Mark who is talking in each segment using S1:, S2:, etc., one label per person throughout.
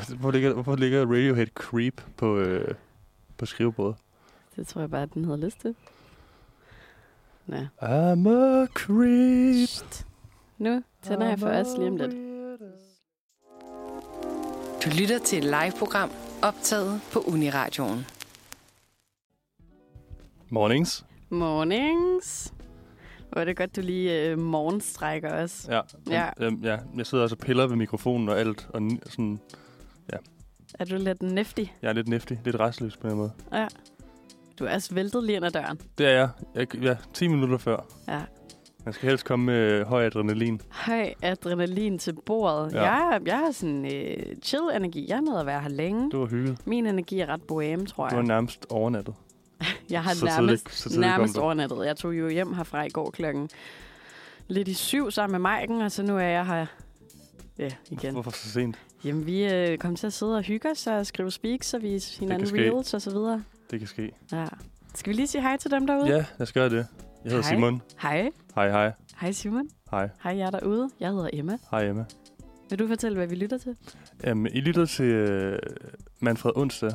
S1: Altså, Hvorfor ligger, hvorfor ligger Radiohead Creep på, øh, på skrivebordet?
S2: Det tror jeg bare, at den havde lyst til. Nå.
S1: I'm a creep.
S2: Psst. Nu tænder jeg for os lige om lidt.
S3: Du lytter til et live-program optaget på Uniradioen.
S1: Mornings.
S2: Mornings. Hvor er det godt, du lige øh, morgenstrækker os.
S1: Ja.
S2: Ja.
S1: Øhm, ja. Jeg sidder også og piller ved mikrofonen og alt. Og n- sådan,
S2: Er du lidt næftig?
S1: jeg er lidt næftig. Lidt restløs på den måde.
S2: Ja. Du er også væltet lige ind ad døren.
S1: Det er jeg. jeg ja, 10 minutter før.
S2: Ja.
S1: Man skal helst komme med øh, høj adrenalin.
S2: Høj adrenalin til bordet.
S1: Ja.
S2: Ja. Jeg, jeg har sådan øh, chill-energi. Jeg er nede at være her længe.
S1: Det var hyggeligt.
S2: Min energi er ret boheme, tror
S1: Du var
S2: jeg.
S1: nærmest overnattet.
S2: Jeg har
S1: så tidligt-
S2: nærmest,
S1: så tidligt
S2: nærmest
S1: kom du.
S2: overnattet. Jeg tog jo hjem herfra i går klokken lidt i syv sammen med Maiken, og så nu er jeg her ja, igen.
S1: Hvorfor så sent?
S2: Jamen, vi øh, kom til at sidde og hygge os og skrive speaks og vise hinanden
S1: ske.
S2: reels og så videre.
S1: Det kan ske.
S2: Ja. Skal vi lige sige hej til dem derude?
S1: Ja, lad os gøre det. Jeg hedder
S2: Hej.
S1: Simon.
S2: Hej.
S1: Hej, hej.
S2: Hej Simon.
S1: Hej.
S2: Hej jer derude. Jeg hedder Emma.
S1: Hej, Emma.
S2: Vil du fortælle, hvad vi lytter til?
S1: Jamen, Øhm, I lytter til øh, Manfred Onsdag,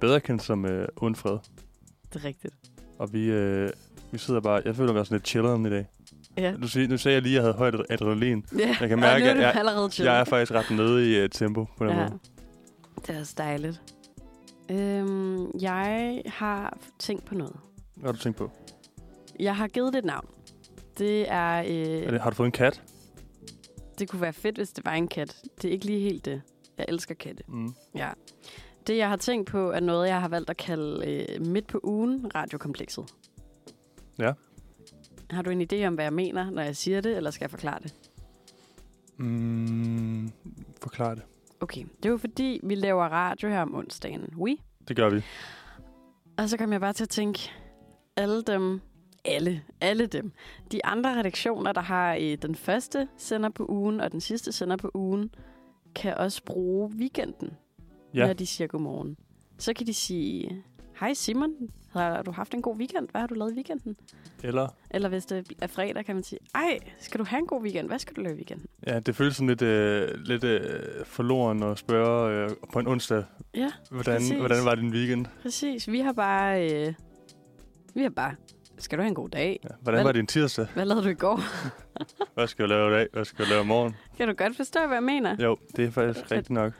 S1: bedre kendt som øh, Undfred.
S2: Det er rigtigt.
S1: Og vi, øh, vi sidder bare... Jeg føler mig sådan lidt chilleren i dag.
S2: Ja.
S1: Nu, sig, nu sagde jeg lige, at jeg havde højt adrenalin.
S2: ja.
S1: Jeg kan
S2: og
S1: mærke,
S2: nu er
S1: at
S2: du
S1: jeg-
S2: allerede chill.
S1: Jeg er faktisk ret nede i øh, tempo på den
S2: ja.
S1: måde.
S2: Det er også dejligt. Øhm, jeg har tænkt på noget.
S1: Hvad har du tænkt på?
S2: Jeg har givet det et navn. Det er... Øh,
S1: Er det, har du fået en kat?
S2: Det kunne være fedt, hvis det var en kat. Det er ikke lige helt det. Jeg elsker katte.
S1: Mm.
S2: Ja. Det, jeg har tænkt på, er noget, jeg har valgt at kalde øh, midt på ugen radiokomplekset.
S1: Ja.
S2: Har du en idé om, hvad jeg mener, når jeg siger det, eller skal jeg forklare det?
S1: Mm, forklar det.
S2: Okay, det er jo fordi, vi laver radio her om onsdagen. Oui.
S1: Det gør vi.
S2: Og så kom jeg bare til at tænke, alle dem, alle, alle dem, de andre redaktioner, der har øh, den første sender på ugen og den sidste sender på ugen, kan også bruge weekenden ja.
S1: Ja,
S2: når de siger godmorgen. Så kan de sige, hej Simon, har du haft en god weekend? Hvad har du lavet i weekenden?
S1: eller...
S2: Eller hvis det er fredag, kan man sige, ej, skal du have en god weekend? Hvad skal du lave i weekenden?
S1: Ja, det føles sådan lidt, øh, lidt øh, forloren at spørge øh, på en onsdag,
S2: Ja,
S1: hvordan,
S2: Præcis.
S1: hvordan var din weekend?
S2: præcis. Vi har bare, øh, vi har bare, skal du have en god dag?
S1: Ja, hvordan
S2: Hvad-
S1: var din tirsdag?
S2: Hvad lavede du i går?
S1: Hvad skal jeg lave i dag? Hvad skal jeg lave i morgen?
S2: kan du godt forstå, hvad jeg mener?
S1: Jo, det er faktisk rigtigt nok.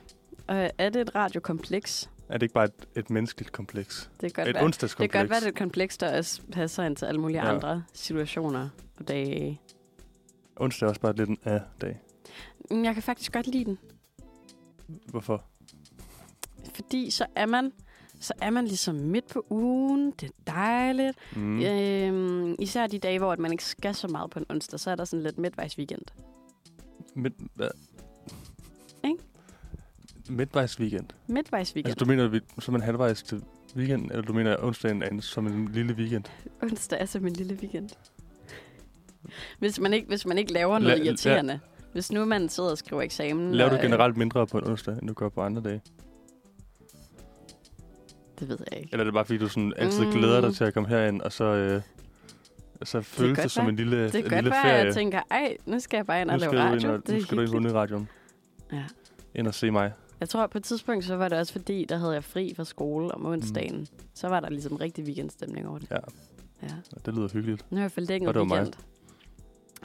S2: Og er det et radiokompleks?
S1: Er det ikke bare et, et menneskeligt kompleks?
S2: Det kan godt
S1: et
S2: være. Det
S1: onsdagskompleks?
S2: kan godt være, det er et kompleks, der også passer ind til alle mulige
S1: Ja.
S2: ja. andre situationer og dage.
S1: Onsdag er også bare lidt en af-dag.
S2: Mm, Jeg kan faktisk godt lide den.
S1: Hvorfor?
S2: Fordi så er man så er man ligesom midt på ugen, det er dejligt.
S1: Mm.
S2: Mm. Øhm, især de dage, hvor at man ikke skal så meget på en onsdag, så er der sådan lidt midtvejs weekend.
S1: Midt, hvad?
S2: Ikke?
S1: Midtvejs weekend.
S2: Midtvejs
S1: Altså,
S2: weekend.
S1: du mener, at vi, så er man halvvejs til weekenden, eller du mener, at onsdagen er en, som en lille weekend?
S2: Onsdag er som en lille weekend. Hvis man ikke, hvis man ikke laver noget
S1: La-
S2: La-
S1: ja.
S2: irriterende. Hvis nu man sidder og skriver eksamen. øh,
S1: Laver
S2: og,
S1: du generelt mindre på en onsdag, end du gør på andre dage?
S2: Øh, det ved jeg ikke.
S1: Eller er det bare, fordi du sådan altid
S2: Mm.
S1: glæder dig til at komme herind, og så, øh, så føles det,
S2: godt
S1: som
S2: være.
S1: en lille,
S2: Det
S1: en
S2: kan
S1: lille
S2: godt være,
S1: ferie?
S2: at jeg tænker, ej, nu skal jeg bare ind og
S1: nu
S2: lave
S1: skal du ind
S2: radio.
S1: og,
S2: det
S1: nu
S2: er
S1: skal du ind
S2: hyggeligt.
S1: runde i radioen.
S2: Ja.
S1: Ind og se mig.
S2: Jeg tror, på et tidspunkt, så var det også fordi, der havde jeg fri fra skole om onsdagen. Mm. Så var der ligesom rigtig weekendstemning over det.
S1: Ja,
S2: Ja.
S1: det lyder hyggeligt.
S2: Nu har jeg forlænget
S1: Og det var mig.
S2: weekend.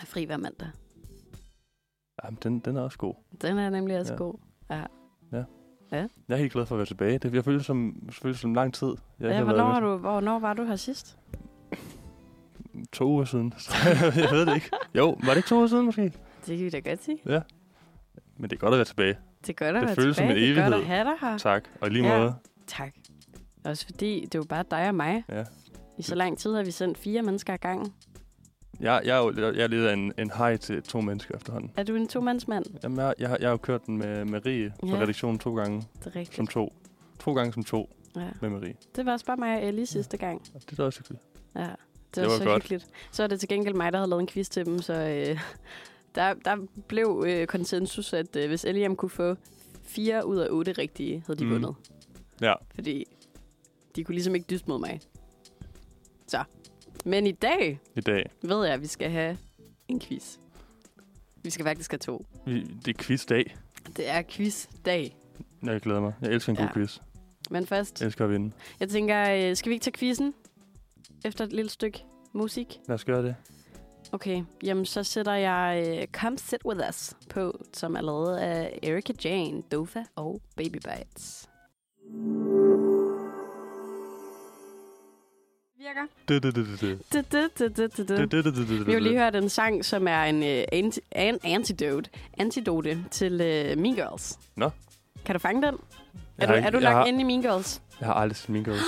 S2: Og fri hver mandag.
S1: Jamen, den, den er også god.
S2: Den er nemlig også
S1: Ja.
S2: ja. god.
S1: Jeg er helt glad for at være tilbage. Det jeg føles som, føles som lang tid. Jeg
S2: Ja, hvornår, har du, hvornår var du her sidst?
S1: To uger siden. Så jeg ved det ikke. Jo, var det ikke to uger siden måske?
S2: Det kan vi da godt sige.
S1: Men det er godt at være tilbage.
S2: Det er godt at
S1: Det
S2: være
S1: føles som
S2: tilbage.
S1: en
S2: Det er godt
S1: evighed.
S2: at have dig her.
S1: Tak. Og i lige
S2: Ja.
S1: måde.
S2: tak. Også fordi det er jo bare dig og mig.
S1: Ja.
S2: I så lang tid har vi sendt fire mennesker ad gangen.
S1: Jeg, jeg, er jo- jeg, jeg leder en, en hej til to mennesker efterhånden.
S2: Er du en tomandsmand?
S1: Jamen, jeg, jeg, har- jeg har jo kørt den med Marie fra
S2: Ja.
S1: redaktionen to gange
S2: Det er rigtigt.
S1: som to. To gange som to
S2: Ja.
S1: med Marie.
S2: Det var også bare mig og Ellie sidste gang.
S1: Og det er da også hyggeligt.
S2: Ja. Det,
S1: Det
S2: var,
S1: var
S2: så
S1: godt.
S2: hyggeligt. Så er det til gengæld mig, der havde lavet en quiz til dem, så øh, der, der blev øh, konsensus, at øh, hvis Eliam kunne få fire ud af otte rigtige, havde de
S1: Mm.
S2: mm. vundet.
S1: Ja.
S2: Fordi de kunne ligesom ikke dyste mod mig. Så. Men i dag
S1: I dag.
S2: ved jeg, at vi skal have en quiz. Vi skal faktisk have to.
S1: Vi, det er quizdag.
S2: Det er quizdag.
S1: Jeg glæder mig. Jeg elsker en god
S2: Ja.
S1: quiz.
S2: Men først,
S1: Jeg elsker at vinde.
S2: jeg tænker, øh, skal vi ikke tage quizzen? Efter et lille stykke musik?
S1: Lad os gøre det.
S2: Okay, jamen så sætter jeg øh, Come Sit With Us på, som er lavet af Erika Jane, Dofa og Baby Bites. Virker.
S1: Du, du, du, du, du.
S2: Du, du, du, du, du, du.
S1: Du, du, du, du, du, du,
S2: Vi har jo lige
S1: du.
S2: hørt en sang, som er en, øh, anti, an, antidote, antidote til øh, Mean Girls.
S1: Nå.
S2: Kan du fange den? Er
S1: Jeg har
S2: du, er
S1: ikke-
S2: du
S1: jeg
S2: lagt
S1: har-
S2: inde i Mean Girls?
S1: Jeg har aldrig set Mean Girls.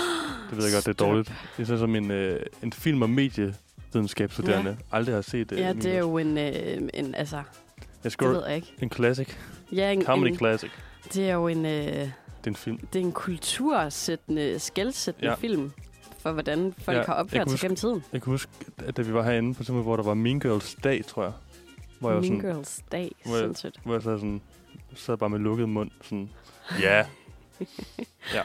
S1: Det ved jeg godt, det er
S2: Stop.
S1: dårligt. Det er sådan som en, øh, en film- og medievidenskabsstuderende. Ja. Aldrig har set det.
S2: ja, det er jo en, øh, en altså,
S1: Jeg
S2: det
S1: scorer
S2: ved jeg ikke.
S1: en classic.
S2: Ja, en,
S1: Comedy
S2: en,
S1: classic.
S2: det er jo en, øh,
S1: Det er en film.
S2: det er en kultursættende, skældsættende
S1: Ja.
S2: ja. film for, hvordan folk
S1: Ja,
S2: ja, har
S1: jeg
S2: opført
S1: kan
S2: sig
S1: huske-
S2: gennem tiden.
S1: Jeg kan huske, at da vi var herinde, på tidspunkt, hvor der var Mean Girls dag, tror jeg. Hvor jeg, var
S2: Mean
S1: sådan,
S2: Girls dag,
S1: Hvor jeg-
S2: sindssygt.
S1: hvor jeg sad, sådan, sad bare med lukket mund. Sådan, ja. ja.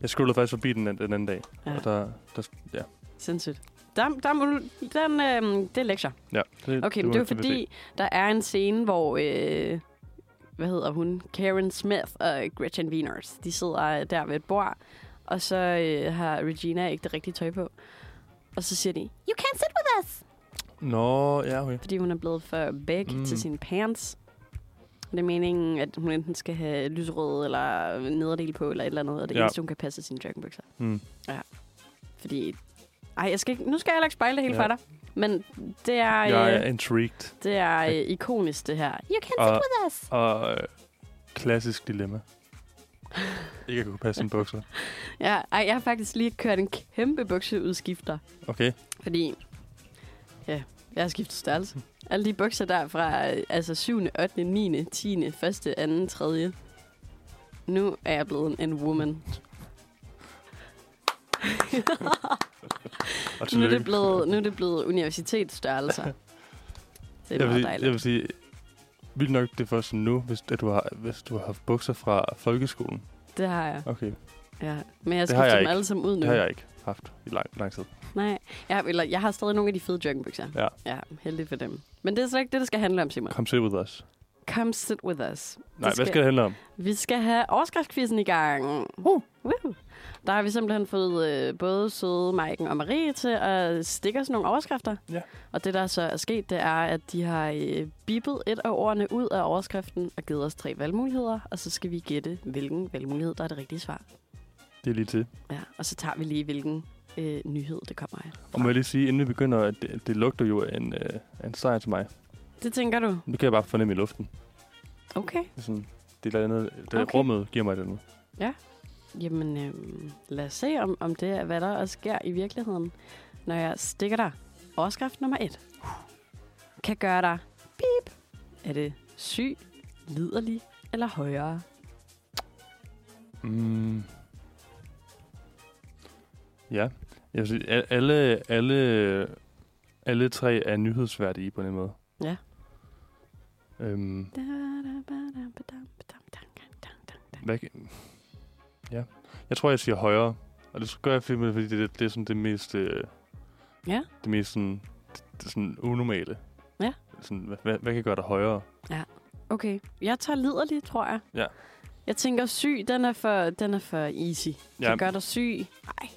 S1: Jeg scrollede faktisk forbi den, den anden dag. Ja.
S2: Ja.
S1: Og der, der, ja.
S2: Sindssygt. Der, der, må du- den, øh, det er lektier.
S1: ja det,
S2: Okay, men
S1: var
S2: det er jo
S1: en
S2: fordi, der er en scene, hvor, øh, hvad hedder hun, Karen Smith og Gretchen Wieners, de sidder øh, der ved et bord, og så øh, har Regina ikke det rigtige tøj på. Og så siger de, you can't sit with us,
S1: Nå, ja, okay.
S2: fordi hun er blevet for big
S1: Mm.
S2: mm. til sine pants. Og det er meningen, at hun enten skal have lyserød eller nederdel på, eller et eller andet, og det
S1: Ja.
S2: ja. eneste, hun kan passe er sine joggingbukser.
S1: Mm.
S2: Fordi, ej, jeg skal ikke, nu skal jeg heller ikke spejle det hele
S1: Ja.
S2: ja. for dig. Men det er, øh,
S1: Jeg er intrigued.
S2: det er øh, ikonisk, det her. You can't
S1: Og,
S2: us.
S1: og øh, klassisk dilemma. Ikke at kunne passe sine bukser.
S2: Ja, ej, jeg har faktisk lige kørt en kæmpe bukseudskifter,
S1: Okay.
S2: fordi ja, jeg har skiftet størrelse. Alle de bukser der fra øh, altså 7., 8., 9., 10., 1., 2., 3. Nu er jeg blevet en woman.
S1: Og
S2: Nu er
S1: tillykke.
S2: det blevet, nu er det blevet universitetsstørrelser. Det er
S1: jeg, vil
S2: meget
S1: sige, jeg
S2: dejligt.
S1: vil sige, vildt nok det er først nu, hvis, at du har, hvis du har haft bukser fra folkeskolen.
S2: Det har jeg.
S1: Okay,
S2: Ja. Men jeg
S1: Det har
S2: skifter
S1: jeg
S2: dem
S1: ikke.
S2: alle sammen ud nu.
S1: det har jeg ikke haft i lang, lang tid.
S2: Nej, jeg har, eller, jeg har stadig nogle af de fede joggingbukser.
S1: Ja.
S2: ja, heldig for dem. Men det er slet ikke det, det skal handle om, Simon.
S1: Kom se with us.
S2: Come sit with us.
S1: Nej, hvad
S2: skal-
S1: skal det handle om?
S2: Vi skal have overskriftskvisten i gang. Uh. Woo. Der har vi simpelthen fået øh, både søde Maiken og Marie til at stikke os nogle overskrifter.
S1: Ja.
S2: Og det, der så er sket, det er, at de har øh, bippet et af ordene ud af overskriften og givet os tre valgmuligheder. Og så skal vi gætte, hvilken valgmulighed, der er det rigtige svar.
S1: Det er lige til.
S2: Ja, og så tager vi lige, hvilken øh, nyhed det kommer af.
S1: Og må jeg lige sige, inden vi begynder, at det, det lugter jo af en, øh, af en sejr til mig.
S2: Det tænker du?
S1: Det kan jeg bare fornemme i luften.
S2: Okay.
S1: Det er sådan, det er andet, det okay.
S2: Okay.
S1: rummet giver mig det nu.
S2: Jamen, øh, lad os se, om, om det er, hvad der også sker i virkeligheden, når jeg stikker dig. Overskrift nummer et. Kan gøre dig pip. Er det syg, liderlig eller højere?
S1: Mm. Ja, jeg vil sige, al- alle, alle, alle tre er nyhedsværdige på en måde.
S2: Ja.
S1: Øhm, Hvad, ja. Jeg tror, jeg siger højere. Og det gør jeg filmen, fordi det, det, det er sådan det mest... Øh,
S2: Ja.
S1: Det mest sådan, det, det er sådan unormale.
S2: Ja.
S1: Sådan, hvad, hvad, hvad kan gøre dig højere?
S2: Okay, jeg tager liderlig, tror jeg.
S1: Ja.
S2: Jeg tænker, syg, den er for, den er for easy. Ja.
S1: Ja.
S2: Kan gøre dig syg. Nej,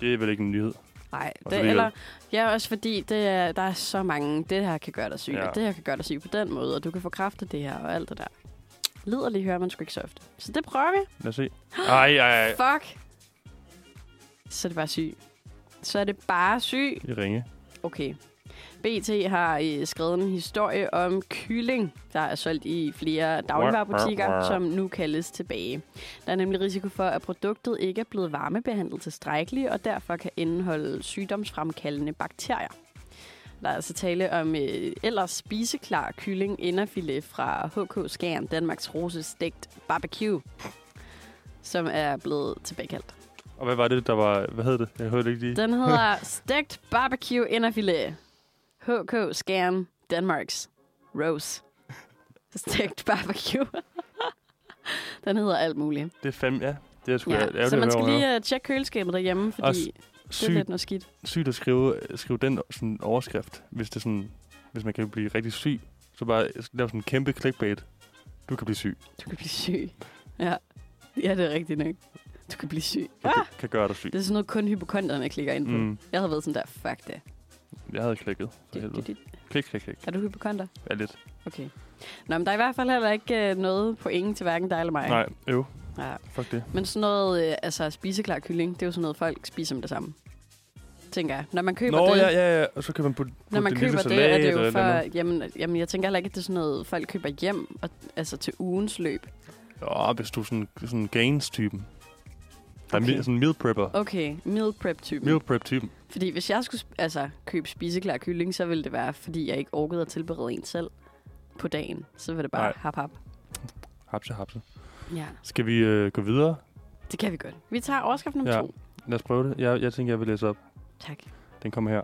S1: Det er vel ikke en nyhed.
S2: Nej,
S1: Og så
S2: det,
S1: lige-
S2: eller, ja, også fordi det er, der er så mange, det her kan gøre dig syg,
S1: Ja.
S2: ja. og det her kan gøre dig syg på den måde, og du kan få kræft af det her og alt det der. Liderlig hører man sgu ikke så ofte. Så det prøver vi.
S1: Lad os se. Ej, ej, ej.
S2: Fuck! Så er det bare syg. Så er det bare syg.
S1: I ringe.
S2: Okay. BT har øh, skrevet en historie om kylling, der er solgt i flere dagligvarerbutikker, som nu kaldes tilbage. Der er nemlig risiko for, at produktet ikke er blevet varmebehandlet tilstrækkeligt, og derfor kan indeholde sygdomsfremkaldende bakterier. Der er altså tale om øh, ellers spiseklar kylling inderfilet fra HK Skæren, Danmarks Rose Stegt Barbecue, som er blevet tilbagekaldt.
S1: Og hvad var det, der var... Hvad hed det? Jeg hørte det ikke lige.
S2: Den hedder Stegt Barbecue Inderfilet. HK Skæren Danmarks Rose. Stegt Barbecue. Den hedder alt muligt.
S1: Det er fandme... Ja, det er sgu ja.
S2: Ja.
S1: ærgerligt.
S2: Så man
S1: at
S2: skal
S1: høre.
S2: lige uh, tjekke køleskabet derhjemme, fordi
S1: Og s-
S2: det er
S1: Sygt,
S2: lidt noget skidt.
S1: sygt at skrive, skrive den sådan overskrift, hvis, det sådan, hvis man kan blive rigtig syg. Så bare lave sådan en kæmpe clickbait. Du kan blive syg.
S2: Du kan blive syg. Ja, det er rigtigt nok. Du kan blive syg.
S1: Så ah! kan gøre dig syg.
S2: Det er sådan noget, kun hypokonderne klikker ind på. Mm.
S1: Mm.
S2: Jeg havde været sådan der, fuck det.
S1: Jeg havde klikket. For
S2: det,
S1: helvede.
S2: det, det.
S1: Klik, klik, klik.
S2: Er du hypokonder?
S1: Ja, lidt.
S2: Okay. Nå, men der er i hvert fald heller ikke øh, noget point til hverken dig eller mig.
S1: Nej, øv.
S2: Ja.
S1: Fuck det.
S2: Men sådan noget, øh, altså spiseklar kylling, det er jo sådan noget, folk spiser med det samme. Tænker jeg. Når man køber
S1: Nå,
S2: det,
S1: ja, ja, ja. Og så kan man putte, putte
S2: når man
S1: det
S2: køber
S1: lille
S2: det,
S1: salat
S2: er det jo
S1: eller
S2: for...
S1: noget.
S2: Jamen, jamen, jeg tænker heller ikke, at det er sådan noget, folk køber hjem og, altså til ugens løb.
S1: Ja, hvis du er sådan, sådan gains-typen. Der er
S2: Okay.
S1: okay. sådan en meal prepper.
S2: Okay, meal prep-typen.
S1: Meal prep-typen.
S2: Fordi hvis jeg skulle sp- altså, købe spiseklar kylling, så ville det være, fordi jeg ikke orkede at tilberede en selv på dagen. Så ville det bare
S1: Nej.
S2: hap hap.
S1: Hapse, hapse.
S2: Ja,
S1: Skal vi øh, gå videre?
S2: det kan vi godt. Vi tager overskrift nummer ja.
S1: Ja.
S2: to.
S1: Lad os prøve det. Jeg, jeg tænker, jeg vil læse op.
S2: Tak.
S1: Den kommer her.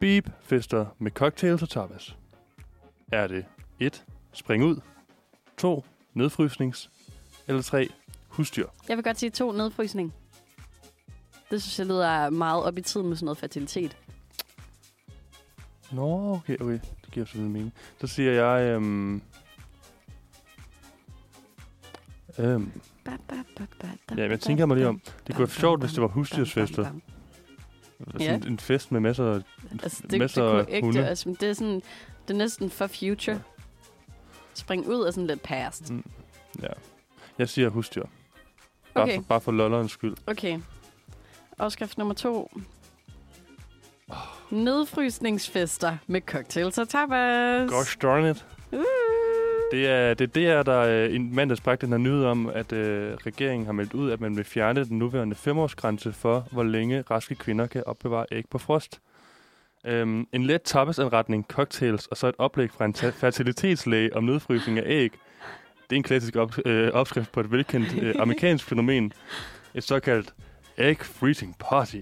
S1: Beep fester med cocktails og tapas. Er det 1. Spring ud. 2. Nedfrysnings. Eller 3. Husdyr.
S2: Jeg vil godt sige to nedfrysning. Det synes jeg lyder meget op i tiden med sådan noget fertilitet.
S1: Nå, okay, okay. Det giver selvfølgelig mening. Så siger jeg... Øhm, øhm,
S2: Ba, ba, ba, ba, da,
S1: ja, jeg
S2: da,
S1: tænker mig lige
S2: da,
S1: om. Det
S2: bam,
S1: kunne være
S2: bam,
S1: sjovt, hvis
S2: bam,
S1: det var
S2: bam,
S1: husdyrsfester.
S2: bam, bam.
S1: Sådan en fest med masser af...
S2: Altså, det, det
S1: Masser af
S2: kunne ikke,
S1: hunde.
S2: det, altså, det er sådan, det er næsten for future. Spring ud af sådan lidt past.
S1: Mm, Ja. Jeg siger husdyr. Bare,
S2: Okay,
S1: for, bare for lollerens skyld.
S2: okay. Overskrift nummer to. Nedfrysningsfester med cocktails og tapas.
S1: Gosh darn it.
S2: Uh.
S1: Det er det, er DR, der øh, i mandags bragte den her nyhed om, at øh, regeringen har meldt ud, at man vil fjerne den nuværende femårsgrænse for, hvor længe raske kvinder kan opbevare æg på frost. Øhm, en let tapasanretning, cocktails og så et oplæg fra en ta- fertilitetslæge om nedfrysning af æg. Det er en klassisk op- øh, opskrift på et velkendt øh, amerikansk fænomen. Et såkaldt egg freezing party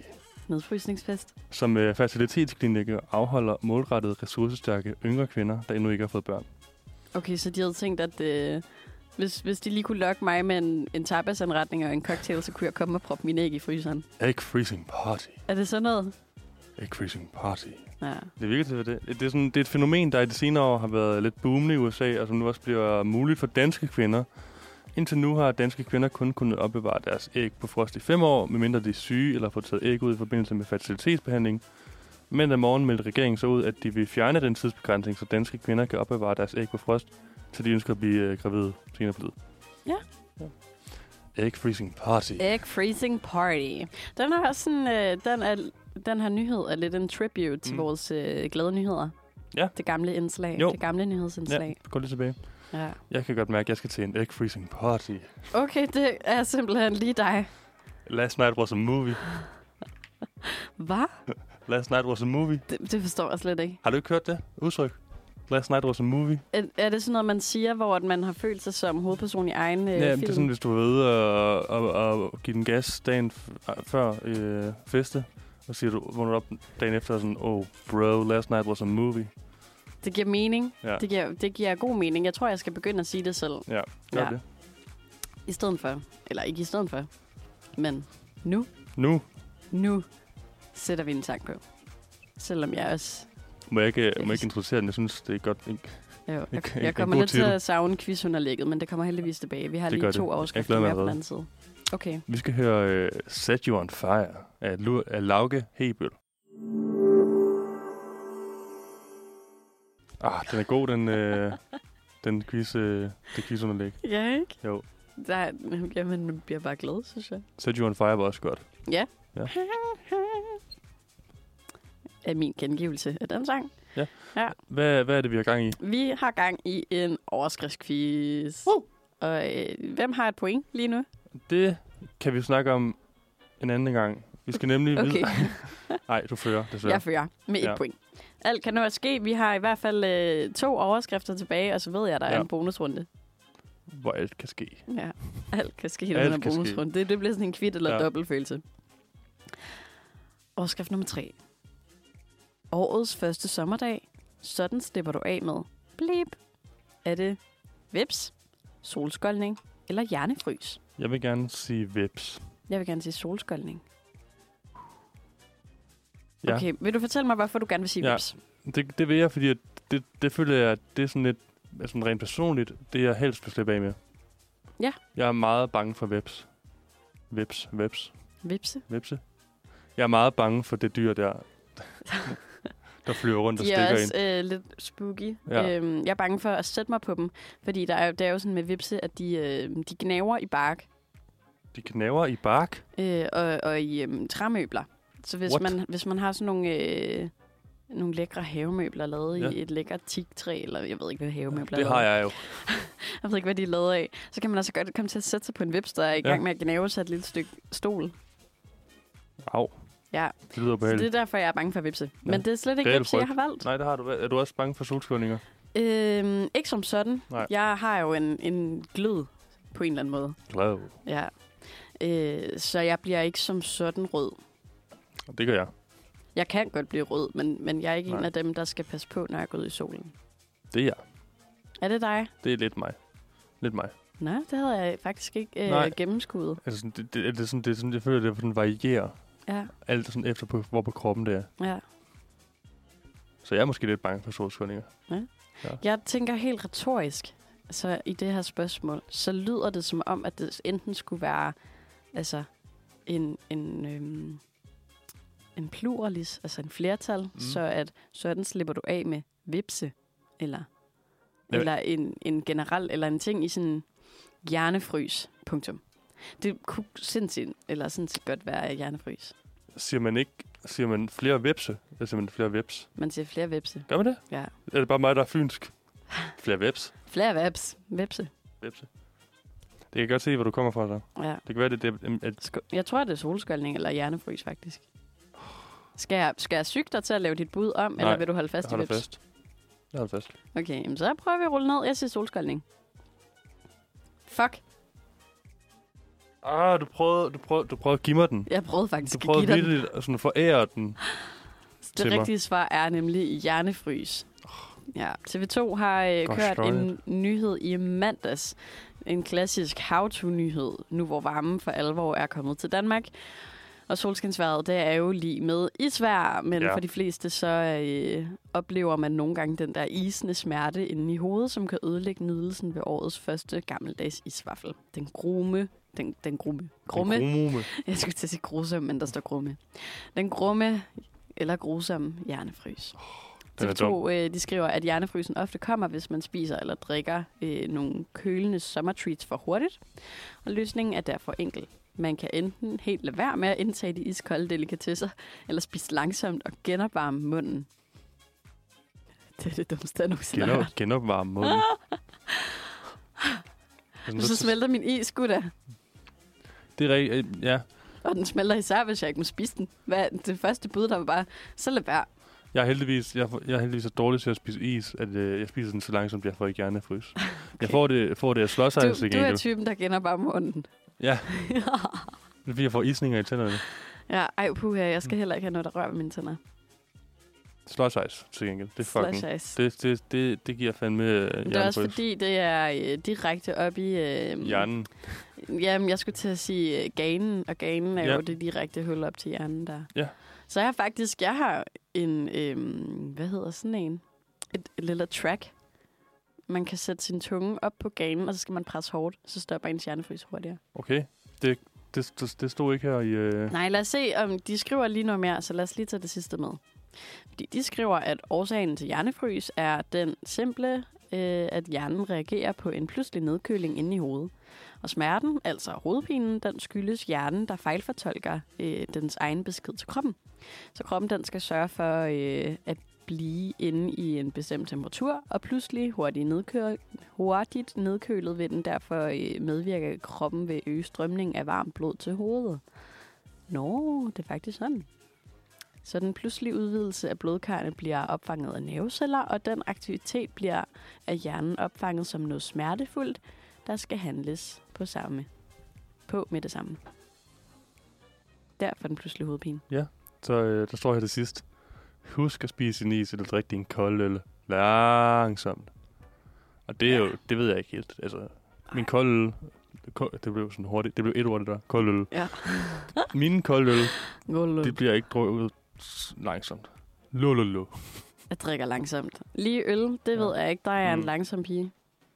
S2: Nedfrysningsfest.
S1: som øh, fertilitetsklinikker afholder målrettet ressourcestærke yngre kvinder, der endnu ikke har fået børn.
S2: Okay, så de havde tænkt, at øh, hvis, hvis de lige kunne lokke mig med en, en tapasanretning og en cocktail, så kunne jeg komme og proppe mine æg i fryseren.
S1: Egg freezing party.
S2: Er det sådan noget?
S1: Egg freezing party.
S2: Ja.
S1: Det virker til at være det. Det er, sådan, det er et fænomen, der i de senere år har været lidt boomende i USA, og som nu også bliver muligt for danske kvinder. Indtil nu har danske kvinder kun kunnet opbevare deres æg på frost i fem år, medmindre de er syge eller får taget æg ud i forbindelse med fertilitetsbehandling. Men i morgen meldte regeringen så ud, at de vil fjerne den tidsbegrænsning, så danske kvinder kan opbevare deres æg på frost, til de ønsker at blive øh, gravide senere på livet.
S2: Ja.
S1: ja. Egg freezing party.
S2: Egg freezing party. Den er også sådan, øh, den, er, den her nyhed er lidt en tribute til
S1: Mm.
S2: vores øh, glade nyheder.
S1: Ja.
S2: Det gamle indslag.
S1: Jo.
S2: Det gamle
S1: Ja,
S2: nyhedsindslag.
S1: gå lige tilbage.
S2: Ja. ja.
S1: Jeg kan godt mærke, at jeg skal til en egg freezing party.
S2: Okay, det er simpelthen lige dig.
S1: Last night was a movie.
S2: Hvad?
S1: Last night was a movie.
S2: Det, det forstår jeg slet ikke.
S1: Har du ikke hørt det udtryk? Last night was a movie.
S2: Er, er det sådan noget, man siger, hvor at man har følt sig som hovedperson i egen øh,
S1: ja,
S2: film?
S1: det er sådan, hvis du var ude og, og, og give den gas dagen f- ah, før øh, feste, og siger du, vågner du op dagen efter og sådan, oh bro, last night was a movie.
S2: det giver mening.
S1: Ja,
S2: Det giver, det giver god mening. Jeg tror, jeg skal begynde at sige det selv.
S1: ja gør
S2: Ja.
S1: ja. det.
S2: I stedet for. Eller ikke i stedet for. Men nu,
S1: Nu
S2: nu sætter vi en sang på. Selvom jeg også...
S1: må jeg ikke, øh, må jeg
S2: synes-
S1: ikke introducere den. Jeg synes, det er godt. ikke?
S2: Jo, jeg,
S1: kan-
S2: jeg
S1: en
S2: kommer
S1: god
S2: lidt til
S1: titel.
S2: at savne quizunderlægget, men det kommer heldigvis tilbage. Vi har
S1: Det
S2: lige
S1: gør det.
S2: to
S1: Jeg
S2: overskrifter
S1: glæder mig
S2: mere på den
S1: allerede.
S2: anden side. Okay.
S1: Vi skal høre øh, Set You On Fire af, Lu- af Lauke Hebøl. Ah, den er god, den, øh, den quiz, øh, det quizunderlæg.
S2: Ja, ikke?
S1: Jo.
S2: Der, jamen, man bliver bare glad, synes jeg.
S1: Set You On Fire var også godt.
S2: Af min gengivelse af den sang.
S1: Hvad, hvad er det, vi har gang i?
S2: Vi har gang i en overskriftsquiz.
S1: Woo!
S2: Og øh, hvem har et point lige nu?
S1: Det kan vi snakke om en anden gang. Vi skal nemlig vide... Nej, du fører, desværre.
S2: Jeg fører med et
S1: Ja.
S2: point. Alt kan nå at ske. Vi har i hvert fald øh, to overskrifter tilbage, og så ved jeg, at der ja. er
S1: Ja.
S2: en bonusrunde.
S1: Hvor alt kan ske.
S2: Ja. Mm. Alt kan ske, når
S1: Alt
S2: der er en
S1: kan ske.
S2: bonusrunde. Det, det bliver sådan en kvitt eller ja.
S1: Ja.
S2: dobbeltfølelse. Overskrift nummer tre. Årets første sommerdag. Sådan slipper du af med. Blip. Er det vips, solskoldning eller hjernefrys?
S1: Jeg vil gerne sige vips.
S2: Jeg vil gerne sige solskoldning.
S1: Ja.
S2: Okay, vil du fortælle mig, hvorfor du gerne vil sige
S1: Ja.
S2: vips?
S1: Det, det vil jeg, fordi at det, det føler jeg, at det er sådan lidt altså rent personligt, det jeg helst vil slippe af med.
S2: Ja.
S1: Jeg er meget bange for veps. Veps, veps,
S2: Vipse.
S1: vepse. Jeg er meget bange for det dyr der, der flyver rundt og
S2: De
S1: stikker
S2: er
S1: ind.
S2: også øh, lidt spooky.
S1: Ja.
S2: Ja. Øhm, jeg er bange for at sætte mig på dem, fordi der er, jo- det er jo sådan med vipse, at de, øh, de gnaver i bark
S1: De knaver i bark.
S2: øh, og, og i øh, træmøbler. Så hvis
S1: What?
S2: man, hvis man har sådan nogle, øh, nogle lækre havemøbler lavet
S1: Ja.
S2: ja. i et lækkert teaktræ, eller jeg ved ikke, hvad havemøbler
S1: Det
S2: er
S1: har
S2: lavet.
S1: jeg jo.
S2: Jeg ved ikke, hvad de er lavet af. Så kan man altså godt komme til at sætte sig på en vips, der er i
S1: Ja.
S2: gang med at gnave sig et lille stykke stol.
S1: Au.
S2: Ja.
S1: Det lyder
S2: Så det er
S1: ubehageligt.
S2: derfor, jeg er bange for vipse.
S1: Ja.
S2: Ja. Men det er slet ikke
S1: Reel
S2: vipse, jeg har valgt.
S1: Nej, det har du. Er du også bange for solskåninger?
S2: Øhm, ikke som sådan.
S1: Nej.
S2: Jeg har jo en, en glød på en eller anden måde.
S1: Glad.
S2: Ja. Øh, så jeg bliver ikke som sådan rød.
S1: Det gør jeg.
S2: Jeg kan godt blive rød, men, men jeg er ikke Nej.
S1: Nej.
S2: en af dem, der skal passe på, når jeg går ud i solen.
S1: Det er jeg.
S2: Er det dig?
S1: Det er lidt mig. Lidt mig.
S2: Nå, det havde jeg faktisk ikke
S1: Nej.
S2: øh, gennemskuet.
S1: Altså, sådan, det, det, det, er sådan, det, er sådan, jeg føler, det er, sådan, varierer
S2: Ja,
S1: alt sådan efter, på, hvor på kroppen det er.
S2: ja.
S1: Så jeg er måske lidt bange for solskåninger.
S2: Jeg tænker helt retorisk, så i det her spørgsmål, så lyder det som om, at det enten skulle være altså en, en, øhm, en pluralis, altså en flertal,
S1: Mm.
S2: mm. så at sådan slipper du af med vipse, eller,
S1: Ja.
S2: eller en, en generel, eller en ting i sådan hjernefrys, punktum. Det kunne sindssygt, eller sådan set godt være hjernefrys.
S1: Siger man ikke siger man flere vepse? Eller siger man flere veps?
S2: Man siger flere vipse.
S1: Gør man det?
S2: Ja.
S1: Er det bare mig, der er fynsk? Flere veps?
S2: Flere vips. Vipse.
S1: Vepse. Det kan jeg godt se, hvor du kommer fra, så.
S2: Ja.
S1: Det kan være, det, det, at
S2: Sko- jeg tror, det er solskoldning eller hjernefrys, faktisk. Skal jeg, skal jeg syge dig til at lave dit bud om,
S1: Nej,
S2: eller vil du holde fast
S1: jeg holder
S2: i vips?
S1: fast. Jeg holder fast.
S2: Okay, jamen, så prøver vi at rulle ned. Jeg siger solskoldning. Fuck,
S1: Ah, du prøvede, du prøvede, du prøvede at give mig den.
S2: jeg prøvede
S1: Du
S2: faktisk at
S1: prøvede
S2: give dig den.
S1: virkelig at sådan forære den. til
S2: Det
S1: mig.
S2: rigtige svar er nemlig hjernefrys. Ja, TV2 har øh,
S1: Godt
S2: kørt
S1: støjet.
S2: en nyhed i mandags. En klassisk how-to-nyhed, nu hvor varmen for alvor er kommet til Danmark. Og solskinsværet, det er jo lige med isvær, men
S1: Ja.
S2: ja. for de fleste så øh, oplever man nogle gange den der isende smerte inde i hovedet, som kan ødelægge nydelsen ved årets første gammeldags isvaffel. Den grumme, den, den grumme, grumme,
S1: Grumme.
S2: jeg skulle til at sige grusom, men der står grumme. Den grumme eller grusomme hjernefrys.
S1: Den er dum.
S2: TV2 øh, de skriver, at hjernefrysen ofte kommer, hvis man spiser eller drikker øh, nogle kølende sommertreats for hurtigt. Og løsningen er derfor enkel. Man kan enten helt lade være med at indtage de iskolde delikatesser, eller spise langsomt og genopvarme munden. Det er det dummeste, jeg nogensinde har
S1: Genop,
S2: hørt.
S1: genopvarme munden. Sådan,
S2: Så smelter min is, gutta.
S1: Det er rigtigt, ja.
S2: Og den smelter især, hvis jeg ikke må spise den. Hvad, det første bud, der var bare, så lad være.
S1: Jeg er heldigvis, jeg, er- jeg er heldigvis så dårlig til at spise is, at øh, jeg spiser den så langsomt, jeg får ikke hjernefrys. okay. Jeg får det, får det af
S2: Du,
S1: slåsejs til
S2: du er
S1: gengæld.
S2: typen, der kender bare munden.
S1: Ja. Det er fordi, jeg får isninger i tænderne.
S2: Ja, ej puha, jeg skal heller ikke have noget, der rører ved mine tænder.
S1: Slåsejs til gengæld. Det er fucking...
S2: Slash ice.
S1: Det, det, det, det giver fandme øh,
S2: Men det er
S1: hjernefrys.
S2: også fordi, det er øh, direkte op i... Øh,
S1: Hjernen.
S2: Jamen, jeg skulle til at sige øh, ganen, og ganen er
S1: Ja.
S2: ja. jo det direkte hul op til hjernen der.
S1: Ja.
S2: Så jeg har faktisk, jeg har en, øh, hvad hedder sådan en? Et, et lille track. Man kan sætte sin tunge op på ganen, og så skal man presse hårdt, så stopper ens hjernefrys hurtigere.
S1: Okay. Det, det, det, det stod ikke her i... Øh...
S2: Nej, lad os se, om de skriver lige noget mere, så lad os lige tage det sidste med. Fordi de skriver, at årsagen til hjernefrys er den simple, øh, at hjernen reagerer på en pludselig nedkøling inde i hovedet. Og smerten, altså hovedpinen, den skyldes hjernen, der fejlfortolker øh, dens egen besked til kroppen. Så kroppen den skal sørge for øh, at blive inde i en bestemt temperatur, og pludselig hurtigt, nedkø- hurtigt nedkølet vil den derfor øh, medvirke, at kroppen ved øge strømning af varmt blod til hovedet. Nå, det er faktisk sådan. Så den pludselige udvidelse af blodkarrene bliver opfanget af nerveceller, og den aktivitet bliver af hjernen opfanget som noget smertefuldt, der skal handles på samme. På med det samme. Derfor den pludselige hovedpine.
S1: Så øh, der står her til sidst. Husk at spise din is eller drikke din kolde øl langsomt. Og det er jo, det ved jeg ikke helt. Altså, min kolde øl, det ko- det blev sådan hurtigt, det blev et ord det der, kolde øl.
S2: Ja.
S1: Min kolde øl,
S2: Gulv.
S1: det bliver ikke drukket s- langsomt. Lululu.
S2: Jeg drikker langsomt. Lige øl, det
S1: Ja.
S2: ved jeg ikke. Der er jeg en
S1: Mm.
S2: langsom pige.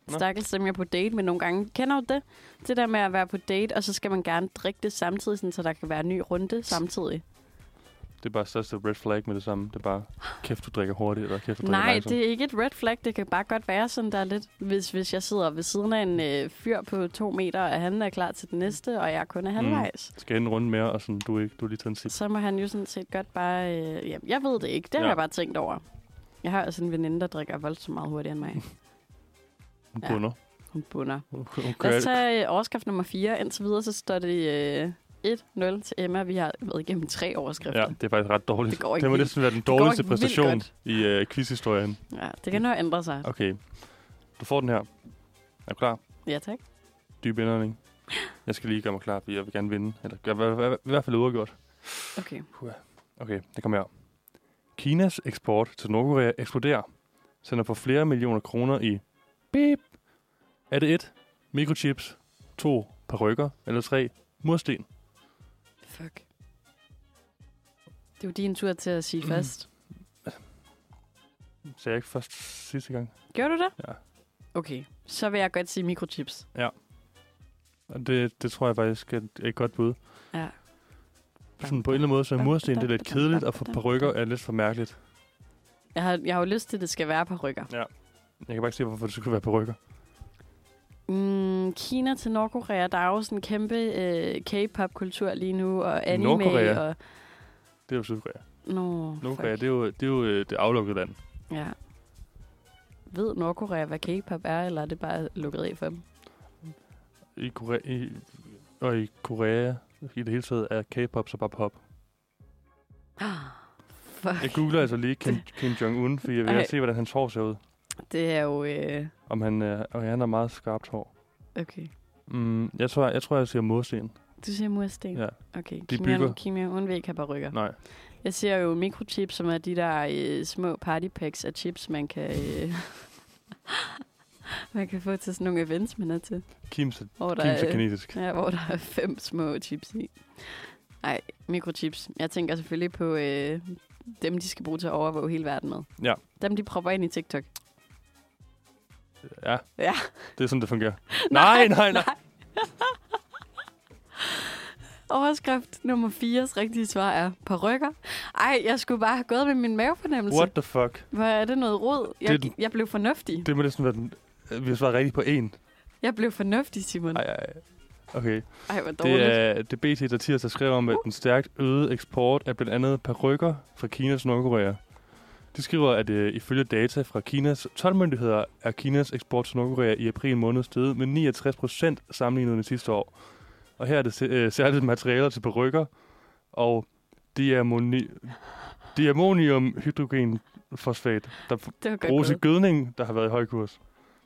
S1: Nå.
S2: Stakkels dem, jeg er på date med nogle gange. Kender du det? Det der med at være på date, og så skal man gerne drikke det samtidig, sådan, så der kan være en ny runde samtidig.
S1: Det er bare største red flag med det samme. Det er bare, kæft, du drikker hurtigt, eller kæft, du drikker
S2: Nej,
S1: langsomt.
S2: det er ikke et red flag. Det kan bare godt være sådan, der er lidt... Hvis, hvis jeg sidder ved siden af en øh, fyr på to meter, og han er klar til den næste, og jeg kun er halvvejs,
S1: Skal en runde mere, og sådan, du, er ikke, du er lige taget en sip.
S2: så må han jo sådan set godt bare... Øh, jamen, jeg ved det ikke. Det har
S1: Ja.
S2: ja. jeg bare tænkt over. Jeg har også en veninde, der drikker voldsomt meget hurtigere end mig.
S1: Hun
S2: Ja.
S1: bunder.
S2: Hun bunder.
S1: Hun, hun
S2: Lad
S1: kører
S2: os tage øh, overskrift nummer 4. Indtil videre, så står det øh, 1-0 til Emma. Vi har været igennem tre overskrifter.
S1: Ja, det er faktisk ret dårligt.
S2: Det går ikke
S1: det må
S2: vildt-
S1: næsten være den
S2: går
S1: dårligste
S2: ikke vildt
S1: præstation
S2: godt.
S1: i øh, quizhistorien.
S2: Ja, det kan nok ændre sig.
S1: Okay, du får den her. Er du klar?
S2: Ja, tak.
S1: Dyb indånding. Jeg skal lige gøre mig klar, fordi jeg vil gerne vinde. Eller jeg vil- jeg vil- jeg vil i hvert fald udgjort.
S2: Okay.
S1: Okay, det kommer her. Kinas eksport til Nordkorea eksploderer. Sender for flere millioner kroner i... Beep. Er det et? Mikrochips. To perukker. Eller tre? Mursten.
S2: Fuck. Det er jo din tur til at sige først.
S1: Sagde jeg ikke først sidste gang?
S2: Gjorde du det?
S1: Ja.
S2: Okay, så vil jeg godt sige mikrochips.
S1: Og Det, det tror jeg faktisk er et- et godt bud.
S2: Ja.
S1: Sådan på en eller anden måde, så er mursten det er lidt kedeligt, og for perukker er lidt for mærkeligt.
S2: Jeg har, jeg har jo lyst til, at det skal være på rykker.
S1: Jeg kan bare ikke se, hvorfor det skulle være perukker.
S2: Mm, Kina til Nordkorea, der er jo sådan en kæmpe øh, K-pop-kultur lige nu, og anime
S1: Nordkorea?
S2: og...
S1: Det er jo Sydkorea.
S2: Nå,
S1: Nordkorea,
S2: fuck.
S1: det er jo det, er jo, øh, det aflukkede land.
S2: Ja. Ved Nordkorea, hvad K-pop er, eller er det bare lukket af for dem?
S1: I Korea, i, og i Korea i det hele taget er K-pop så bare pop.
S2: Fuck.
S1: Jeg googler altså lige Kim, Kim Jong-un, fordi jeg vil
S2: Ej.
S1: okay. se, hvordan hans hår ser ud.
S2: Det er jo... Øh,
S1: Om han, øh, og han har meget skarpt hår.
S2: okay.
S1: Mm, jeg, tror, jeg, jeg tror, jeg siger mursten.
S2: Du siger mursten?
S1: Ja.
S2: Okay,
S1: De
S2: Kim
S1: bygger.
S2: Jong- Kim Jong-un vil ikke have rykker.
S1: Nej,
S2: Jeg ser jo mikrochips, som er de der øh, små partypacks af chips, man kan, øh, man kan få til sådan nogle events, man er til.
S1: Kims er,
S2: Hvor der,
S1: Kims er
S2: øh,
S1: kinesisk.
S2: ja, hvor der er fem små chips i. Nej, mikrochips. Jeg tænker selvfølgelig på øh, dem, de skal bruge til at overvåge hele verden med.
S1: Ja.
S2: Dem, de propper ind i TikTok.
S1: Ja,
S2: Ja.
S1: det er sådan, det fungerer. nej, nej, nej.
S2: Overskrift nummer 4's rigtige svar er rykker. Ej, jeg skulle bare have gået med min mavefornemmelse.
S1: What the fuck?
S2: Hvor er det noget rod?
S1: Det er
S2: Jeg,
S1: den-
S2: jeg blev fornuftig.
S1: Det må næsten være den... Vi har svaret rigtigt på én.
S2: Jeg blev fornuftig, Simon.
S1: Ej, ej. Okay.
S2: Ej, hvor dårligt.
S1: Det er det er BT, der tirsdag skrev om, at den stærkt øgede eksport af blandt andet perukker fra Kina til Nordkorea. De skriver, at øh, ifølge data fra Kinas tolvmyndigheder er Kinas eksport til Nordkorea i april måned steget med 69 procent sammenlignet med sidste år. Og her er det se- øh, særligt materialer til perukker og diamoni- diammoniumhydrogenfosfat, der f-
S2: det var godt
S1: bruges i
S2: gået.
S1: gødning, der har været i høj kurs.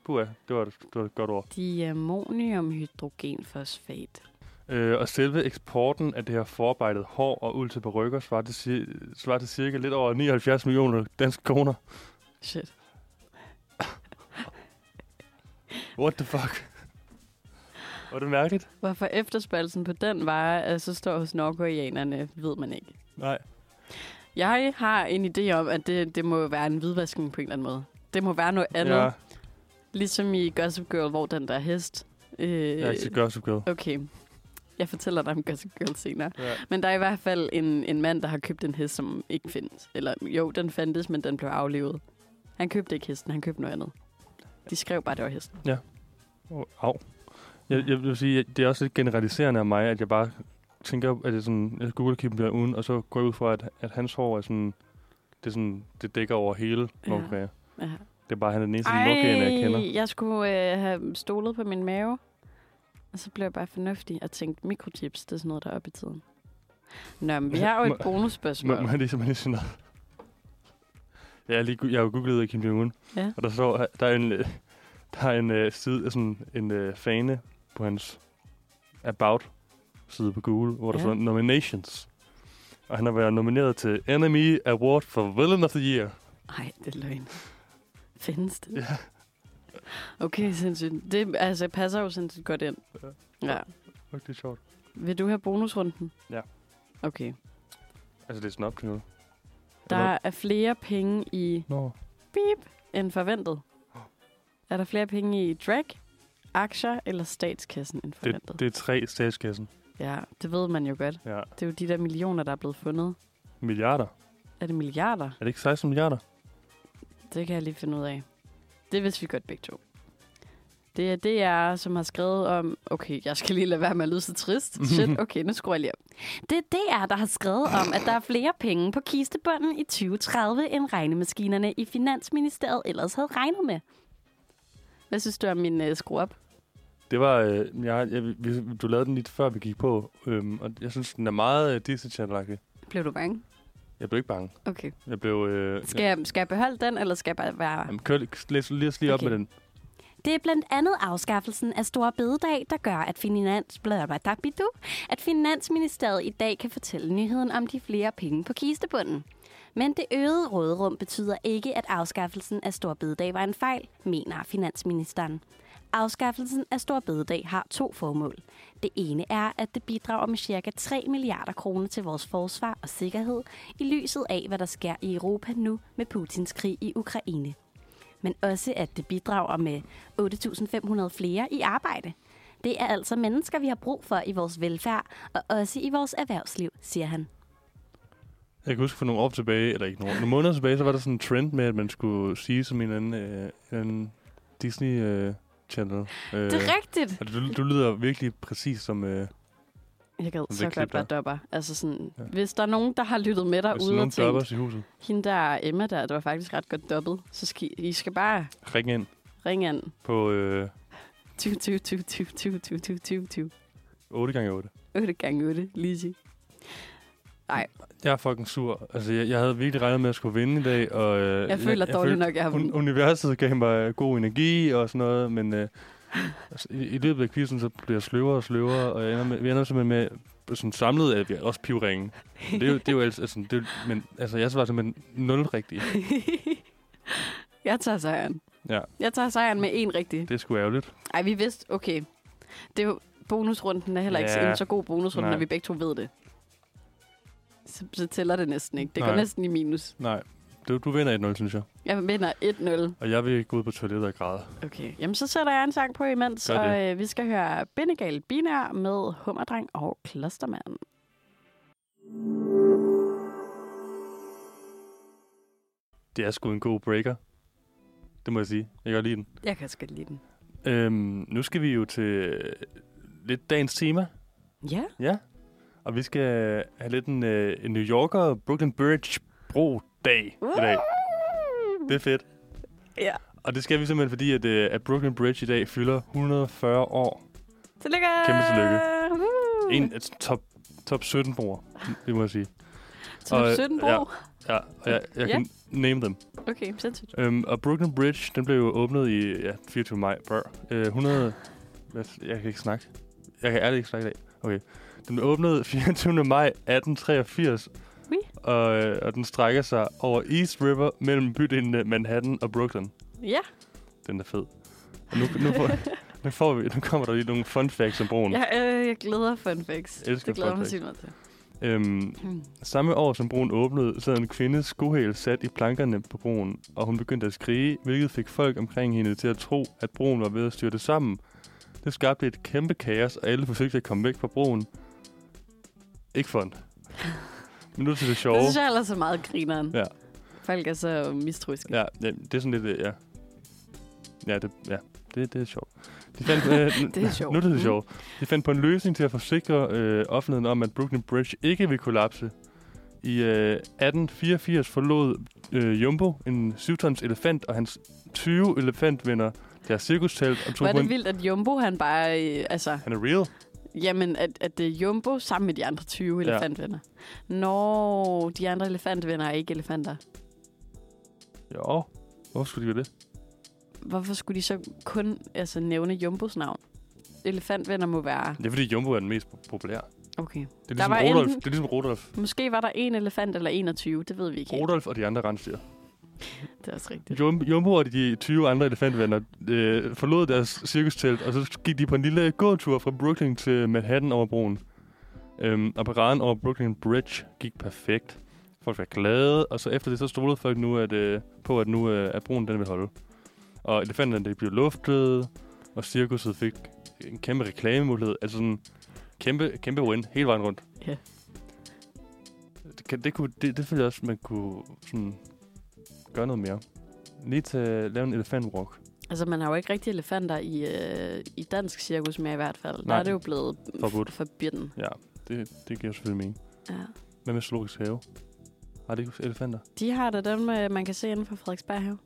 S1: Puh, det var, et- det var et godt ord.
S2: Diammoniumhydrogenfosfat.
S1: Øh, og selve eksporten af det her forarbejdet hår og uld til perukker svarer til, ci- svarer til cirka lidt over 79 millioner danske kroner.
S2: Shit.
S1: What the fuck? Var det mærkeligt?
S2: Hvorfor efterspørgelsen på den vare er så stor hos nordkoreanerne, ved man ikke.
S1: Nej.
S2: Jeg har en idé om, at det, det må være en hvidvaskning på en eller anden måde. Det må være noget andet.
S1: Ja,
S2: Ja. Ligesom i Gossip Girl, hvor den der hest... Øh,
S1: jeg er ikke så gør, så gør.
S2: okay. Jeg fortæller dig om Gossip Girl senere.
S1: Ja.
S2: Men der er i hvert fald en, en mand, der har købt en hest, som ikke findes. Eller jo, den fandtes, men den blev aflevet. Han købte ikke hesten, han købte noget andet. De skrev bare, at det var hesten.
S1: Oh, au. Jeg, jeg vil sige, at det er også lidt generaliserende af mig, at jeg bare tænker, at det er sådan, jeg googler Kim Jong Un, og så går jeg ud fra, at, at hans hår er sådan, det, er sådan, det dækker over hele
S2: Ja.
S1: Nordkorea.
S2: Ja.
S1: Det er bare, at han er den eneste nordkoreaner, jeg kender.
S2: jeg skulle øh, have stolet på min mave. Og så blev jeg bare fornuftig og tænkte, mikrochips, det er sådan noget, der er oppe i tiden. Nå, men vi har jo
S1: Må-
S2: et bonusspørgsmål.
S1: Må, må jeg lige simpelthen sige noget? Jeg har, lige, gu- jeg har jo googlet Kim Jong-un,
S2: Ja.
S1: og der står, der er en, øh, der er en øh, side, sådan en øh, fane på hans About side på Google, hvor der
S2: Ja.
S1: står nominations. Og han har været nomineret til Enemy Award for Villain of the Year.
S2: Ej, det er løgn. Findes det?
S1: Ja.
S2: Okay, sindssygt. Det altså, passer jo sindssygt godt ind.
S1: Ja.
S2: Ja.
S1: Fuck, det er sjovt.
S2: Vil du have bonusrunden?
S1: Ja.
S2: Okay.
S1: Altså, det er sådan op til noget.
S2: Der er flere penge i
S1: Nå.
S2: end forventet. Er der flere penge i drag, aktier eller statskassen end forventet?
S1: Det, det er tre statskassen.
S2: Ja, det ved man jo godt.
S1: Ja.
S2: Det er jo de der millioner, der er blevet fundet.
S1: Milliarder.
S2: Er det milliarder?
S1: Er det ikke 16 milliarder?
S2: Det kan jeg lige finde ud af. Det vidste vi godt begge to. Det er DR, som har skrevet om... Okay, jeg skal lige lade være med at lyde så trist. Shit, okay, nu skruer jeg lige op. Det er DR, der har skrevet om, at der er flere penge på kistebunden i 2030, end regnemaskinerne i Finansministeriet ellers havde regnet med. Hvad synes du om min uh, skruer-op?
S1: Det var, øh, jeg, jeg, vi- du lavede den lidt før vi gik på, øhm, og jeg synes, den er meget øh, Disney channel
S2: Blev du bange?
S1: Jeg blev ikke bange.
S2: Okay.
S1: Jeg blev... Øh,
S2: Skal jeg, skal jeg beholde den, eller skal jeg bare være...
S1: Jamen, kør, lige- læs lige, os lige okay.
S2: Okay.
S1: op med den.
S2: Det er blandt andet afskaffelsen af store bededag, der gør, at, finans... blablabla- at Finansministeriet i dag kan fortælle nyheden om de flere penge på kistebunden. Men det øgede råderum betyder ikke, at afskaffelsen af store bededag var en fejl, mener finansministeren. Afskaffelsen af store bededag har to formål. Det ene er, at det bidrager med ca. 3 milliarder kroner til vores forsvar og sikkerhed i lyset af, hvad der sker i Europa nu med Putins krig i Ukraine men også at det bidrager med 8.500 flere i arbejde. Det er altså mennesker, vi har brug for i vores velfærd, og også i vores erhvervsliv, siger han.
S1: Jeg kan huske for nogle år tilbage, eller ikke nogle, år, nogle måneder tilbage, så var der sådan en trend med, at man skulle sige som en anden, øh, en anden Disney øh, channel. Øh,
S2: rigtigt!
S1: og du, du lyder virkelig præcis som... Øh,
S2: Jeg gad
S1: det
S2: så
S1: klip
S2: godt være
S1: der.
S2: dopper. Altså sådan,
S1: Ja.
S2: ja. Hvis der er nogen, der har lyttet med
S1: hvis der er
S2: derude
S1: nogen
S2: og tænkt,
S1: dobbers i huset,
S2: hende der Emma der, det var faktisk ret godt dobbet, så skal I, I skal bare
S1: ring ind
S2: ringe ind.
S1: på øh,
S2: 20, 20, 20, 20, 20, 20, 20, 20, 20.
S1: 8x8.
S2: 8 gange 8, Lizzie.
S1: Jeg er fucking sur. Altså, jeg, jeg havde virkelig regnet med, at jeg skulle vinde i dag. Og, øh,
S2: Jeg føler dårligt nok, at jeg har
S1: Un-
S2: vundet.
S1: universet gav mig øh, god energi og sådan noget, men øh, altså, i, i løbet af quizzen, så bliver jeg sløvere og sløvere, og jeg ender med, vi ender simpelthen med sådan samlet, at vi er også pivringen. Men Det er jo, det er jo altså, altså, det er, jo- men altså, jeg svarer simpelthen nul rigtigt.
S2: jeg tager sejren.
S1: Ja.
S2: Jeg tager sejren med en rigtig.
S1: Det er sgu ærgerligt.
S2: Ej, vi vidste, okay. Det er jo, bonusrunden er heller ikke
S1: Ja.
S2: ja. en så god bonusrunde,
S1: Nej.
S2: når vi begge to ved det. Så, så tæller det næsten ikke. Det går
S1: Nej.
S2: næsten i minus.
S1: Nej, du, du vinder 1-0, synes jeg.
S2: Jeg vinder 1-0.
S1: Og jeg vil gå ud på toilettet og græde.
S2: Okay, jamen så sætter jeg en sang på imens,
S1: Gør det.
S2: og øh, vi skal høre Bindegal Binær med Hummerdreng og Klostermand.
S1: Det er sgu en god breaker. Det må jeg sige. Jeg kan godt lide den.
S2: Jeg kan også godt lide den.
S1: Øhm, nu skal vi jo til øh, lidt dagens tema.
S2: Ja,
S1: Ja, og vi skal have lidt en, øh, en New Yorker Brooklyn Bridge Bro-dag i dag. Det er fedt.
S2: Ja.
S1: Og det skal vi simpelthen, fordi at, øh, at Brooklyn Bridge i dag fylder 140 år.
S2: tillykke!
S1: Kæmpe tillykke.
S2: Øh. Woo!
S1: En altså, top, top 17 bror, det må jeg sige.
S2: Top
S1: og, øh,
S2: 17 bro.
S1: ja. Ja, og jeg, jeg
S2: Ja.
S1: kan name dem.
S2: Okay, sindssygt.
S1: Øhm, og Brooklyn Bridge, den blev jo åbnet i ja, 24. maj. Brr. Øh, 100... Hvad, jeg kan ikke snakke. Jeg kan ærligt ikke snakke i dag. Okay. Den blev åbnet 24. maj 1883.
S2: Oui.
S1: Og, øh, og den strækker sig over East River mellem bydelene Manhattan og Brooklyn.
S2: Ja,
S1: Den er fed. Og nu, nu, får, nu, får vi, nu kommer der lige nogle fun facts om broen.
S2: jeg, øh, jeg glæder fun facts.
S1: Jeg elsker
S2: det glæder
S1: fun
S2: mig
S1: facts.
S2: sygt meget til.
S1: Øhm, Samme år som broen åbnede, sad en kvinde skohæl sat i plankerne på broen, og hun begyndte at skrige, hvilket fik folk omkring hende til at tro, at broen var ved at styrte sammen. Det skabte et kæmpe kaos, og alle forsøgte at komme væk fra broen. Ikke fun. Men nu til det sjove.
S2: Det synes jeg ellers er meget grineren.
S1: Ja.
S2: Folk er så mistroiske.
S1: Ja, ja, det er sådan lidt, øh, ja. Ja, det, ja. Det, det er sjovt. De fandt, øh,
S2: Det er sjovt.
S1: Nu er det det
S2: Mm.
S1: sjovt. De fandt på en løsning til at forsikre øh, offentligheden om, at Brooklyn Bridge ikke vil kollapse. I øh, 1884 forlod øh, Jumbo en 7-tons elefant og hans 20 elefantvenner deres cirkustelt og
S2: Var
S1: tog på
S2: det
S1: en...
S2: vildt, at Jumbo, han bare... Øh, altså,
S1: Han er real.
S2: jamen, at, at det er Jumbo sammen med de andre 20
S1: Ja.
S2: elefantvenner. Nå, de andre elefantvenner er ikke elefanter.
S1: Jo. Hvorfor skulle de gøre det?
S2: Hvorfor skulle de så kun altså, nævne Jumbos navn? Elefantvenner må være...
S1: Det er fordi Jumbo er den mest po- populære. Det
S2: Okay.
S1: er ligesom,
S2: var
S1: Rudolf,
S2: enten-
S1: det er ligesom Rudolf.
S2: Måske var der en elefant eller 21, det ved vi ikke helt.
S1: Rudolf og de andre rensdyr.
S2: Det er også rigtigt.
S1: Jum- Jumbo og de 20 andre elefantvenner øh, forlod deres cirkustelt, og så gik de på en lille gåtur fra Brooklyn til Manhattan over broen. Øhm, og paraden over Brooklyn Bridge gik perfekt. Folk var glade, og så efter det, så stolede folk nu at, øh, på, at nu øh, at broen den vil holde. Og elefanterne det blev luftet, og cirkuset fik en kæmpe reklamemulighed. Altså sådan kæmpe, kæmpe win hele vejen rundt.
S4: Ja.
S1: Det, kan, det, kunne, det, det føler jeg også, man kunne sådan, gøre noget mere. Lige til at lave en elefantwalk.
S4: Altså, man har jo ikke rigtig elefanter i, øh, i dansk cirkus mere i hvert fald. Nej. Der
S1: Nej.
S4: er det jo blevet
S1: Forbudt.
S4: forbidden.
S1: Ja, det, det giver selvfølgelig mening.
S4: Ja.
S1: Hvad med zoologisk have? Har det ikke elefanter?
S4: De har da dem, øh, man kan se inden for Frederiksberg Have.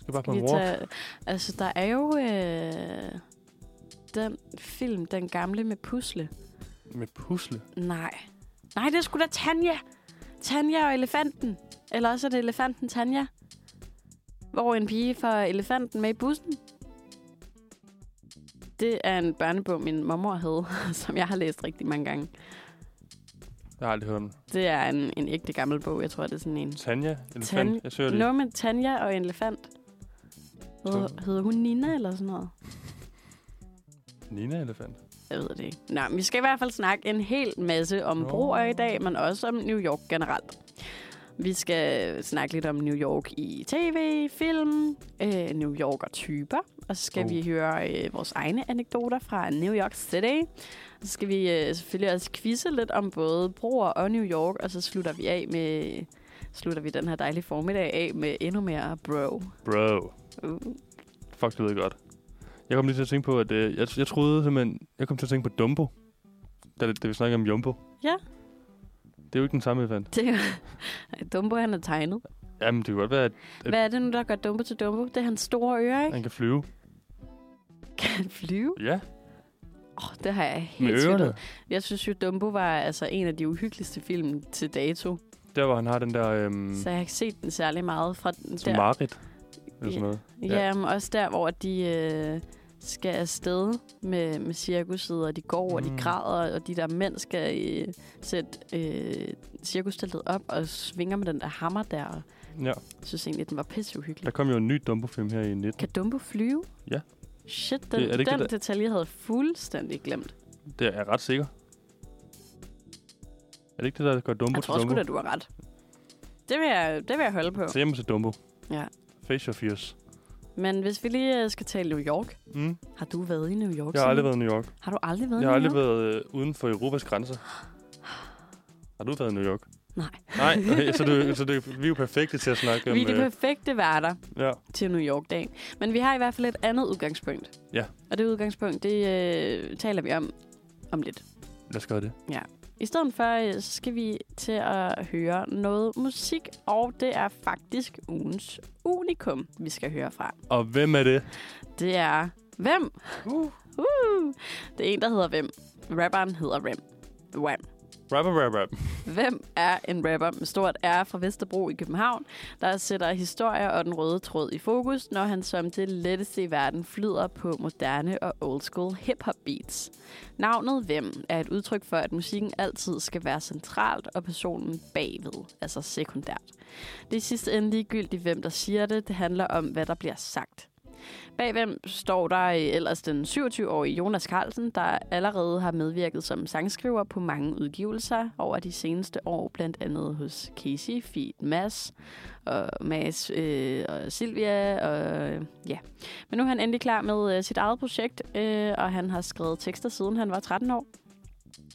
S1: Skal bare på
S4: Vi
S1: en walk?
S4: tager, altså, der er jo øh, den film, den gamle med pusle.
S1: Med pusle?
S4: Nej. Nej, det er sgu da Tanja. Tanja og elefanten. Eller også er det elefanten Tanja. Hvor en pige får elefanten med i bussen. Det er en børnebog, min mormor havde, som jeg har læst rigtig mange gange.
S1: Jeg har aldrig hørt om den.
S4: Det er en, en ægte gammel bog. Jeg tror, det er sådan en...
S1: Tanja? Elefant?
S4: Tan-
S1: jeg søger det.
S4: Noget med Tanja og en elefant.
S1: Så-
S4: Hedder, hedder hun Nina eller sådan noget?
S1: Nina Elefant?
S4: Jeg ved det ikke. Nå, men vi skal i hvert fald snakke en hel masse om
S1: Nå.
S4: broer i dag, men også om New York generelt. Vi skal snakke lidt om New York i tv, film, øh, New Yorker typer, og så skal
S1: Oh.
S4: vi høre øh, vores egne anekdoter fra New York City. Så skal vi øh, selvfølgelig også quizze lidt om både broer og New York, og så slutter vi af med slutter vi den her dejlige formiddag af med endnu mere bro.
S1: Bro.
S4: Uh.
S1: Fuck, det lyder godt. Jeg kom lige til at tænke på, at øh, jeg, jeg troede simpelthen... Jeg kom til at tænke på Dumbo. Da, da vi snakkede om Jumbo.
S4: Ja.
S1: Det er jo ikke den samme elefant.
S4: Det er jo- Dumbo, han er tegnet.
S1: Jamen, det kan godt være, at
S4: Hvad er det nu, der gør Dumbo til Dumbo? Det er hans store ører, ikke?
S1: han kan flyve.
S4: Kan han flyve?
S1: Ja,
S4: Oh, det har jeg helt
S1: med
S4: tvivlet.
S1: ørerne.
S4: Jeg synes jo, Dumbo var altså en af de uhyggeligste film til dato. Mm.
S1: Der, hvor han har den der... Øhm,
S4: Så jeg har ikke set den særlig meget fra den
S1: som
S4: der.
S1: Marit. Eller
S4: Ja.
S1: sådan noget.
S4: Ja, men også der, hvor de øh, skal afsted med, med cirkuset, og de går, mm. og de
S1: Mm.
S4: græder, og de der mænd skal øh, sætte øh, cirkusteltet op og svinger med den der hammer der. Og
S1: Ja.
S4: jeg synes egentlig, den var pisseuhyggelig.
S1: Der kom jo en ny Dumbo-film her i 19.
S4: Kan Dumbo flyve?
S1: Ja.
S4: Shit, den,
S1: er det ikke
S4: den
S1: det,
S4: detalje jeg havde jeg fuldstændig glemt.
S1: Det er jeg ret sikker. Er det ikke det, der gør Dumbo
S4: Jeg
S1: til
S4: tror
S1: Dumbo?
S4: sgu da, du har ret. Det vil jeg, det vil jeg holde på.
S1: Så hjemme til Dumbo.
S4: Ja.
S1: Face your fears.
S4: Men hvis vi lige øh, skal tale New York.
S1: Mm.
S4: Har du været i New York?
S1: Jeg har aldrig
S4: siden?
S1: været i New York.
S4: Har du aldrig været
S1: Jeg har
S4: i New
S1: aldrig
S4: York?
S1: været øh, uden for Europas grænser. Har du været i New York?
S4: Nej.
S1: Nej, okay, så, det, så det, vi er jo perfekte til at snakke om...
S4: Vi er de
S1: øh,
S4: perfekte værter
S1: ja.
S4: til New York-dagen. Men vi har i hvert fald et andet udgangspunkt.
S1: Ja.
S4: Og det udgangspunkt, det øh, taler vi om om lidt.
S1: Lad os gøre det.
S4: I stedet for, øh, så skal vi til at høre noget musik, og det er faktisk ugens unikum, vi skal høre fra.
S1: Og hvem er det?
S4: Det er Hvem?
S1: Uh.
S4: Uh. Det er en, der hedder Hvem. Rapperen hedder Rem. Wham.
S1: Rapper, rap, rap.
S4: Hvem er en rapper med stort R fra Vesterbro i København, der sætter historier og den røde tråd i fokus, når han som det letteste i verden flyder på moderne og old school hip-hop beats? Navnet Hvem er et udtryk for, at musikken altid skal være centralt og personen bagved, altså sekundært. Det er sidst endelig gyldigt, hvem der siger det. Det handler om, hvad der bliver sagt. Bag hvem står der ellers den 27-årige Jonas Carlsen, der allerede har medvirket som sangskriver på mange udgivelser over de seneste år, blandt andet hos Casey, Feed, Mass og Mads øh, og Silvia. Og, ja. Men nu er han endelig klar med øh, sit eget projekt, øh, og han har skrevet tekster siden han var 13 år.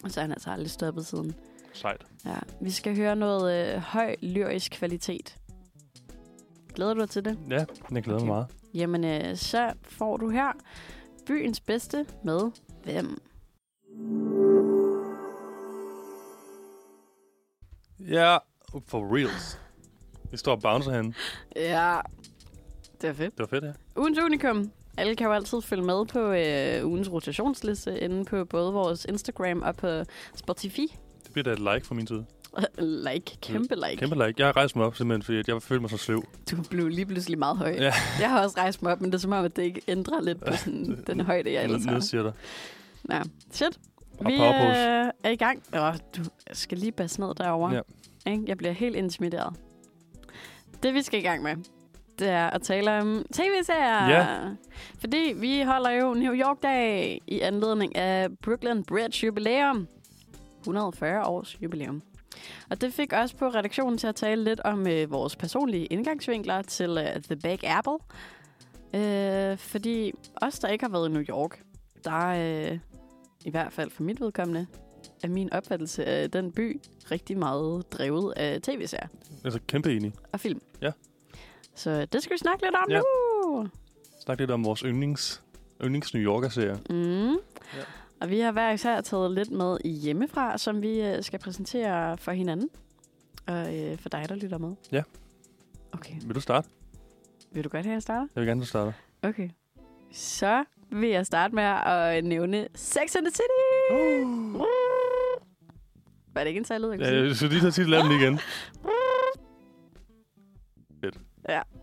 S4: Og så er han altså aldrig stoppet siden.
S1: Sejt.
S4: Ja, vi skal høre noget øh, høj lyrisk kvalitet. Glæder du dig til det?
S1: Ja, jeg glæder mig
S4: Okay.
S1: meget.
S4: Jamen, øh, så får du her byens bedste med hvem?
S1: Ja, for reals. Vi står og bouncer henne.
S4: Ja, det er fedt.
S1: Det var fedt, ja.
S4: Ugens unikum. Alle kan jo altid følge med på øh, ugens rotationsliste inde på både vores Instagram og på Spotify.
S1: Det bliver da et like fra min side.
S4: like, kæmpe like.
S1: Kæmpe like. Jeg har rejst mig op simpelthen, fordi at jeg følte mig så sløv.
S4: Du blev lige pludselig meget høj.
S1: Ja.
S4: Jeg har også rejst mig op, men det er som om, at det ikke ændrer lidt på sådan, den højde, jeg ellers
S1: Ned-
S4: har.
S1: Nedsiger dig.
S4: Nå, shit.
S1: Og
S4: Vi
S1: powerpose.
S4: øh, er i gang. Åh, du skal lige basse ned derovre. Ja. Jeg bliver helt intimideret. Det, vi skal i gang med, det er at tale om tv-serier.
S1: Ja.
S4: Fordi vi holder jo New York-dag i anledning af Brooklyn Bridge jubilæum. 140 års jubilæum. Og det fik også på redaktionen til at tale lidt om øh, vores personlige indgangsvinkler til øh, The Big Apple. Øh, fordi os, der ikke har været i New York, der øh, i hvert fald for mit vedkommende, er min opfattelse af den by rigtig meget drevet af tv-serier
S1: Altså kæmpe enig.
S4: og film.
S1: Ja.
S4: Så det skal vi snakke lidt om
S1: Ja.
S4: ja. nu.
S1: Snak lidt om vores yndlings, yndlings New Yorker-serie.
S4: Mm.
S1: Ja.
S4: Ja. Og vi har hver især taget lidt med i hjemmefra, som vi øh, skal præsentere for hinanden. Og øh, for dig, der lytter med.
S1: Ja.
S4: Okay.
S1: Vil du starte?
S4: Vil du godt have, at jeg starter?
S1: Jeg vil gerne, du starter.
S4: Okay. Så vil jeg starte med at nævne Sex and the City.
S1: Uh.
S4: Var det ikke en sejlyd, jeg kunne
S1: Ja,
S4: sige?
S1: jeg skulle lige så tit lave den igen.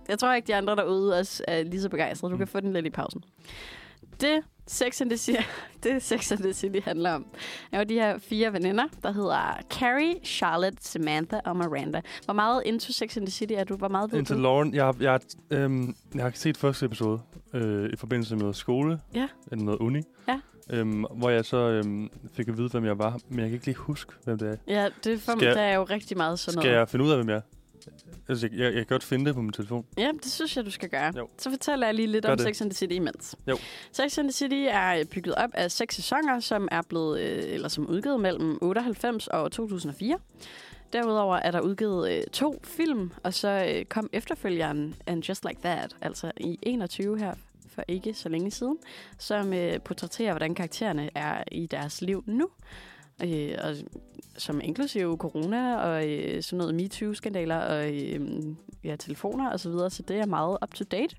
S4: Jeg tror ikke, de andre derude også er lige så begejstrede.
S1: Mm.
S4: Du kan få den lidt i pausen. Det Sex and the City, det Sex and the City handler om, er jo de her fire veninder, der hedder Carrie, Charlotte, Samantha og Miranda. Hvor meget into Sex and the City er du? Hvor meget ved
S1: Indtil
S4: du?
S1: Lauren, jeg, har- jeg, har- øhm, jeg har set første episode øh, i forbindelse med noget skole,
S4: Ja.
S1: eller noget uni,
S4: Ja.
S1: øhm, hvor jeg så øhm, fik at vide, hvem jeg var, men jeg kan ikke lige huske, hvem det er.
S4: Ja, det for
S1: Skal-
S4: mig, der er jo rigtig meget sådan
S1: Skal
S4: noget.
S1: jeg finde ud af, hvem jeg er? Altså, jeg, jeg, jeg kan godt finde det på min telefon.
S4: Ja, det synes jeg, du skal gøre.
S1: Jo.
S4: Jo. Så fortæller jeg lige lidt
S1: Gør
S4: om
S1: det.
S4: Sex and the City imens.
S1: Jo.
S4: Sex and the City er øh, bygget op af seks sæsoner, som er blevet øh, eller som er udgivet mellem 98 og 2004. Derudover er der udgivet øh, to film, og så øh, kom efterfølgeren And Just Like That, altså i 21 her for ikke så længe siden, som øh, portrætterer, hvordan karaktererne er i deres liv nu. Øh, og som inklusive corona og øh, sådan noget MeToo-skandaler og øh, ja, telefoner og så videre, så det er meget up-to-date.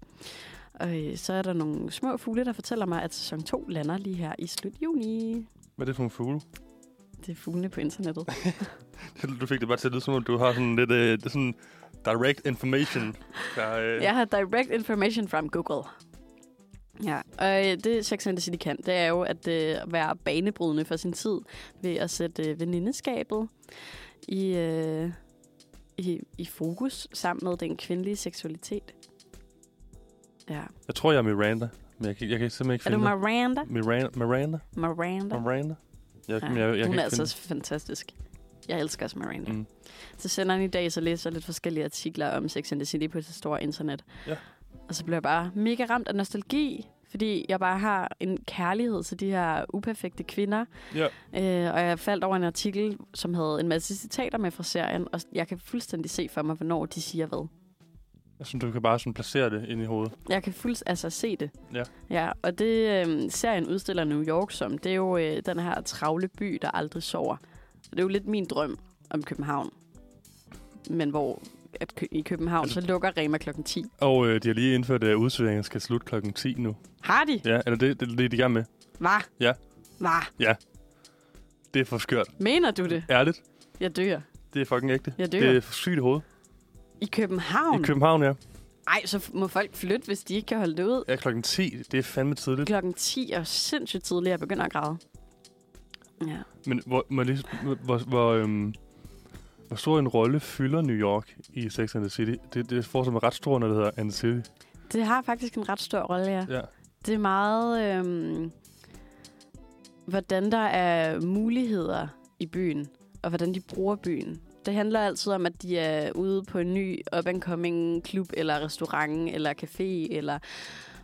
S4: Og øh, så er der nogle små fugle, der fortæller mig, at sæson 2 lander lige her i slut juni.
S1: Hvad er det for en fugle?
S4: Det er fuglene på internettet.
S1: Du fik det bare til at lyde, som om du har sådan lidt øh, sådan direct information. Der, øh,
S4: Jeg har direct information from Google. Ja, og øh, det Sex and the City kan, det er jo at øh, være banebrydende for sin tid ved at sætte øh, venindeskabet i, øh, i, i fokus sammen med den kvindelige seksualitet. Ja.
S1: Jeg tror, jeg er Miranda, men jeg, kan- jeg kan simpelthen ikke
S4: Er du
S1: finde
S4: Miranda?
S1: det. Miranda? Miranda?
S4: Miranda?
S1: Miranda? Jeg,
S4: Ja,
S1: jeg, jeg, jeg
S4: hun
S1: kan
S4: er
S1: ikke
S4: altså
S1: finde
S4: også fantastisk. Jeg elsker også Miranda.
S1: Mm.
S4: Mm. Så sender han i dag, så læser jeg lidt forskellige artikler om Sex and the City på det store internet.
S1: Ja.
S4: Og så bliver jeg bare mega ramt af nostalgi, fordi jeg bare har en kærlighed til de her uperfekte kvinder.
S1: Ja.
S4: Øh, og jeg faldt over en artikel, som havde en masse citater med fra serien, og jeg kan fuldstændig se for mig, hvornår de siger hvad.
S1: Jeg synes, du kan bare sådan placere det ind i hovedet.
S4: Jeg kan fuldt altså se det.
S1: Ja.
S4: ja og det øh, serien udstiller New York som, det er jo øh, den her travle by, der aldrig sover. Det er jo lidt min drøm om København. Men hvor at kø- i København,
S1: Altså-
S4: altså, så lukker Rema klokken 10.
S1: Og øh, de har lige indført, at udsvingerne skal slutte klokken 10 nu.
S4: Har de?
S1: Ja, eller det, det, det er de i gang med.
S4: Hvad?
S1: Ja.
S4: Hvad?
S1: Det er for skørt.
S4: Mener du det?
S1: Ærligt,
S4: Jeg dør.
S1: det er fucking ægte.
S4: Jeg dør.
S1: det er for sygt i hovedet.
S4: I København?
S1: I København, ja.
S4: Nej, så f- må folk flytte, hvis de ikke kan holde det ud.
S1: Ja, klokken 10, det er fandme tidligt.
S4: Klokken 10 er sindssygt tidligt, jeg begynder at græde. Ja.
S1: Men hvor, må jeg lige, hvor, hvor, øhm, hvor stor en rolle fylder New York i Sex and the City? Det, det får som ret stor, når det hedder And the City.
S4: Det har faktisk en ret stor rolle, ja.
S1: Ja.
S4: Det er meget, øhm, hvordan der er muligheder i byen, og hvordan de bruger byen. Det handler altid om, at de er ude på en ny up-and-coming klub, eller restaurant, eller café, eller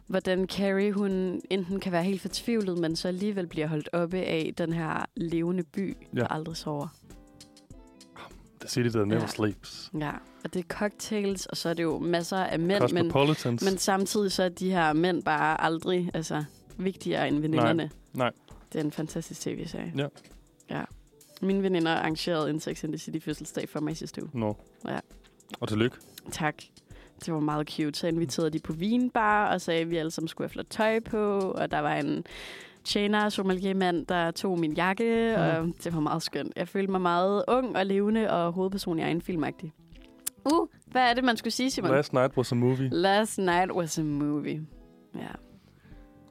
S4: hvordan Carrie, hun enten kan være helt fortvivlet, men så alligevel bliver holdt oppe af den her levende by, ja.
S1: Ja.
S4: der aldrig sover.
S1: The City that never
S4: Ja.
S1: sleeps.
S4: Ja, og det er cocktails, og så er det jo masser af mænd, men,
S1: Cosmopolitans.
S4: men samtidig så er de her mænd bare aldrig altså, vigtigere end veninderne.
S1: Nej.
S4: Det er en fantastisk tv-serie.
S1: Ja.
S4: ja. Mine veninder arrangerede en Sex and the City fødselsdag for mig i sidste uge.
S1: Nå.
S4: Ja.
S1: Og tillykke.
S4: Tak. Det var meget cute. Så inviterede de på vinbar og sagde, at vi alle sammen skulle have flot tøj på. Og der var en tjener, sommeliermand, der tog min jakke.
S1: Mhm.
S4: Mm. Og det var meget skønt. Jeg følte mig meget ung og levende og hovedperson i egen filmagtig. Uh, hvad er det, man skulle sige, Simon?
S1: Last night was a movie.
S4: Last night was a movie. Ja.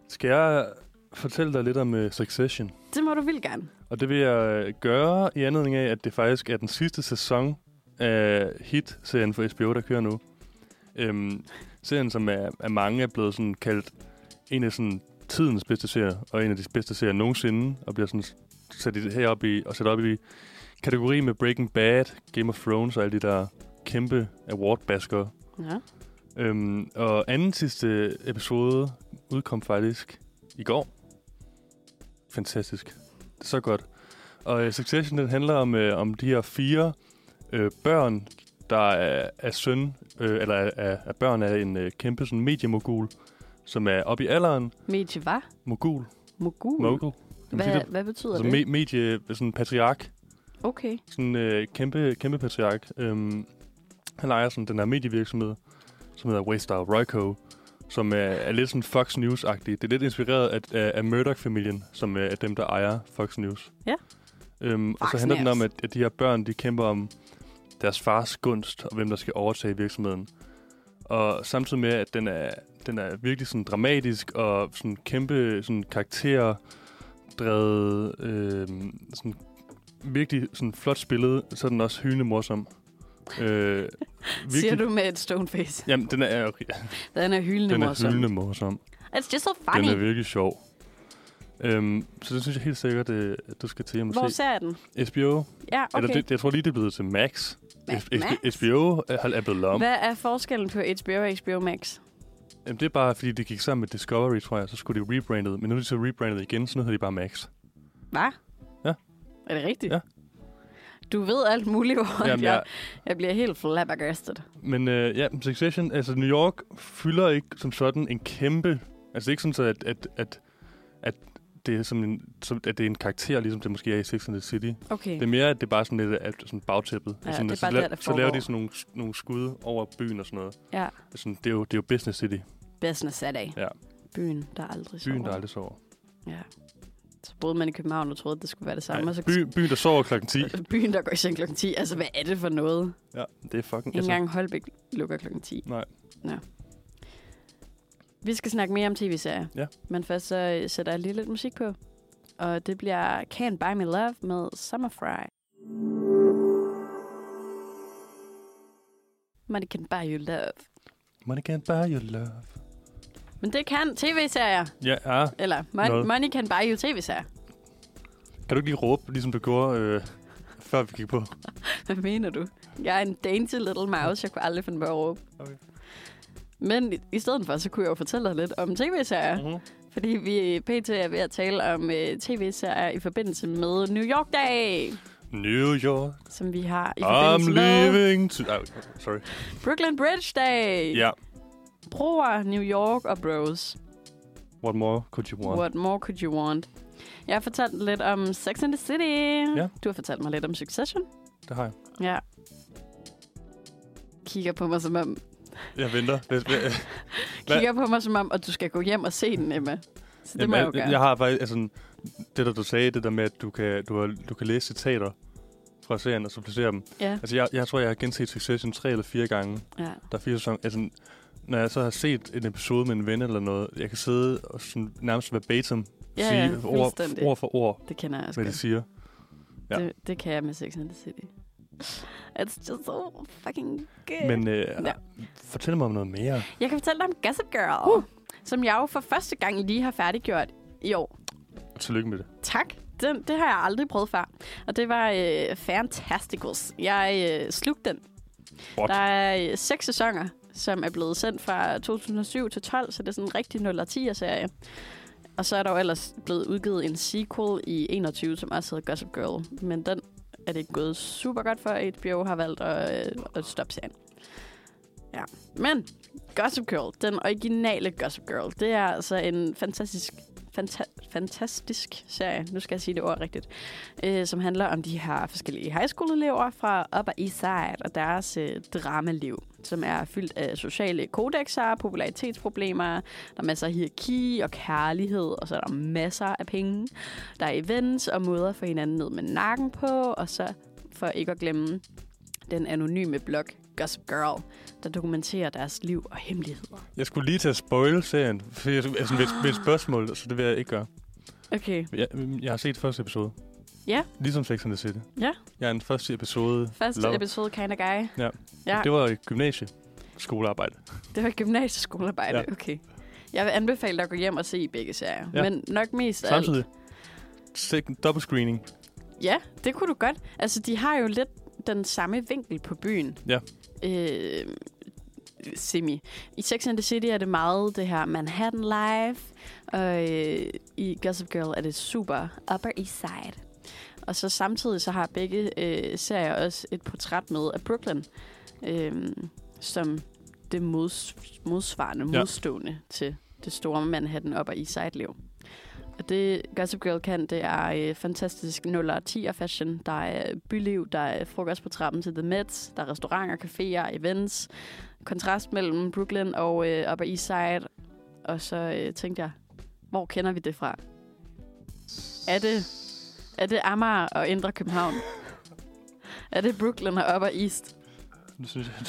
S1: Skal jeg fortælle dig lidt om uh, Succession?
S4: Det må du vildt gerne.
S1: Og det vil jeg øh, gøre i anledning af, at det faktisk er den sidste sæson af hit-serien for HBO, der kører nu. Øhm, serien, som er, er mange er blevet sådan kaldt en af sådan tidens bedste serier, og en af de bedste serier nogensinde, og bliver sådan sat i- herop i, og sat op i kategori med Breaking Bad, Game of Thrones og alle de der kæmpe award-baskere.
S4: Ja.
S1: Øhm, og anden sidste episode udkom faktisk i går. Fantastisk. Det er så godt. Og øh, Succession den handler om, øh, om de her fire øh, børn, der er, er søn, øh, eller er, er, er børn af en øh, kæmpe sådan, mediemogul, som er oppe i alderen.
S4: Medie hvad?
S1: Mogul.
S4: Mogul?
S1: Mogul. Kan man sige
S4: Hvad,
S1: det?
S4: hvad betyder
S1: Altså
S4: det?
S1: me- medie, sådan en patriark.
S4: okay.
S1: Sådan en øh, kæmpe, kæmpe patriark. Øhm, han ejer sådan den her medievirksomhed, som hedder Waystar Royco, som er, er lidt sådan Fox News-agtig. Det er lidt inspireret af, af, af Murdoch-familien, som øh, er dem, der ejer Fox News.
S4: Ja.
S1: Øhm, og
S4: Fox
S1: så handler den
S4: News.
S1: om, at, at de her børn, de kæmper om deres fars gunst, og hvem der skal overtage virksomheden. Og samtidig med, at den er, den er virkelig sådan dramatisk og sådan kæmpe sådan karakterer drevet, øh, sådan virkelig sådan flot spillet, så er den også hylende morsom. Øh, virkelig,
S4: Siger du med et stone face.
S1: Jamen, den er, okay,
S4: Den er hyldende
S1: den er
S4: morsom.
S1: hylende morsom.
S4: It's just so
S1: Den
S4: funny.
S1: er virkelig sjov. Øhm, så det synes jeg helt sikkert, øh, at du skal til at
S4: Hvor
S1: se.
S4: ser jeg den?
S1: HBO,
S4: Ja,
S1: eller
S4: okay.
S1: det, jeg tror lige, det er blevet til Max.
S4: Ma-
S1: S- S-
S4: Max?
S1: HBO er er blevet lavet om.
S4: Hvad er forskellen på HBO og HBO Max?
S1: Jamen, det er bare, fordi det gik sammen med Discovery, tror jeg. Så skulle de rebrandet, men nu er de så rebrandet igen, så nu hedder de bare Max.
S4: Hvad?
S1: Ja.
S4: Er det rigtigt?
S1: Ja.
S4: Du ved alt muligt, hvor
S1: Jamen,
S4: Jamen,
S1: jeg,
S4: jeg, jeg bliver helt flabbergasted.
S1: Men øh, ja, Succession, altså New York fylder ikke som sådan en kæmpe... Altså det er ikke sådan, så at, at, at, at det er som en, som, at det er en karakter, ligesom det måske er i Sex and the City. Okay.
S4: Okay.
S1: Det er mere, at det er bare sådan lidt at, sådan bagtæppet.
S4: Ja,
S1: sådan,
S4: det er
S1: at
S4: bare
S1: så, la-
S4: der, der
S1: så laver de
S4: foregår.
S1: sådan nogle, nogle skud over byen og sådan noget.
S4: Ja.
S1: Det er Sådan, det, er jo, det er jo Business City.
S4: Business Saturday.
S1: Ja.
S4: Byen, der aldrig sover.
S1: Byen, der aldrig sover.
S4: Ja. Så boede man i København og troede, at det skulle være det samme. og så
S1: by, byen, der sover klokken 10.
S4: byen, der går i seng klokken 10. Altså, hvad er det for noget? Ikke
S1: Ja, det er fucking... altså,
S4: engang Holbæk lukker klokken 10.
S1: Nej.
S4: Nå. Vi skal snakke mere om tv-serier.
S1: Ja.
S4: Men først så øh, sætter jeg lige lidt musik på. Og det bliver Can't Buy Me Love med Summer Fry. Money can buy you love.
S1: Money can't buy your love.
S4: Men det kan tv-serier.
S1: Ja, ah, ja.
S4: Eller mon-
S1: Noget.
S4: money can buy you tv-serier.
S1: Kan du ikke lige råbe, ligesom du gjorde, øh, før vi gik på?
S4: Hvad mener du? Jeg er en dainty little mouse. Jeg kunne aldrig finde på at råbe.
S1: Okay.
S4: Men i- i stedet for, så kunne jeg jo fortælle dig lidt om tv-serier.
S1: Mm-hmm.
S4: Fordi vi pt. er ved at tale om øh, tv-serier i forbindelse med New York Day,
S1: New York.
S4: som vi har i
S1: I'm
S4: forbindelse med
S1: leaving to... Ej, sorry.
S4: Brooklyn Bridge Day.
S1: Ja.
S4: Broer, New York og bros.
S1: What more could you want? What?
S4: What more could you want? Jeg har fortalt lidt om Sex and the City.
S1: Ja.
S4: Du har fortalt mig lidt om Succession.
S1: Det har jeg.
S4: Ja. Kigger på mig som om,
S1: Jeg venter. Hvis, hvis, Hvad?
S4: kigger på mig som om, at du skal gå hjem og se den, Emma. Så det må jeg jo
S1: jeg,
S4: gøre.
S1: jeg, jeg har faktisk... Altså, det der du sagde, det der med, at du kan, du, har, du kan læse citater fra serien, og så placere dem.
S4: Ja,
S1: Altså, jeg, jeg tror, jeg har genset Succession tre eller fire gange.
S4: ja.
S1: Der er fire sæsoner. Altså, når jeg så har set en episode med en ven eller noget, jeg kan sidde og sådan, nærmest verbatim
S4: Ja,
S1: sige
S4: ja,
S1: ord,
S4: fuldstændig.
S1: ord for ord,
S4: Det kender jeg også
S1: hvad de
S4: godt.
S1: siger. ja.
S4: Det, det kan jeg med Sex and the City. It's just so fucking good.
S1: Men øh,
S4: Ja.
S1: fortæl mig om noget mere.
S4: Jeg kan fortælle dig om Gossip Girl, uh. som jeg jo for første gang lige har færdiggjort i år.
S1: Tillykke med det.
S4: Tak. Den, det har jeg aldrig prøvet før. Og det var øh, Fantasticals. Jeg øh, slugte den.
S1: What?
S4: Der er øh, seks sæsoner, som er blevet sendt fra 2007 til 12, så det er sådan en rigtig 0 og 10'er serie. Og så er der jo ellers blevet udgivet en sequel i 21, som også hedder Gossip Girl. Men den er det ikke gået super godt for, at HBO har valgt at, øh, at stoppe serien. Ja. Men Gossip Girl, den originale Gossip Girl, det er altså en fantastisk, fanta- fantastisk serie, nu skal jeg sige det ord rigtigt, øh, som handler om de her forskellige high school elever fra Upper East Side og deres øh, dramaliv, som er fyldt af sociale kodexer, popularitetsproblemer, der er masser af hierarki og kærlighed, og så er der masser af penge. Der er events og måder at få hinanden ned med nakken på, og så for ikke at glemme den anonyme blog Gossip Girl, der dokumenterer deres liv og hemmeligheder.
S1: Jeg skulle lige til at spoil serien, for jeg, altså, med, et, med et spørgsmål, så det vil jeg ikke gøre.
S4: Okay.
S1: Jeg, jeg har set første episode.
S4: Ja.
S1: Ligesom Sex and the City.
S4: Ja.
S1: Jeg er den første episode.
S4: Første
S1: Love.
S4: episode, Kinda Guy. ja.
S1: Ja. Det var i gymnasie. Skolearbejde.
S4: Det var et gymnasieskolearbejde,
S1: Ja.
S4: ja. okay. Jeg vil anbefale dig at gå hjem og se begge serier.
S1: Ja.
S4: Ja. Men nok mest af alt-
S1: Samtidig. Sek- double screening.
S4: Ja, det kunne du godt. Altså, de har jo lidt den samme vinkel på byen.
S1: Ja.
S4: Øh, semi. I Sex and the City er det meget det her Manhattan Life, og øh, i Gossip Girl er det super Upper East Side. Og så samtidig så har begge øh, serier også et portræt med af Brooklyn, øh, som det mods, modsvarende,
S1: Ja.
S4: modstående til det store Manhattan Upper East Side-liv. Og det Gossip Girl kan, det er øh, fantastisk 0'er og 10'er fashion. Der er byliv, der er frokost på trappen til The Mets, der er restauranter, caféer, events. Kontrast mellem Brooklyn og øh, Upper East Side. Og så øh, tænkte jeg, hvor kender vi det fra? Er det, er det Amager og Indre København? er det Brooklyn og Upper East?
S1: Nu synes jeg,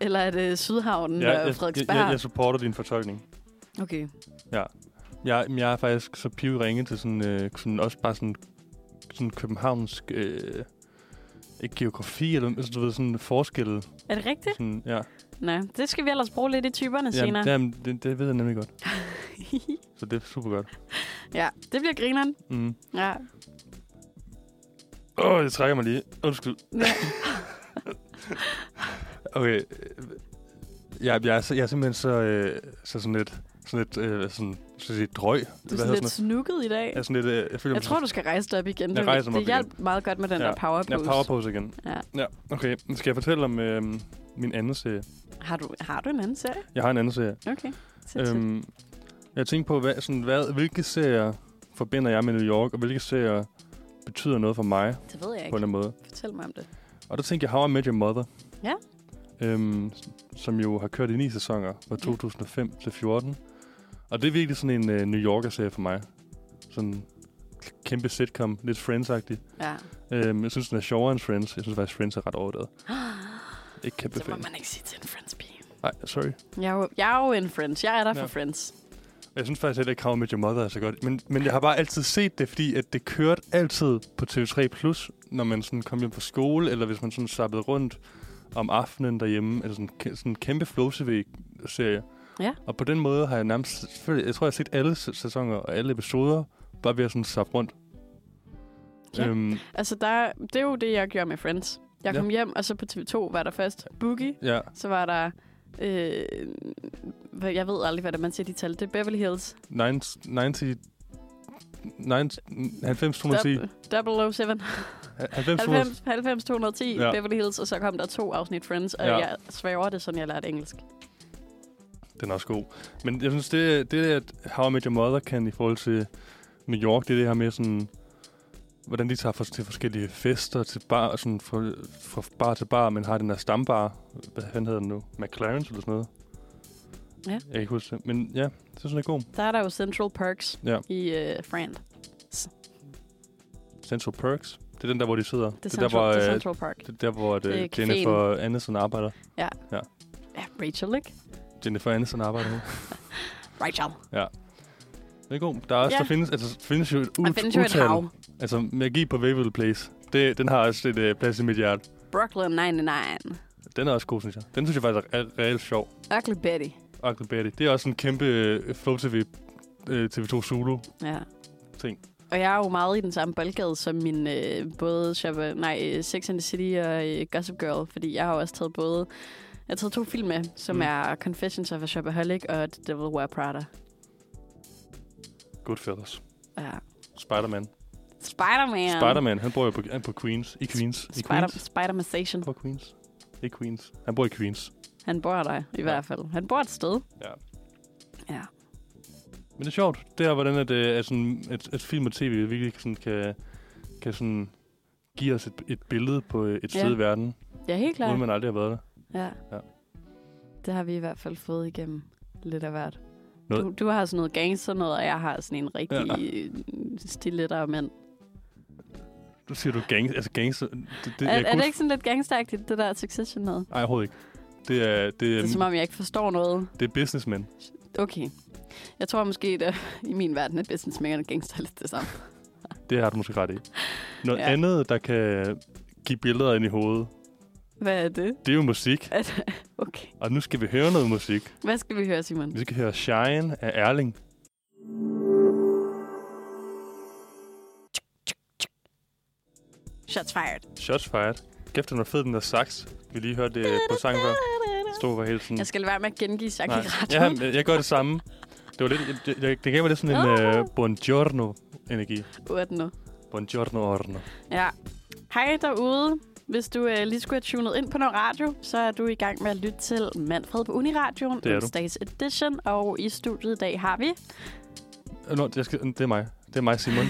S4: Eller er det Sydhavnen
S1: Ja,
S4: og
S1: jeg, jeg,
S4: Frederiksberg?
S1: jeg, jeg supporter din fortolkning.
S4: Okay.
S1: Jeg, men jeg er faktisk så pivringe til sådan, øh, sådan også bare sådan, sådan københavnsk øh, ikke geografi, eller altså, du ved, sådan forskelle.
S4: Er det rigtigt?
S1: Sådan, ja.
S4: Nej, det skal vi ellers bruge lidt i typerne senere.
S1: Jamen, jamen, det, det, ved jeg nemlig godt. Så det er super godt.
S4: ja, det bliver grineren.
S1: Mm.
S4: Ja.
S1: Åh, oh, jeg trækker mig lige. Undskyld.
S4: Ja.
S1: Okay. Øh, Jeg, jeg, er, så- jeg er simpelthen så, øh, så sådan lidt, sådan lidt øh, sådan, så sige, drøg.
S4: Du er
S1: hedder
S4: sådan lidt
S1: noget?
S4: snukket i dag.
S1: Jeg, er sådan lidt, øh, jeg føler
S4: Jeg
S1: mig
S4: tror, du skal rejse dig op igen.
S1: Jeg
S4: Det-
S1: rejser mig
S4: det
S1: op
S4: hjalp meget godt med den
S1: Ja.
S4: der power
S1: Ja,
S4: pose.
S1: powerpose igen.
S4: Ja.
S1: Ja, okay. Nu Skal jeg fortælle om øh, min anden serie?
S4: Har, du, har du en anden serie?
S1: Jeg har en anden serie.
S4: Okay. Øhm,
S1: Øhm, jeg tænkte på, hvad, sådan, hvad, hvilke serier forbinder jeg med New York, og hvilke serier betyder noget for mig okay.
S4: det ved jeg
S1: på en
S4: ikke.
S1: eller anden måde.
S4: Fortæl mig om det.
S1: Og der tænkte jeg How I Met Your Mother.
S4: Ja.
S1: Øhm, s- som jo har kørt i ni sæsoner fra
S4: Ja.
S1: 2005 til 14. Og det er virkelig sådan en øh, New Yorker-serie for mig. Sådan kæmpe sitcom, lidt Friends-agtig.
S4: Ja.
S1: Øhm, jeg synes, den er sjovere end Friends. Jeg synes faktisk, Friends er ret overdrevet. Ikke kæmpe
S4: Det må
S1: fan.
S4: man ikke sige til en friends pige.
S1: Nej, sorry.
S4: Jeg er, jo, jeg er jo en friends. Jeg er der
S1: Ja.
S4: for friends.
S1: Jeg synes faktisk heller ikke, How I Met Your Mother er så godt. Men, men jeg har bare altid set det, fordi at det kørte altid på TV3+, Plus, når man sådan kom hjem fra skole, eller hvis man sådan sappede rundt om aftenen derhjemme. Altså sådan, kæ- sådan en kæmpe flow serie
S4: Ja.
S1: Og på den måde har jeg nærmest... selvfølgelig- Jeg tror, jeg har set alle sæ- sæsoner og alle episoder, bare ved at sådan sappe rundt.
S4: Ja.
S1: Øhm,
S4: Altså, der, det er jo det, jeg gjorde med friends. Jeg
S1: Ja.
S4: kom hjem, og så på TV2 var der først Boogie.
S1: ja.
S4: Så var der... Øh, hvad- jeg ved aldrig, hvad det er, man siger, de tal. Det er Beverly Hills.
S1: 90... 90 90, 90, 210,
S4: Dub- 007.
S1: 90,
S4: 90, 90 210
S1: Ja.
S4: ja. Beverly Hills, og så kom der to afsnit Friends, og
S1: Ja.
S4: ja. jeg sværger det, er sådan jeg lærte engelsk.
S1: Den er også god. Men jeg synes, det, det at How I Met Your Mother kan i forhold til New York, det er det her med sådan, hvordan de tager for, til forskellige fester, til bar, sådan fra, fra bar til bar, men har den der stambar, hvad fanden hedder den nu? McLaren's eller sådan noget?
S4: Ja.
S1: Jeg kan ikke huske det. Men ja, det synes jeg er god.
S4: Der er der jo Central Perks
S1: Ja.
S4: i øh, Friend.
S1: Central Perks. Det er den der, hvor de sidder.
S4: Det er
S1: der,
S4: Central,
S1: hvor,
S4: det er
S1: øh,
S4: Central Park.
S1: det er der, hvor
S4: Det er
S1: det,
S4: caféen.
S1: Jennifer Anderson arbejder.
S4: Ja, Rachel, ikke?
S1: Jennifer Anderson arbejder nu.
S4: Rachel.
S1: Det er god. Der, er også,
S4: Ja.
S1: der findes, altså, findes jo et, ut,
S4: Der findes jo et
S1: utal-
S4: hav.
S1: Altså, magi på Waverly Place. Det, den har også et øh, plads i mit hjerte.
S4: Brooklyn 99.
S1: Den er også god, synes jeg. Den synes jeg faktisk er re- reelt sjov.
S4: Ugly Betty.
S1: Ugly Betty. Det er også en kæmpe øh, Flow TV, øh, TV2 Zulu.
S4: Ja.
S1: Ting.
S4: Og jeg er jo meget i den samme boldgade som min øh, både shopper, nej, øh, Sex and the City og øh, Gossip Girl, fordi jeg har jo også taget både... Jeg har taget to film med, som
S1: Mm.
S4: mm. er Confessions of a Shopaholic og The Devil Wear Prada.
S1: Goodfellas.
S4: Ja.
S1: Spider-Man.
S4: Spider-Man.
S1: Spider-Man, han bor jo på, han på Queens. I Queens. I
S4: Spider-
S1: Queens.
S4: Spider-Man Station.
S1: På Queens. I Queens. Han bor i Queens.
S4: Han bor der, i ja. hvert fald. Han bor et sted.
S1: Men det er sjovt. Det er, hvordan at, øh, at, sådan, at, at film og tv virkelig sådan, kan, kan sådan give os et, et billede på øh, et
S4: Ja.
S1: sted i verden,
S4: Ja, helt klart.
S1: uden man aldrig har været der.
S4: Ja.
S1: Ja.
S4: ja. Det har vi i hvert fald fået igennem lidt af hvert.
S1: Noget-
S4: Du, du har sådan noget gangster noget, og jeg har sådan en rigtig
S1: Ja.
S4: ja. stiletter og mænd.
S1: Nu siger du gang, altså gangster. Det, det,
S4: Er,
S1: jeg
S4: er
S1: kunne-
S4: det ikke sådan lidt gangsteragtigt, det der Succession noget?
S1: Nej, overhovedet ikke. Det er, det
S4: Det er som
S1: er,
S4: om, jeg ikke forstår noget.
S1: det er businessmen.
S4: Okay. Jeg tror måske, at i min verden er businessmængerne gangster lidt det samme.
S1: Det har du måske ret i. Noget ja.
S4: Ja.
S1: andet, der kan give billeder ind i hovedet,
S4: Hvad er det?
S1: det er jo musik.
S4: Er det- Okay.
S1: Og nu skal vi høre noget musik.
S4: Hvad skal vi høre, Simon?
S1: Vi skal høre Shine af Erling.
S4: Shots fired.
S1: Shots fired. Kæft, den var fed, den der sax. Vi lige hørte det øh, på sangen før. Stod var helt sådan...
S4: Jeg skal lade være med at gengive Jacques
S1: Nej.
S4: Rat.
S1: Ja, men jeg gør det samme. Det, var lidt, det, det, det gav mig lidt sådan en
S4: Ah.
S1: uh, buongiorno-energi.
S4: nu.
S1: Buongiorno Orno.
S4: Ja. Hej derude. Hvis du øh, lige skulle have tunet ind på noget radio, så er du i gang med at lytte til Manfred på Uniradioen,
S1: Det er du.
S4: onsdags edition, og i studiet i dag har vi...
S1: Øh, Nå, jeg skal, det er mig. Det er mig, Simon.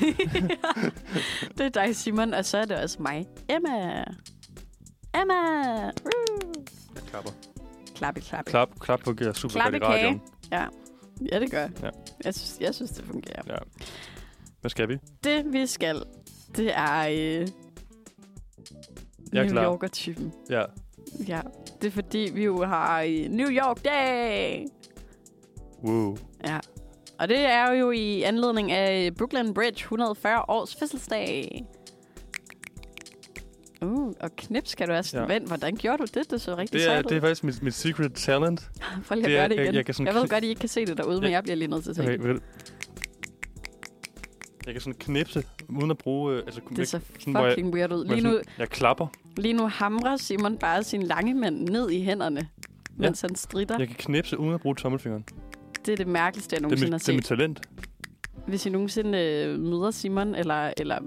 S4: Det er dig, Simon, og så er det også mig, Emma. Emma! Woo!
S1: Jeg klapper.
S4: Klappe, klappe.
S1: Klap, klap på gear. Super
S4: Klap
S1: godt i
S4: i kage.
S1: radioen.
S4: Ja, det gør
S1: Ja.
S4: ja. jeg. Synes, jeg synes, det fungerer.
S1: Hvad skal vi?
S4: Det, vi skal, det er øh,
S1: Jeg er
S4: New
S1: klar.
S4: Yorker-typen.
S1: Ja.
S4: Ja, det er fordi, vi jo har øh, New York Day!
S1: Wow.
S4: Og det er jo i anledning af Brooklyn Bridge 140 års fødselsdag. Uh, og knips kan du også.
S1: Ja.
S4: Ja. Vent, hvordan gjorde du det? Det så rigtig
S1: Det er,
S4: sejt ud.
S1: det er faktisk mit, mit secret talent.
S4: Prøv lige at
S1: det er-
S4: gøre det igen.
S1: jeg-
S4: Jeg,
S1: jeg kan sådan
S4: ved
S1: kn-
S4: godt, I ikke kan se det derude, men
S1: Jeg-
S4: jeg bliver lige nødt til at se
S1: Okay,
S4: det.
S1: vel. Jeg kan sådan knipse, uden at bruge... øh, Altså,
S4: Det så
S1: hvor jeg-
S4: fucking weird ud.
S1: hvor jeg
S4: Lige nu,
S1: sådan- Jeg klapper.
S4: lige nu hamrer Simon bare sin lange mand ned i hænderne, mens han strider.
S1: Jeg kan knipse, uden at bruge tommelfingeren. Det
S4: Det er det mærkeligste, jeg
S1: er,
S4: nogensinde har
S1: mit, det
S4: set.
S1: er mit talent.
S4: Hvis I nogensinde øh, møder Simon, eller, eller...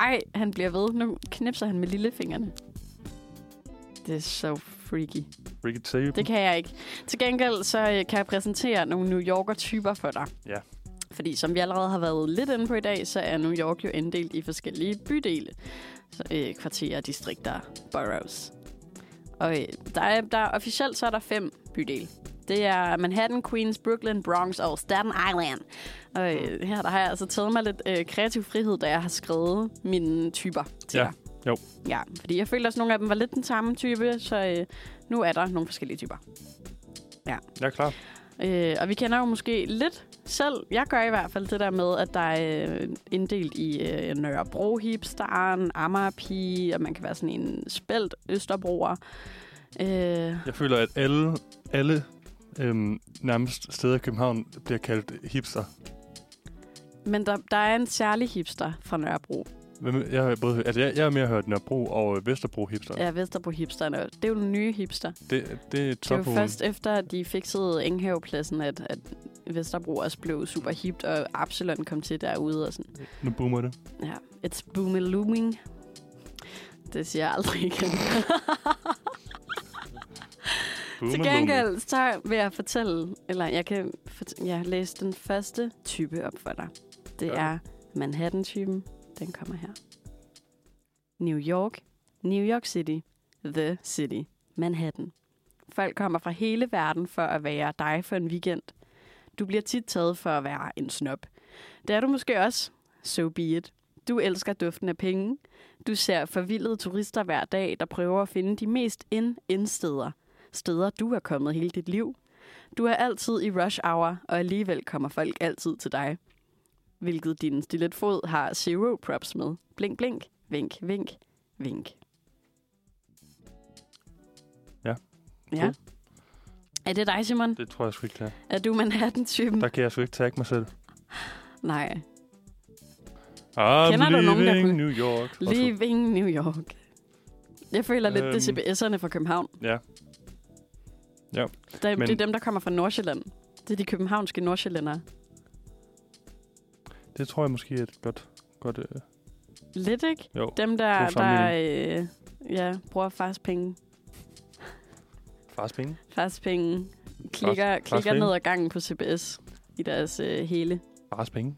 S4: Ej, han bliver ved. Nu knipser han med lillefingrene. Det er så freaky.
S1: Ricky Tape.
S4: Det kan jeg ikke. Til gengæld så øh, kan jeg præsentere nogle New Yorker-typer for dig.
S1: Ja.
S4: Fordi som vi allerede har været lidt inde på i dag, så er New York jo inddelt i forskellige bydele. Så, øh, kvarterer, distrikter, boroughs. Og øh, der er, der er, officielt så er der fem bydele. Det er Manhattan, Queens, Brooklyn, Bronx og Staten Island. Og øh, her der har jeg altså taget mig lidt øh, kreativ frihed, da jeg har skrevet mine typer til
S1: Ja,
S4: dig.
S1: jo.
S4: Ja, fordi jeg følte også, at nogle af dem var lidt den samme type, så øh, nu er der nogle forskellige typer.
S1: Jeg er klar.
S4: Øh, og vi kender jo måske lidt selv, jeg gør i hvert fald det der med, at der er øh, inddelt i øh, Nørrebro hipstaren, Amagerpige, og man kan være sådan en spældt Østerbroer. Øh,
S1: Jeg føler, at alle, alle øhm, nærmest steder i København bliver kaldt hipster.
S4: men der, der er en særlig hipster fra Nørrebro.
S1: Hvem, jeg, har både, altså, jeg, jeg har mere hørt Nørrebro og øh, Vesterbro hipster. Ja.
S4: Ja, Vesterbro hipsterne. Det er jo den nye hipster.
S1: Det, det er
S4: Det er jo
S1: tophoven.
S4: først efter, at de fikserede Enghavepladsen, at, at Vesterbro også blev super hipt, og Absalon kom til derude og sådan.
S1: Nu boomer det.
S4: Ja, it's booming looming. Det siger jeg aldrig igen.
S1: Boomer,
S4: Til gengæld, så vil jeg fortælle, eller jeg kan fort- ja, læse den første type op for dig. Det
S1: Ja.
S4: er Manhattan-typen. Den kommer her. New York. New York City. The City. Manhattan. Folk kommer fra hele verden for at være dig for en weekend. Du bliver tit taget for at være en snob. Det er du måske også. So be it. Du elsker duften af penge. Du ser forvildede turister hver dag, der prøver at finde de mest ind-indsteder steder, du er kommet hele dit liv. Du er altid i rush hour, og alligevel kommer folk altid til dig. Hvilket din stiletfod har zero props med. Blink, blink, vink, vink, vink.
S1: Ja.
S4: Ja.
S1: Cool.
S4: Er det dig, Simon?
S1: Det tror jeg sgu ikke, der.
S4: Er du Manhattan-typen?
S1: Der kan jeg sgu ikke tagge mig selv.
S4: Nej.
S1: I'm
S4: Kender du nogen, der
S1: leaving
S4: kunne-
S1: Ah, New York. Også-
S4: Leaving New York. Jeg føler lidt, det
S1: Øhm.
S4: er CBS'erne fra København.
S1: Ja. Ja,
S4: Der,
S1: men-
S4: Det er dem, der kommer fra Nordsjælland. Det er de københavnske nordsjællændere.
S1: Det tror jeg måske er et godt... godt øh,
S4: Lidt, ikke?
S1: jo.
S4: Dem, der,
S1: God
S4: der øh, ja, bruger fars penge,
S1: Fars penge.
S4: fars penge klikker,
S1: Fars- fars
S4: klikker
S1: penge.
S4: ned ad gangen på CBS i deres øh, hele.
S1: Fars penge.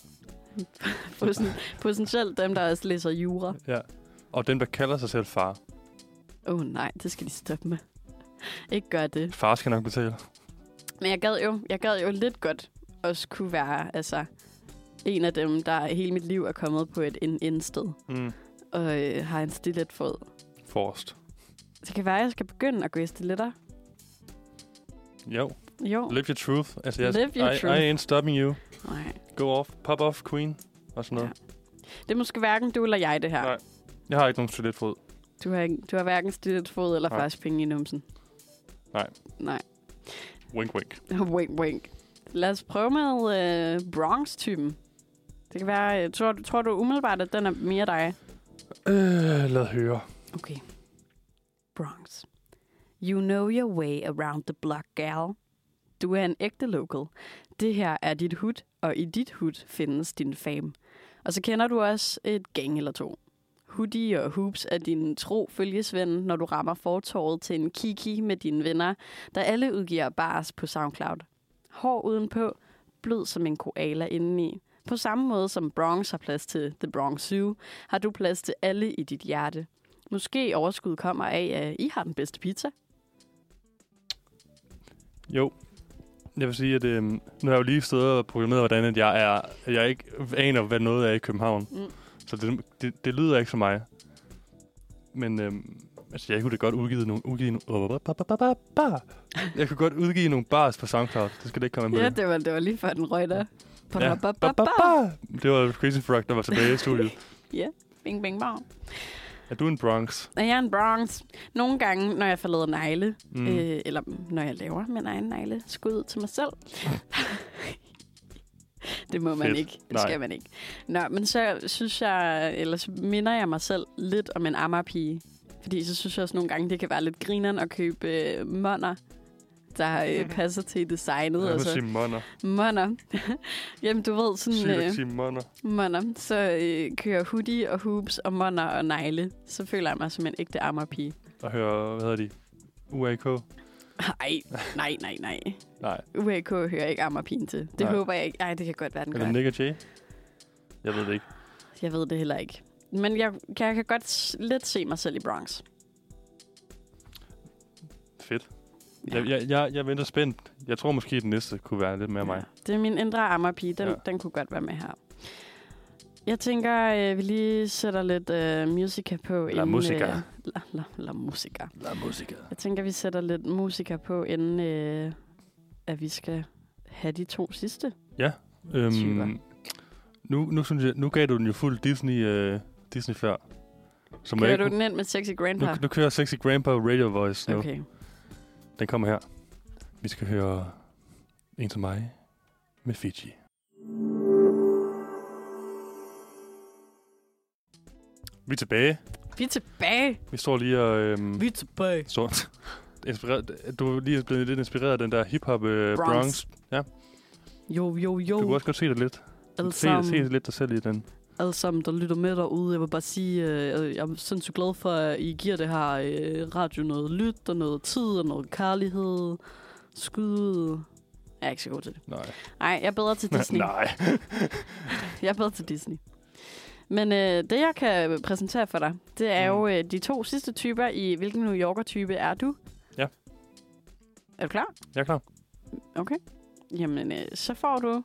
S4: Poten- Potentielt dem, der også læser jura.
S1: Ja. Og den, der kalder sig selv far.
S4: Åh oh, nej, det skal de stoppe med. Ikke gør det.
S1: Far skal nok betale.
S4: Men jeg gad jo, jeg gad jo lidt godt også kunne være altså, en af dem, der hele mit liv er kommet på et en indsted
S1: Mm.
S4: og øh, har en stilet fod.
S1: Forrest.
S4: Så kan det være, at jeg skal begynde at gå i stiletter.
S1: Jo.
S4: Jo.
S1: Live your truth. Altså, jeg,
S4: Live your
S1: I,
S4: truth.
S1: I ain't stopping you.
S4: Nej.
S1: Go off. Pop off, queen. Og sådan noget.
S4: Det er måske hverken du eller jeg, det her.
S1: Nej. Jeg har ikke nogen toiletfod.
S4: Du har, ikke- du har hverken stillet fod eller
S1: Nej.
S4: fast penge i numsen.
S1: Nej.
S4: Nej.
S1: Wink, wink.
S4: wink, wink. Lad os prøve med øh, Bronx-typen. Det kan være, øh, tror, tror du umiddelbart, at den er mere dig?
S1: Øh, lad høre.
S4: Okay. Bronx. You know your way around the block, gal. Du er en ægte local. Det her er dit hud, og i dit hud findes din fame. Og så kender du også et gang eller to. Hoodie og hoops er din tro følgesven, når du rammer fortorvet til en kiki med dine venner, der alle udgiver bars på SoundCloud. Hår udenpå, blød som en koala indeni. På samme måde som Bronx har plads til The Bronx Zoo, har du plads til alle i dit hjerte. Måske overskud kommer af, at I har den bedste pizza.
S1: Jo. Jeg vil sige, at øh, nu har jeg jo lige stået og programmeret, hvordan at jeg, er, at jeg ikke aner, hvad noget er i København.
S4: Mm.
S1: Mm. Så det, det, det, lyder ikke som mig. Men øh, altså, jeg kunne da godt udgive nogle... Udgive nogle jeg kunne godt udgive nogle bars på SoundCloud. Det skal det ikke komme med.
S4: Ja, det var, det var lige før den røg der. Ba,
S1: Ja.
S4: ba, ba,
S1: Ba,
S4: ba.
S1: ba, ba. Det var Crazy Frog, der var tilbage i studiet.
S4: Bing, bing, bang.
S1: Er du en Bronx?
S4: Og jeg er en Bronx. Nogle gange, når jeg får lavet negle,
S1: Mm.
S4: mm. øh, eller når jeg laver min egen negle, skud til mig selv. det må man
S1: Fedt.
S4: ikke. Det
S1: Nej.
S4: skal man ikke. Nå, men så synes jeg, eller så minder jeg mig selv lidt om en ammerpige. Fordi så synes jeg også nogle gange, det kan være lidt grineren at købe øh, monner, der øh, passer til designet. altså.
S1: Jeg
S4: og
S1: vil
S4: så-
S1: sige monner.
S4: Monner. Jamen, du ved, sådan...
S1: Sygt at
S4: Øh,
S1: sige monner.
S4: monner. Så øh, kører hoodie og hoops og monner og negle. Så føler jeg mig som en ægte ammerpige.
S1: Og høre, hvad hedder de? UAK?
S4: Ej, nej, nej, nej.
S1: Nej.
S4: UAK hører ikke ammerpigen til. Det
S1: Nej.
S4: håber jeg ikke. Ej, det kan godt være, den gør.
S1: Eller Nick og Jay? Jeg ved det ikke.
S4: Jeg ved det heller ikke. Men jeg, jeg kan godt s- lidt se mig selv i Bronx.
S1: Fedt. Jeg, jeg, jeg, jeg venter spændt. Jeg tror måske, at den næste kunne være lidt mere mig.
S4: Det er min indre ammerpige. Den, ja.
S1: Ja.
S4: den kunne godt være med her. Jeg tænker, øh, vi lige sætter lidt øh, musica på.
S1: La musica.
S4: Øh, la, la, la musica.
S1: La musica.
S4: Jeg tænker, vi sætter lidt musica på, inden øh, at vi skal have de to sidste. Typer.
S1: Øhm, nu, nu, synes jeg, nu gav du den jo fuld Disney, øh, Disney før. Så må
S4: Kører
S1: jeg,
S4: du
S1: ikke-
S4: den ind med Sexy
S1: nu,
S4: Grandpa?
S1: nu kører Sexy Grandpa Radio Voice nu.
S4: Okay.
S1: Den kommer her. Vi skal høre en til mig med Fiji. Vi er tilbage.
S4: Vi er tilbage.
S1: Vi står lige og... Øhm,
S4: Mm. Vi er tilbage.
S1: står inspireret, du er lige blevet lidt inspireret af den der hip-hop øh,
S4: Bronx.
S1: Bronx. Bronx.
S4: Jo, jo,
S1: Du kunne
S4: jo.
S1: også godt se det lidt.
S4: Oh. Alle
S1: Se, se
S4: sammen,
S1: lidt dig selv i den.
S4: alle sammen, der lytter med derude. Jeg vil bare sige, øh, jeg er sindssygt glad for, at I giver det her øh, radio noget lyt og noget tid og noget kærlighed. Skud. Jeg er ikke så god til det.
S1: Nej.
S4: Nej, jeg er bedre til Disney.
S1: Nej.
S4: Jeg er bedre til Disney. Men øh, det, jeg kan præsentere for dig, det er
S1: Mm.
S4: jo øh, de to sidste typer i, hvilken New Yorker-type er du?
S1: Ja.
S4: Er du klar?
S1: Jeg er klar.
S4: Okay. Jamen, øh, så får du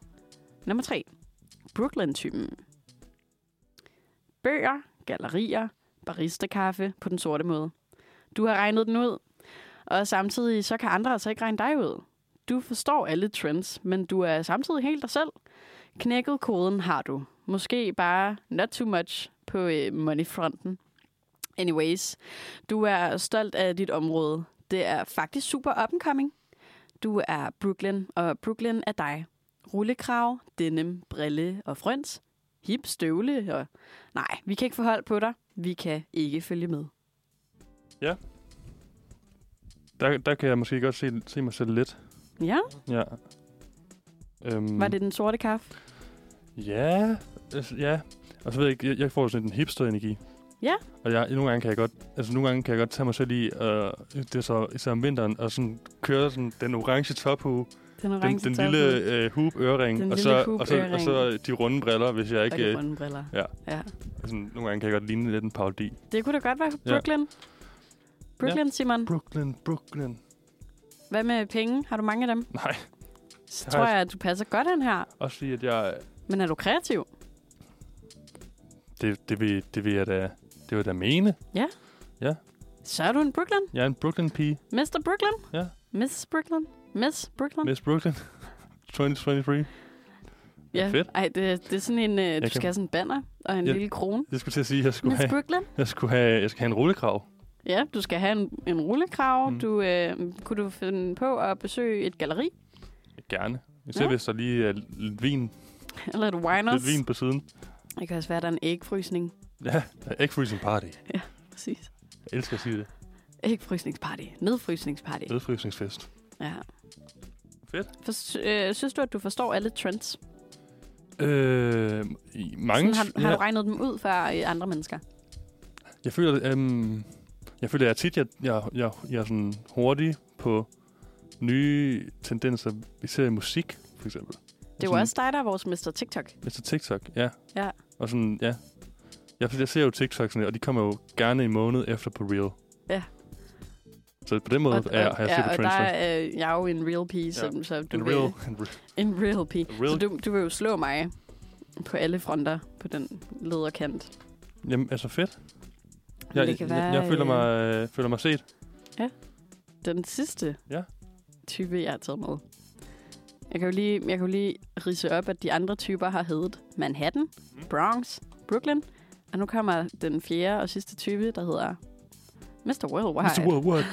S4: nummer tre. Brooklyn-typen. Bøger, gallerier, baristakaffe på den sorte måde. Du har regnet den ud, og samtidig så kan andre altså ikke regne dig ud. Du forstår alle trends, men du er samtidig helt dig selv. Knækket koden har du. Måske bare not too much på øh, moneyfronten. Anyways, du er stolt af dit område. Det er faktisk super up and coming. Du er Brooklyn, og Brooklyn er dig. Rullekrav, denim, brille og frøns. Hip, støvle og... Nej, vi kan ikke få hold på dig. Vi kan ikke følge med.
S1: Der, der kan jeg måske godt se, se mig selv lidt.
S4: Ja,
S1: Ja. Øhm,
S4: var det den sorte kaffe?
S1: Ja. Altså, Ja. Og så ved jeg ikke, jeg, jeg får sådan en hipster-energi.
S4: Ja.
S1: Og jeg, nogle gange kan jeg godt, altså nogle gange kan jeg godt tage mig selv i, øh, det er så især om vinteren, og sådan køre sådan den orange tophue, den,
S4: Den orange
S1: den
S4: tavle.
S1: lille øh, hoop-øring,
S4: Den
S1: og,
S4: lille
S1: så, og, så, og så
S4: hoop-øring.
S1: de runde briller, hvis jeg
S4: og
S1: ikke...
S4: de
S1: Øh,
S4: runde briller.
S1: ja.
S4: ja.
S1: altså, nogle gange kan jeg godt ligne lidt en parodi.
S4: Det kunne da godt være
S1: Ja.
S4: Brooklyn. Brooklyn, Simon.
S1: Brooklyn, Brooklyn.
S4: Hvad med penge? Har du mange af dem?
S1: Nej,
S4: Så
S1: Jeg
S4: tror
S1: har-
S4: jeg, at du passer godt den her.
S1: også sige, at jeg...
S4: Men er du kreativ?
S1: Det, det, vil, det vil jeg da, det vil jeg da mene.
S4: Så er du en Brooklyn.
S1: Jeg er en Brooklyn-pige.
S4: Mr. Brooklyn.
S1: Ja.
S4: Miss Brooklyn. Miss Brooklyn.
S1: Miss Brooklyn. 2023.
S4: Ja,
S1: Fedt.
S4: Ej, det, det er sådan en, øh, du
S1: kan-
S4: skal have sådan en banner og en ja.
S1: Ja.
S4: lille krone.
S1: Jeg skulle til at sige, at jeg skulle,
S4: Miss
S1: have,
S4: Brooklyn.
S1: jeg skulle have, jeg skal have en rullekrav.
S4: Ja, du skal have en, en rullekrav. Mm.
S1: Mm.
S4: Du, øh, kunne du finde på at besøge et galeri?
S1: Gerne. Især
S4: Ja.
S1: ja. hvis der lige er lidt vin,
S4: Eller et winers?
S1: lidt vin på siden.
S4: Det kan også være, at der er en ægfrysning.
S1: Ja, ikke freezing party.
S4: Præcis.
S1: Jeg elsker at sige det.
S4: Ikke frysningsparty. Nedfrysningsparty.
S1: Nedfrysningsfest.
S4: Ja.
S1: Fedt.
S4: For, øh, synes du, at du forstår alle trends?
S1: Øh, i mange...
S4: Sådan, har, har du regnet dem ud for øh, andre mennesker?
S1: Jeg føler, øhm, jeg føler at tit, jeg, jeg, jeg, jeg er sådan hurtig på nye tendenser, især i musik, for eksempel.
S4: Det er jo også dig, der er vores Mr. TikTok.
S1: Efter Altså, TikTok, ja.
S4: Ja.
S1: Og sådan, ja. Jeg, jeg ser jo TikTok sådan, og de kommer jo gerne en måned efter på Reel.
S4: Ja.
S1: Så på den måde
S4: og,
S1: er, har jeg set
S4: ja,
S1: på
S4: og
S1: trends.
S4: der
S1: før.
S4: er øh, jeg er jo en real pige, så, så du
S1: En
S4: vil,
S1: real, en re-
S4: en real pige.
S1: A real-
S4: Så du, du vil jo slå mig på alle fronter på den lederkant.
S1: Jamen, altså fedt.
S4: Men
S1: Jeg,
S4: det kan
S1: jeg, jeg,
S4: være,
S1: jeg føler,
S4: øh,
S1: mig, øh, føler mig set.
S4: Den sidste
S1: Ja.
S4: type, jeg har taget med. Jeg kan, jo lige, jeg kan jo lige rise op, at de andre typer har heddet Manhattan,
S1: Mm.
S4: Bronx, Brooklyn. Og nu kommer den fjerde og sidste type, der hedder Mr. Worldwide.
S1: Mr. Worldwide.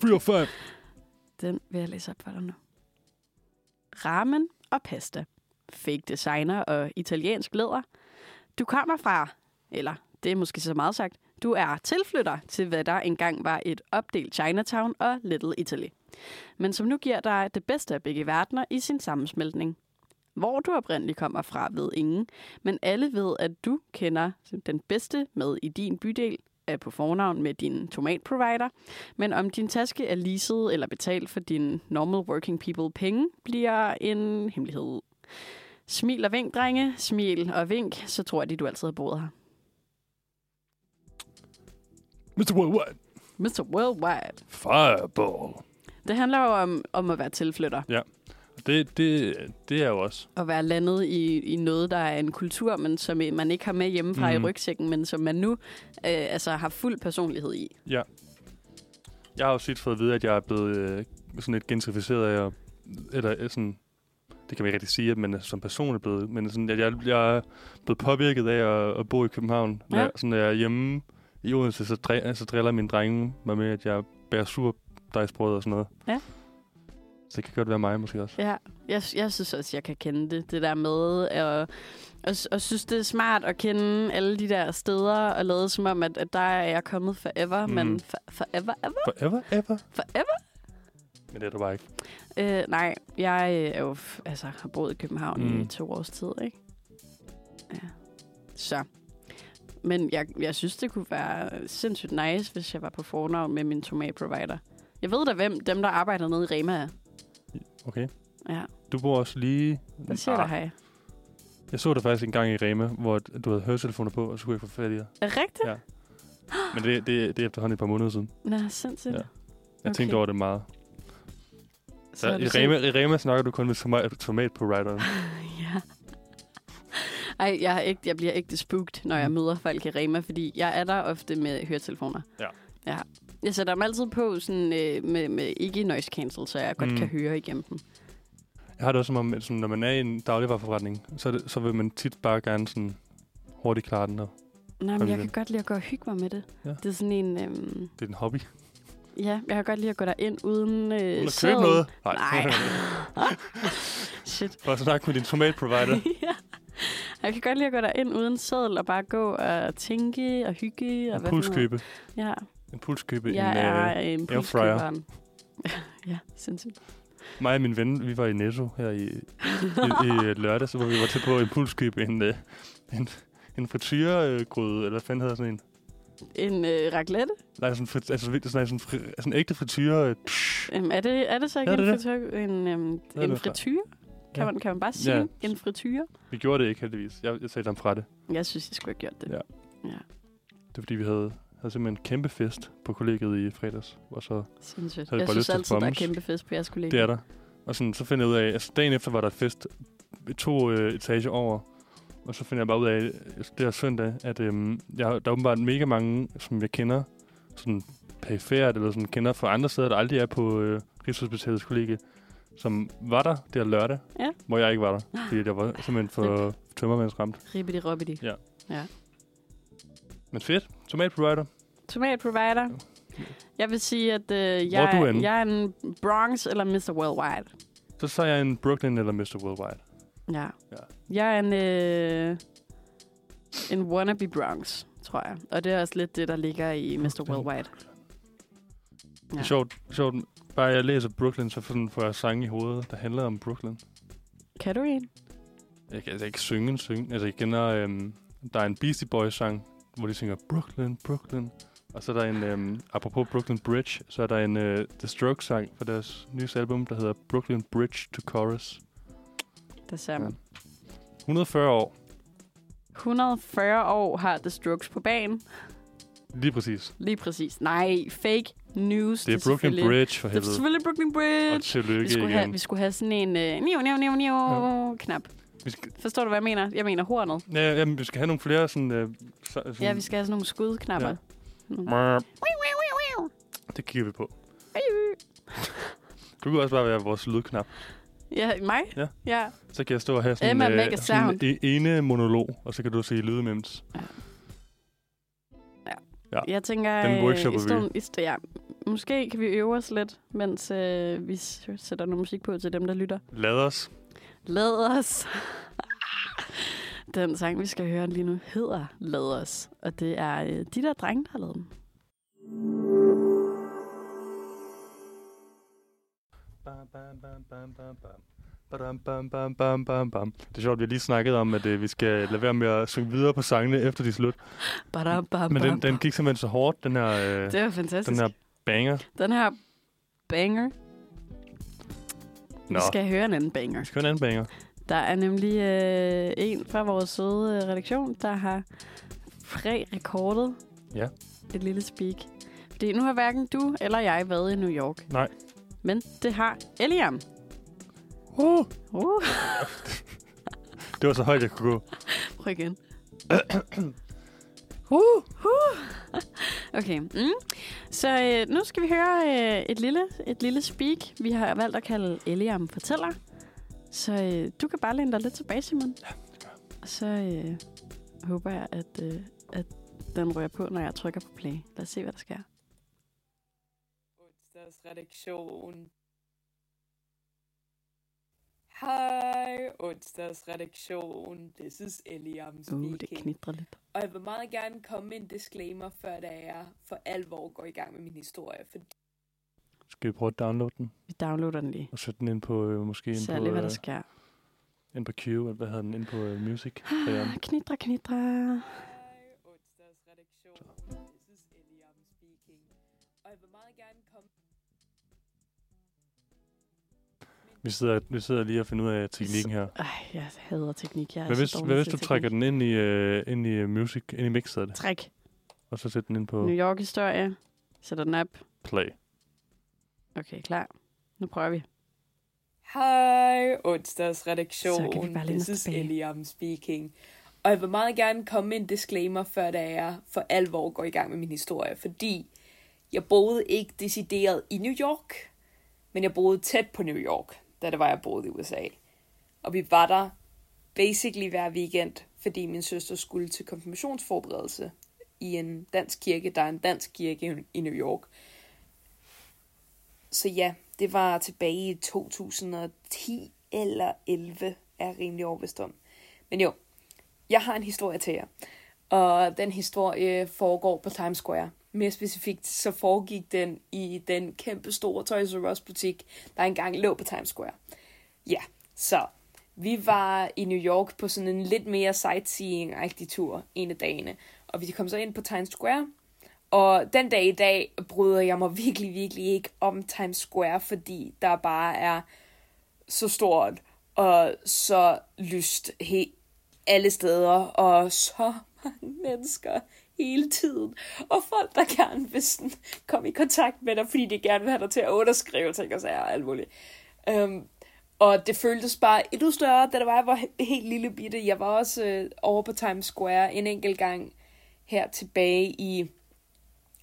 S1: Three or five.
S4: Den vil jeg læse op for dig nu. Ramen og pasta. Fake designer og italiensk læder. Du kommer fra, eller det er måske så meget sagt, du er tilflytter til, hvad der engang var et opdelt Chinatown og Little Italy. Men som nu giver dig det bedste af begge verdener i sin sammensmeltning. Hvor du oprindeligt kommer fra, ved ingen, men alle ved, at du kender den bedste med i din bydel, er på fornavn med din tomatprovider, men om din taske er leaset eller betalt for din normal working people penge, bliver en hemmelighed. Smil og vink, drenge. Smil og vink, så tror de, du altid har boet her.
S1: Mr. Worldwide.
S4: Mr. Worldwide.
S1: Fireball.
S4: Det handler jo om, om at være tilflytter.
S1: Det, det, det er jo også.
S4: At være landet i, i noget, der er en kultur, men som man ikke har med hjemmefra mm.
S1: Mhm.
S4: i rygsækken, men som man nu øh, altså har fuld personlighed i.
S1: Jeg har jo tit fået at vide, at jeg er blevet øh, sådan lidt gentrificeret af, at- eller øh, sådan, det kan man ikke rigtig sige, at man er som person er blevet, men sådan, at jeg, jeg er blevet påvirket af at, at bo i København. Når
S4: Ja.
S1: jeg, sådan, når jeg er hjemme i Odense, så, dre, så driller mine drenge mig med, at jeg bærer surdejsbrød og sådan noget.
S4: Ja.
S1: Så det kan godt være mig måske også.
S4: Ja, jeg, jeg synes også, jeg kan kende det. Det der med at og, og synes, det er smart at kende alle de der steder og lade som om, at, at der er jeg kommet forever. Mm.
S1: Mm.
S4: Men for, forever, ever,
S1: Forever, ever.
S4: forever?
S1: Men det er du bare ikke.
S4: Øh, nej, jeg øh, er jo f- altså, har boet i København mm. i
S1: Mm.
S4: to års tid, ikke? Ja. Så. Men jeg, jeg synes, det kunne være sindssygt nice, hvis jeg var på fornavn med min tomatprovider. Jeg ved da, hvem dem, der arbejder nede i Rema er.
S1: Okay.
S4: Ja,
S1: Du bor også lige...
S4: der siger ah. der hej.
S1: Jeg så dig faktisk en gang i Rema, hvor du havde høretelefoner på, og så kunne jeg få fat i dig.
S4: Er det rigtigt?
S1: Ja. Men det, det, det er efterhånden et par måneder siden.
S4: Nå, sindssygt.
S1: Ja. Jeg
S4: Okay.
S1: okay. tænkte over det meget. Så
S4: har du
S1: i,
S4: set-
S1: Rema, I Rema snakker du kun med tomat, tomat på rideren.
S4: Ja. Ej, jeg, er ikke, jeg bliver ægte spookt, når
S1: Mm.
S4: jeg møder folk i Rema, fordi jeg er der ofte med høretelefoner.
S1: Ja.
S4: ja. Jeg sætter dem altid på sådan, øh, med, med ikke noise cancel, så jeg godt
S1: Mm.
S4: kan høre igennem dem.
S1: Jeg har det også som om, at sådan, når man er i en dagligvarerforretning, så, er det, så vil man tit bare gerne sådan hurtigt klare den, og
S4: Nej, men
S1: Kom
S4: jeg
S1: igen.
S4: kan godt lide at gå og hygge mig med det.
S1: Ja.
S4: Det er sådan en... Øhm,
S1: det er en hobby.
S4: ja, jeg kan godt lide at gå derind uden... Øh,
S1: Øh, Eller købe
S4: seddel.
S1: noget.
S4: Nej. Shit.
S1: For at snakke med din tomatprovider.
S4: ja. Jeg kan godt lide at gå derind uden sædel og bare gå og tænke og hygge. Og
S1: en
S4: hvad for noget.
S1: pulskøbe.
S4: Ja.
S1: En pulskøbe.
S4: Jeg
S1: en, øh,
S4: er øh, en
S1: airfryer.
S4: priskøberen. ja, sindssygt.
S1: Mig og min ven, vi var i Netto her i, i, i lørdags, hvor vi var til på impulskøb en, øh, en, en frityregryde, eller hvad fanden hedder sådan en?
S4: En øh, raclette?
S1: Nej, sådan, frit, altså, sådan, sådan, sådan, fri- sådan ægte frityre. øh, psh.
S4: Øhm, er, det, er det så ikke
S1: Ja,
S4: ja,
S1: det er
S4: en,
S1: det.
S4: frityr, en, øhm,
S1: er
S4: en
S1: det fra.
S4: frityr? Kan,
S1: Ja.
S4: man, kan man bare sige
S1: Ja.
S4: en frityr?
S1: Vi gjorde det ikke heldigvis. Jeg, jeg talte ham fra det.
S4: Jeg synes, jeg skulle have gjort det.
S1: Ja.
S4: ja
S1: Det er fordi, vi havde, havde simpelthen en kæmpe fest på kollegiet i fredags. Og så,
S4: sindssygt.
S1: Så har jeg
S4: Jeg
S1: bare lyst
S4: synes
S1: til at
S4: altid, der er
S1: bommes.
S4: kæmpe fest på jeres kollega.
S1: det er der. Og sådan, så finder jeg ud af, altså dagen efter var der et fest to øh, etager over. Og så finder jeg bare ud af, øh, det her søndag, at øhm, jeg, der er åbenbart mega mange, som jeg kender, sådan perifært, eller sådan kender fra andre steder, der aldrig er på øh, Rigshospitalets kollegie, som var der der lørdag,
S4: Ja.
S1: hvor jeg ikke var der, fordi jeg var simpelthen for tømmermandsramt.
S4: Ribbidi robbidi.
S1: Men fedt, tomat provider.
S4: Tomat provider. Jeg vil sige, at øh,
S1: Hvor er
S4: jeg,
S1: du
S4: er
S1: henne?
S4: jeg er en Bronx eller Mr. Worldwide.
S1: Så tager jeg en Brooklyn eller Mr. Worldwide.
S4: Ja.
S1: Ja.
S4: Jeg er en, øh, en wannabe Bronx, tror jeg. Og det er også lidt det, der ligger i Mr. Worldwide.
S1: Det er sjovt, sjovt. Bare jeg læser Brooklyn, så sådan får jeg sange i hovedet, der handler om Brooklyn.
S4: Kan du en?
S1: Jeg kan altså ikke synge en synge. Altså, jeg kender, øhm, der er en Beastie Boys-sang, hvor de synger Brooklyn, Brooklyn. Og så er der en, øhm, apropos Brooklyn Bridge, så er der en øh, The Strokes-sang fra deres nyeste album, der hedder Brooklyn Bridge to Chorus.
S4: Der ser man.
S1: 140 år,
S4: 140 år har The Strokes på banen.
S1: lige præcis.
S4: Lige præcis. Nej, fake news.
S1: Det er Brooklyn
S4: selvfølgelig-
S1: Bridge, for
S4: Det er
S1: helvede.
S4: selvfølgelig Brooklyn
S1: Og
S4: Bridge. Vi
S1: tillykke
S4: skulle, have,
S1: igen.
S4: vi skulle have sådan en øh, niu, niu, niu, niu, knap.
S1: Vi skal,
S4: Forstår du, hvad jeg mener? Jeg mener hornet.
S1: ja, jamen, vi skal have nogle flere sådan... Øh, så- sådan
S4: Ja, vi skal have sådan nogle skudknapper. Mm.
S1: Ja.
S4: Ja.
S1: Mrr. Det kigger vi på. Du kan også bare være vores lydknap.
S4: Ja, mig?
S1: Ja.
S4: ja.
S1: Så kan jeg stå og have sådan, øh,
S4: Emma Mega
S1: sådan
S4: Sound.
S1: en ene monolog, og så kan du sige lydmems.
S4: Jeg tænker,
S1: Den
S4: øh,
S1: workshopper
S4: i
S1: vi.
S4: stedet, i stedet, ja, måske kan vi øve os lidt, mens øh, vi s- sætter noget musik på til dem, der lytter.
S1: Lad os.
S4: Lad os. Den sang, vi skal høre lige nu, hedder Lad os. Og det er øh, de der drenge, der har lavet den.
S1: Bam, bam, bam, bam, bam, bam. Badam, bam, bam, bam, bam, bam. Det er sjovt, vi har lige snakket om, at øh, vi skal lade være med at synge videre på sangene, efter de er slut.
S4: Badam, bam,
S1: Men den,
S4: bam,
S1: den
S4: bam.
S1: gik simpelthen så hårdt, den her, øh,
S4: det var fantastisk.
S1: den her banger.
S4: Den her banger. Nå.
S1: Nå,
S4: Vi skal høre en anden banger.
S1: vi skal høre en anden banger.
S4: Der er nemlig øh, en fra vores søde øh, redaktion, der har præ-rekordet
S1: Ja.
S4: et lille speak. Fordi nu har hverken du eller jeg været i New York.
S1: Nej.
S4: Men det har Eliam.
S1: Uh,
S4: Uh,
S1: det var så højt, jeg kunne gå.
S4: prøv igen.
S1: Uh.
S4: Okay. Mm. Så øh, nu skal vi høre øh, et, lille, et lille speak, vi har valgt at kalde Eliam fortæller. Så øh, du kan bare læne dig lidt tilbage, Simon. Ja, det
S1: gør
S4: Og så øh, håber jeg, at, øh, at den rører på, når jeg trykker på play. Lad os se, hvad der sker.
S5: Onsdagsredaktion. Hej, onsdagsredaktion. This is Eliam
S4: Uh, det
S5: speaking.
S4: knitrer lidt.
S5: og jeg vil meget gerne komme med en disclaimer, før da jeg for alvor går i gang med min historie. For
S1: Skal vi prøve at downloade den?
S4: Vi downloader den lige.
S1: Og sætte den ind på, øh, måske ind
S4: Så
S1: på,
S4: lige, hvad der
S1: øh,
S4: sker.
S1: ind på Q, eller hvad hedder den, ind på øh, Music.
S4: Ah,
S1: derhjemme.
S4: knitre, knitre.
S5: Hej, onsdagsredaktion. This is Eliam speaking. Og jeg vil meget gerne komme...
S1: Vi sidder, vi sidder lige og finder ud af teknikken her.
S4: Ej, jeg hader teknik. Jeg er
S1: Hvad
S4: så
S1: hvis,
S4: dårlig
S1: hvad hvis
S4: til
S1: du
S4: teknik.
S1: trækker den ind i, øh, ind i øh, music, ind i mixet af det,
S4: Træk.
S1: og så sætter den ind på
S4: New York-historie. Sætter den op.
S1: play?
S4: Okay, klar. Nu prøver vi.
S5: Hej, onsdagsredaktion.
S4: Så kan vi bare læne
S5: This
S4: os
S5: is
S4: tilbage.
S5: Eliam speaking. Og jeg vil meget gerne komme med en disclaimer, før da jeg for alvor går i gang med min historie, fordi jeg boede ikke decideret i New York, men jeg boede tæt på New York, da det var, jeg boede i USA. Og vi var der basically hver weekend, fordi min søster skulle til konfirmationsforberedelse i en dansk kirke. Der er en dansk kirke i New York. Så ja, det var tilbage i 2010 eller 11, er jeg rimelig overbevist om. Men jo, jeg har en historie til jer. Og den historie foregår på Times Square. Mere specifikt, så foregik den i den kæmpe store Toys R Us butik, der engang lå på Times Square. Ja, så vi var i New York på sådan en lidt mere sightseeing-agtig tur en af dagene. Og vi kom så ind på Times Square, og den dag i dag bryder jeg mig virkelig, virkelig ikke om Times Square, fordi der bare er så stort og så lyst he- alle steder, og så mange mennesker hele tiden, og folk, der gerne vil sådan komme i kontakt med dig, fordi de gerne vil have dig til at underskrive ting og sager og alt muligt. Um, og det føltes bare endnu større, da det var, jeg var he- helt lille bitte. Jeg var også øh, over på Times Square en enkelt gang her tilbage i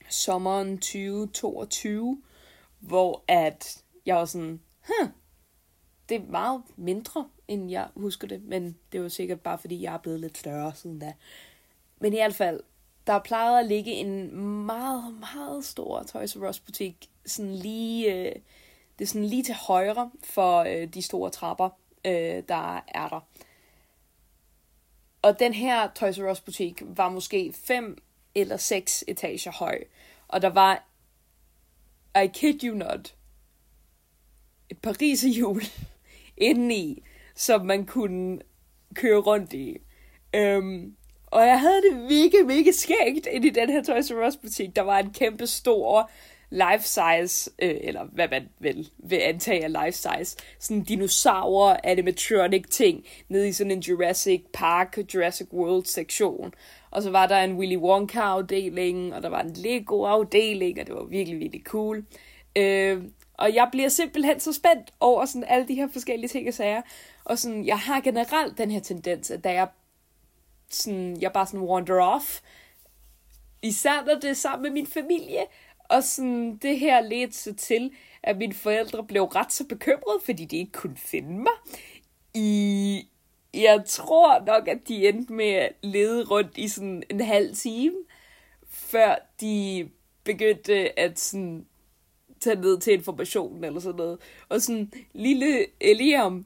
S5: sommeren 2022, hvor at jeg var sådan, huh, det er meget mindre, end jeg husker det, men det var sikkert bare, fordi jeg er blevet lidt større siden da. Men i hvert fald, der plejede at ligge en meget, meget stor Toys R Us butik, sådan lige, øh, det er sådan lige til højre for øh, de store trapper, øh, der er der. Og den her Toys R Us butik var måske 5 eller seks etager høj. Og der var, I kid you not, et pariserhjul indeni, som man kunne køre rundt i. Øhm, og jeg havde det mega, mega skægt ind i den her Toys R Us butik. Der var en kæmpe stor life size, øh, eller hvad man vel vil antage er life size, sådan dinosaurer, animatronic ting, nede i sådan en Jurassic Park, Jurassic World sektion. Og så var der en Willy Wonka afdeling, og der var en Lego afdeling, og det var virkelig, virkelig cool. Øh, og jeg bliver simpelthen så spændt over sådan alle de her forskellige ting og sager. Og sådan, jeg har generelt den her tendens, at da jeg sådan, jeg bare sådan wander off. Især når det er sammen med min familie. Og sådan, det her ledte så til, at mine forældre blev ret så bekymrede, fordi de ikke kunne finde mig. I, jeg tror nok, at de endte med at lede rundt i sådan en halv time, før de begyndte at sådan tage ned til informationen eller sådan noget. Og sådan, lille Eliam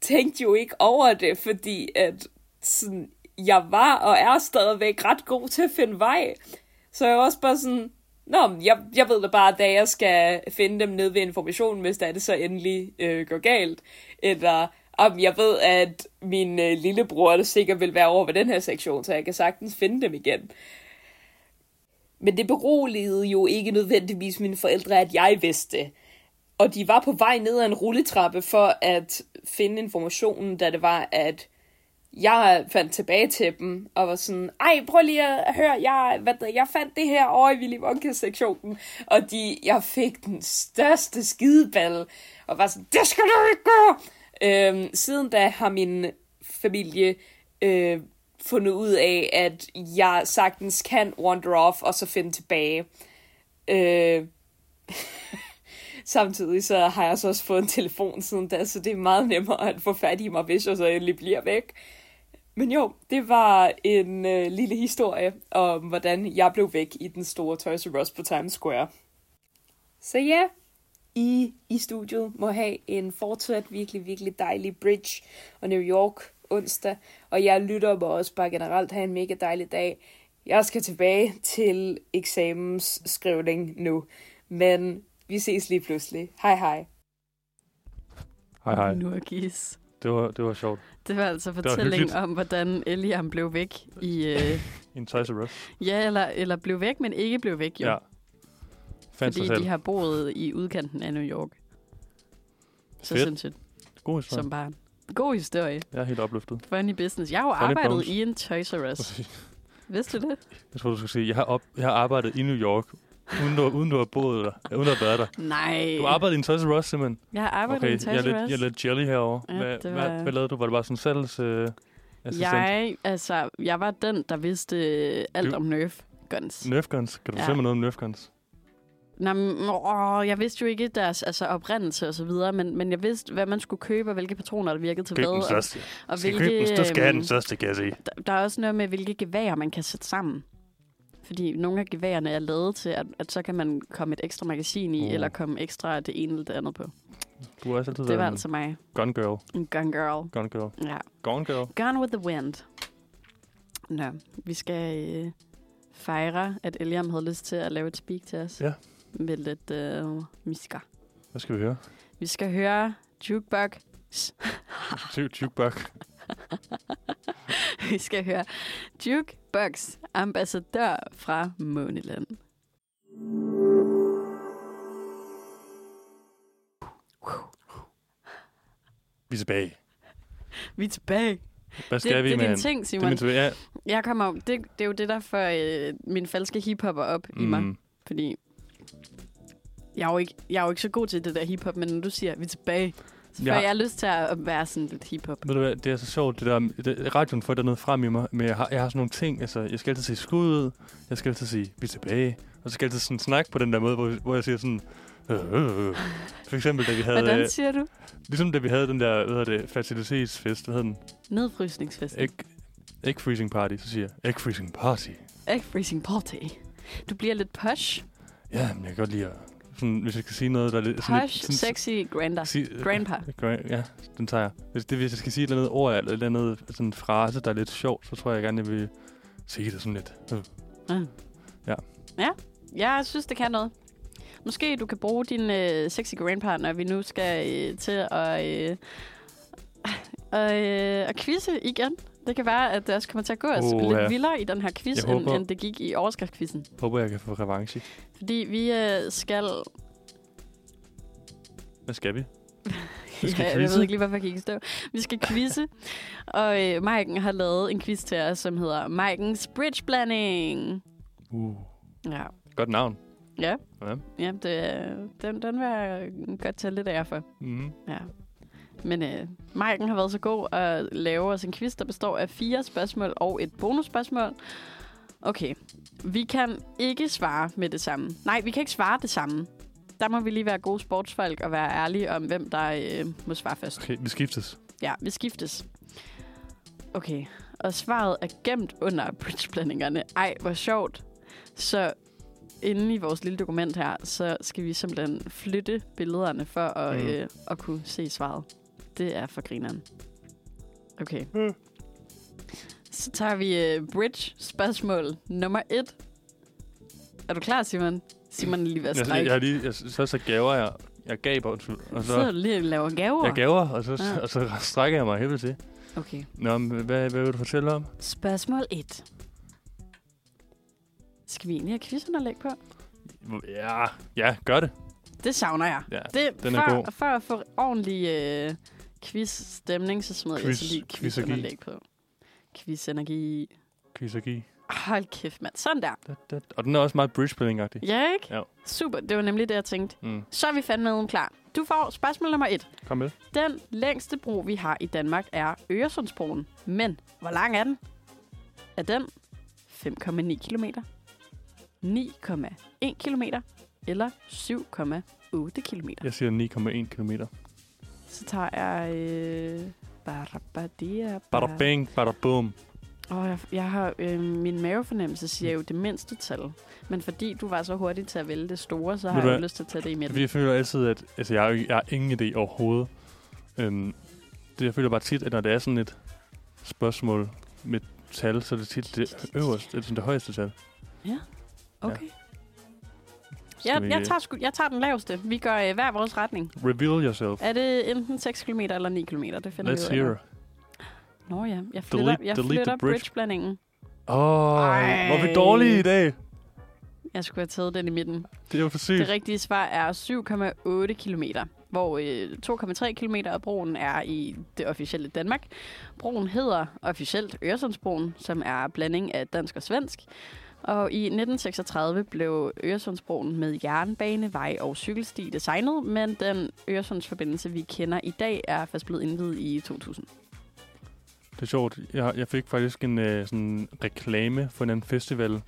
S5: tænkte jo ikke over det, fordi at sådan, jeg var og er stadigvæk ret god til at finde vej. Så jeg var også bare sådan, Nå, men jeg, jeg ved da bare, da jeg skal finde dem nede ved informationen, hvis der er det så endelig øh, går galt. Eller om jeg ved, at min øh, lillebror der sikkert vil være over ved den her sektion, så jeg kan sagtens finde dem igen. Men det beroligede jo ikke nødvendigvis mine forældre, at jeg vidste det. Og de var på vej ned ad en rulletrappe for at finde informationen, da det var, at jeg fandt tilbage til dem, og var sådan, ej, prøv lige at høre, jeg, hvad der, jeg fandt det her over i Willy Wonka-sektionen, og de, jeg fik den største skideball, og var sådan, det skal du ikke gøre! Øhm, siden da har min familie øh, fundet ud af, at jeg sagtens kan wander off, og så finde tilbage. Øh, Samtidig så har jeg så også fået en telefon siden da, så det er meget nemmere at få fat i mig, hvis jeg så endelig bliver væk. Men jo, det var en øh, lille historie om, hvordan jeg blev væk i den store Toys R Us på Times Square. Så ja, I i studiet må have en fortsat virkelig, virkelig dejlig bridge og New York onsdag. Og jeg lytter må også bare generelt have en mega dejlig dag. Jeg skal tilbage til eksamensskrivning nu. Men vi ses lige pludselig. Hej hej.
S1: Hej, hej.
S4: Nurgis.
S1: Det var, det var sjovt.
S4: Det var altså
S1: var
S4: fortællingen
S1: hyggeligt.
S4: om, hvordan Eliam blev væk i... Øh,
S1: En Toys R Us.
S4: ja, eller, eller blev væk, men ikke blev væk, jo.
S1: Ja. Fandt sig
S4: fordi
S1: selv.
S4: de har boet i udkanten af New York. Så
S1: Fedt.
S4: sindssygt,
S1: God historie.
S4: som barn. God historie.
S1: Jeg er helt opløftet.
S4: Funny business. Jeg har jo
S1: Funny
S4: arbejdet
S1: bones.
S4: i en Toys R Us. Vidste du det?
S1: Jeg tror, du skulle sige, jeg har, op, jeg har arbejdet i New York, uden du, uden du har boet der, uden du har været der.
S4: Nej.
S1: Du arbejdede i en Toys R Us, simpelthen.
S4: Jeg har Øh. arbejdet
S1: Okay,
S4: i en
S1: jeg er,
S4: Toys
S1: lidt,
S4: R Us.
S1: jeg er lidt jelly herovre.
S4: Ja,
S1: Ja, hvad,
S4: det
S1: hvad,
S4: var-
S1: hvad lavede du? Var det bare sådan salgs øh, assistent?
S4: Jeg, altså, jeg var den, der vidste øh, alt
S1: Du-
S4: om Nerf Guns.
S1: Nerf guns. Kan du
S4: Ja.
S1: ja. mig noget om Nerf guns?
S4: Nå, men, åh, jeg vidste jo ikke deres altså, oprindelse og så videre, men, men jeg vidste, hvad man skulle købe, og hvilke patroner, der virkede til hvad. og- Og øhm,
S1: største, kan jeg sige.
S4: der- Der er også noget med, hvilke geværer man kan sætte sammen. Fordi nogle af geværerne er lavet til, at, at så kan man komme et ekstra magasin i,
S1: Uh.
S4: eller komme ekstra af det ene eller det andet på.
S1: Du har også altid
S4: Det var
S1: været
S4: altså mig.
S1: en gun girl.
S4: En gun girl.
S1: Gun girl.
S4: Ja.
S1: Gone girl.
S4: Gone with the Wind. Nå, vi skal øh, fejre, at Eliam havde lyst til at lave et speak til os.
S1: Ja.
S4: Med lidt øh, misker.
S1: Hvad skal vi høre?
S4: Vi skal høre Jukebox.
S1: Syv jukebox.
S4: vi skal høre Jukebox, ambassadør fra Måneland.
S1: Vi er tilbage.
S4: Vi er tilbage.
S1: Hvad
S4: Det,
S1: skal vi,
S4: det er
S1: mand?
S4: din ting,
S1: det
S4: Simon.
S1: er min ting. Ja.
S4: Jeg kommer jo, det, det er jo det, der får øh, min falske hiphopper op mm. i mig.
S1: Mm.
S4: Fordi jeg er, jo ikke, jeg er jo ikke så god til det der hiphop, men når du siger, vi er tilbage, så får
S1: Ja.
S4: ja. jeg lyst til at være sådan lidt hiphop.
S1: Ved du hvad, det er så sjovt, det der, det, radioen får dernede frem i mig, men jeg har, jeg har sådan nogle ting, altså, jeg skal altid sige skud ud, jeg skal altid sige, vi er tilbage, og så skal jeg altid sådan snakke på den der måde, hvor, hvor jeg siger sådan, øh, øh, øh. for eksempel, da vi havde, øh,
S4: Hvordan siger du?
S1: ligesom da vi havde den der, hvad hedder det, fertilitetsfest, hvad hed den,
S4: Nedfrysningsfesten.
S1: egg, egg freezing party, så siger jeg, egg freezing party,
S4: Egg freezing party. Du bliver lidt posh.
S1: ja, men jeg kan godt lide at, sådan, hvis jeg skal sige noget, der er lidt, sådan lidt,
S4: Posh, sexy, grander.
S1: sig-
S4: Grandpa.
S1: Gra- Ja, den tager jeg. Hvis, det, hvis jeg skal sige et eller andet ord eller et eller andet sådan en frase, der er lidt sjov, så tror jeg gerne, jeg vil sige det sådan lidt. Øh,
S4: Ah.
S1: Ja.
S4: Ja, jeg synes, det kan noget. Måske du kan bruge din øh, sexy grandpartner, vi nu skal øh, til at, øh, og, øh, at quizze igen. Det kan være, at det også kommer til at gå os
S1: Uha.
S4: lidt vildere i den her quiz,
S1: Jeg
S4: end,
S1: håber-
S4: end det gik i overskriftsquizzen.
S1: Håber, jeg kan få revanche.
S4: Fordi vi øh, skal...
S1: Hvad skal vi?
S4: Vi
S1: skal
S4: ja, jeg
S1: quizze?
S4: ved ikke lige, hvorfor jeg gik i stå. Vi skal quizze. og øh, Maiken har lavet en quiz til os, som hedder Maikens Bridgeblanding.
S1: Uh.
S4: Ja.
S1: Godt navn.
S4: Ja.
S1: Ja.
S4: Ja, det, er- den, den vil jeg godt tage lidt af for.
S1: Mm.
S4: Ja. Men øh, Maiken har været så god at lave os en quiz, der består af fire spørgsmål og et bonusspørgsmål. Okay, vi kan ikke svare med det samme. Nej, vi kan ikke svare det samme. Der må vi lige være gode sportsfolk og være ærlige om, hvem der øh, må svare først.
S1: Okay, vi skiftes.
S4: Ja, vi skiftes. Okay, og svaret er gemt under bridgeblandingerne. Ej, hvor sjovt. Så inde i vores lille dokument her, så skal vi simpelthen flytte billederne for at,
S1: Mm.
S4: mm. øh, at kunne se svaret. Det er for grineren. Okay.
S1: Mm.
S4: Så tager vi øh, bridge-spørgsmål nummer et. Er du klar, Simon? Simon er lige ved at
S1: Jeg,
S4: strække.
S1: jeg, jeg, har lige, jeg, så, så gaver jeg. Jeg gaber, undskyld. Og
S4: så sidder
S1: så,
S4: du lige og laver gaver.
S1: jeg gaver, og så,
S4: Ja.
S1: og så strækker jeg mig helt til.
S4: Okay.
S1: Nå, men hvad, hvad vil du fortælle om?
S4: Spørgsmål 1. Skal vi egentlig have quizunderlæg på?
S1: Ja, ja, gør det.
S4: Det savner jeg.
S1: Ja,
S4: det,
S1: den er
S4: for,
S1: god.
S4: For at få ordentlig øh, quiz-stemning, så smider jeg
S1: Quiz-
S4: så lige
S1: quiz-energi.
S4: quizunderlæg på. Quiz-energi.
S1: Quiz og gi.
S4: Hold kæft, mand. Sådan der.
S1: Da, da. Og den er også meget bridgespilling-agtig.
S4: Ja, ikke?
S1: Jo.
S4: Super. Det var nemlig det, jeg tænkte.
S1: Mm.
S4: Så er vi fandme med klar. Du får spørgsmål nummer 1.
S1: Kom med.
S4: Den længste bro, vi har i Danmark, er Øresundsbroen. Men hvor lang er den? Er den 5,9 km, 9,1 km eller 7,8 km? Ja.
S1: Jeg siger 9,1 km.
S4: Så tager jeg... Øh, Barabadia.
S1: Bada bang, bada boom.
S4: Åh, jeg, jeg har, øh, min mavefornemmelse siger jo det mindste tal. Men fordi du var så hurtig til at vælge det store, så
S1: Ved
S4: har
S1: du
S4: jeg jo
S1: hvad?
S4: lyst til at tage det i midten.
S1: Fordi jeg føler altid, at altså, jeg, har, jo ikke- jeg har ingen idé overhovedet. Øhm, det, jeg føler bare tit, at når det er sådan et spørgsmål med tal, så er det tit det øverste, eller sådan det højeste tal.
S4: Okay.
S1: Skal
S4: Jeg,
S1: vi,
S4: jeg,
S1: øh,
S4: tager, sku- jeg tager den laveste. Vi går øh, hver vores retning.
S1: Reveal yourself.
S4: Er det enten 6 km eller 9 km? Det finder
S1: Let's
S4: vi ud af.
S1: hear.
S4: Nå ja, jeg flytter,
S1: Delete-
S4: jeg
S1: delete
S4: flytter
S1: the bridge.
S4: bridgeblandingen.
S1: Åh, oh,
S4: Ej.
S1: hvor er vi dårlige i dag.
S4: Jeg skulle have taget den i midten.
S1: Det er jo for sygt.
S4: Det rigtige svar er 7,8 km, hvor øh, 2,3 km af broen er i det officielle Danmark. Broen hedder officielt Øresundsbroen, som er blanding af dansk og svensk. Og i 1936 blev Øresundsbroen med jernbane, vej og cykelsti designet, men den Øresundsforbindelse, vi kender i dag, er først blevet indvidet i 2000.
S1: Det er sjovt. Jeg, jeg fik faktisk en øh, sådan reklame for en anden festival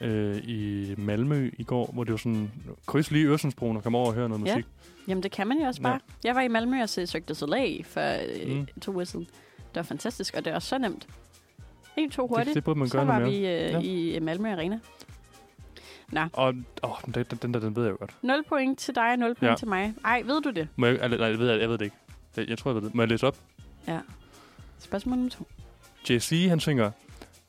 S1: øh, i Malmø i går, hvor det var sådan, kryds lige Øresundsbroen og kom over og høre noget
S4: Ja.
S1: musik.
S4: Jamen, det kan man jo også
S1: Ja.
S4: bare. Ja. Jeg var i Malmø og se Cirque du Soleil for øh,
S1: Mm.
S4: mm. to uger siden. Det var fantastisk, og det er også så nemt. En, to
S1: Det,
S4: hurtigt,
S1: det burde man
S4: så
S1: gøre noget
S4: var
S1: mere.
S4: vi øh,
S1: Ja.
S4: ja. i Malmø Arena.
S1: Og åh, den, den, den, der, den ved jeg jo godt.
S4: 0 point til dig, 0 point
S1: Ja.
S4: ja. til mig. Ej, ved du det?
S1: Må jeg, eller, nej, jeg ved, jeg, jeg ved det ikke. Jeg, jeg tror, jeg ved det. Må jeg læse op?
S4: Ja. Spørgsmål nummer to.
S1: JC, han synger,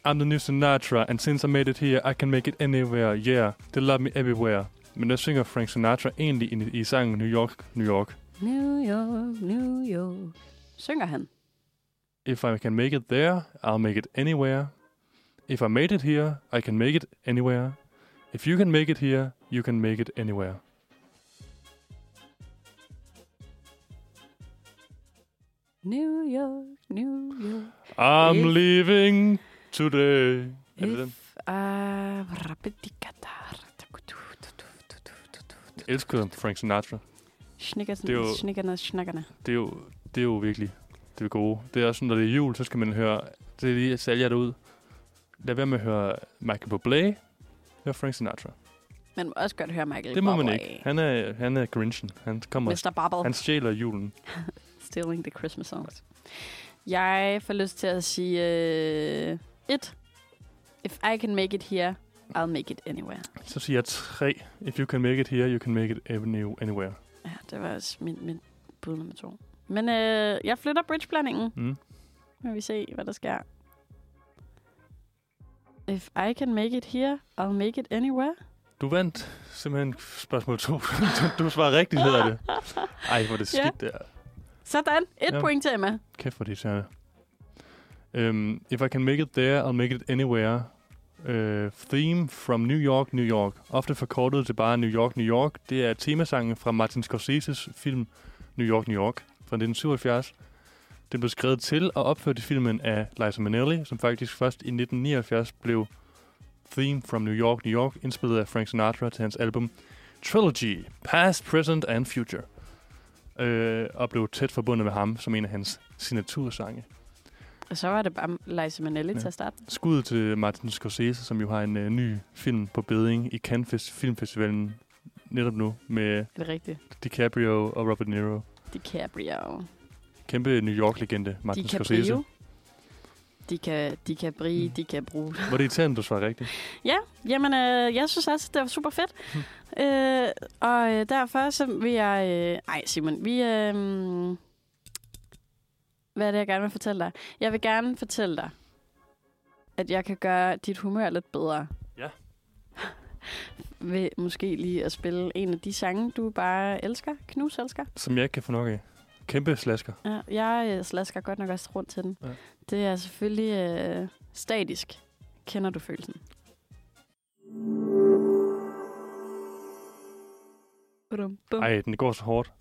S1: I'm the new Sinatra, and since I made it here, I can make it anywhere, yeah. They love me everywhere. Men der synger Frank Sinatra egentlig i, i sangen New York, New York.
S4: New York, New York. Synger han?
S1: If I can make it there, I'll make it anywhere. If I made it here, I can make it anywhere. If you can make it here, you can make it anywhere.
S4: New York, New York.
S1: I'm
S4: If-
S1: leaving today. Er det den?
S4: If I... Rapidikatar.
S1: Jeg elsker den, Frank Sinatra. Det er jo-
S4: Snikkerne, snikkerne, snakkerne.
S1: Det er jo, det er jo virkelig det er gode. Det er også sådan, når det er jul, så skal man høre... Det er lige, jeg sælger det ud. Lad være med at høre Michael Bublé. Hør Frank Sinatra.
S4: Man må også godt høre Michael
S1: Det må man
S4: Bublé.
S1: ikke. Han er, han er Grinchen. Han kommer...
S4: Mr. Bubble.
S1: Han stjæler julen.
S4: Stealing the Christmas songs. Jeg får lyst til at sige øh, et. If I can make it here, I'll make it anywhere.
S1: Så siger jeg tre. If you can make it here, you can make it any- anywhere.
S4: Ja, det var også min, min bud nummer to. Men øh, jeg flytter bridgeblandingen.
S1: Mm.
S4: Nu må vi se, hvad der sker. If I can make it here, I'll make it anywhere.
S1: Du vandt simpelthen spørgsmål 2. du, du svarer rigtigt, hedder det. Ej, hvor er det skidt
S4: Ja.
S1: der.
S4: Sådan. Et
S1: Ja.
S4: ja. point til Emma.
S1: Kæft, hvor det irriterende. Um, if I can make it there, I'll make it anywhere. Uh, theme from New York, New York. Ofte forkortet til bare New York, New York. Det er temasangen fra Martin Scorseses film New York, New York fra 1977. Den blev skrevet til og opført i filmen af Liza Minnelli, som faktisk først i 1979 blev Theme from New York, New York, indspillet af Frank Sinatra til hans album Trilogy, Past, Present and Future øh, og blev tæt forbundet med ham som en af hans signatursange.
S4: Og så var det bare Liza Minnelli
S1: Ja.
S4: ja. til at starte.
S1: Skud til Martin Scorsese, som jo har en øh, ny film på beding i Cannes Fest- Filmfestivalen netop nu med
S4: Er det rigtigt?
S1: DiCaprio og Robert De Niro.
S4: DiCaprio.
S1: Kæmpe New York-legende, Martin Scorsese.
S4: DiCaprio. De kan, de kan brige,
S1: Mm.
S4: de kan bruge.
S1: Var det irriterende, du svarede rigtigt?
S4: Ja, jamen, øh, jeg synes også, det var super fedt. Øh, og øh, derfor så vil jeg... Øh, ej, Simon, vi... Øh, hvad er det, jeg gerne vil fortælle dig? Jeg vil gerne fortælle dig, at jeg kan gøre dit humør lidt bedre.
S1: Ja.
S4: Ved måske lige at spille en af de sange, du bare elsker, knus elsker.
S1: Som jeg ikke kan få nok af. Kæmpe slasker.
S4: Ja, jeg øh, slasker godt nok også rundt til den.
S1: Ja.
S4: Ja. Det er selvfølgelig øh, statisk. Kender du følelsen? Badum, bum.
S1: Ej, den går så hårdt.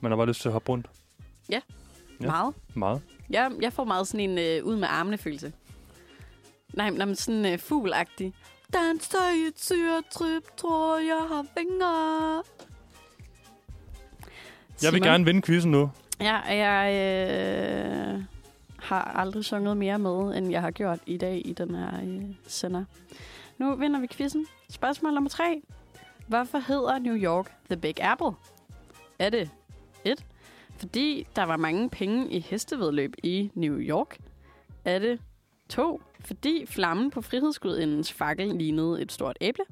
S1: Man har bare lyst til at hoppe rundt. ja.
S4: Meget.
S1: Meget.
S4: Jeg, jeg får meget sådan en øh, ud med armene følelse. Nej, men- nej, men sådan øh, fuglagtig. Danser i et syretryp, tror jeg har vinger.
S1: Jeg vil
S4: Simon?
S1: gerne vinde quizzen nu.
S4: Ja, og jeg øh, har aldrig sunget mere med, end jeg har gjort i dag i den her øh, sender. Nu vinder vi quizzen. Spørgsmål nummer tre. Hvorfor hedder New York The Big Apple? Er det 1. Fordi der var mange penge i hestevedløb i New York? Er det 2. Fordi flammen på frihedsgudindens fakkel lignede et stort æble?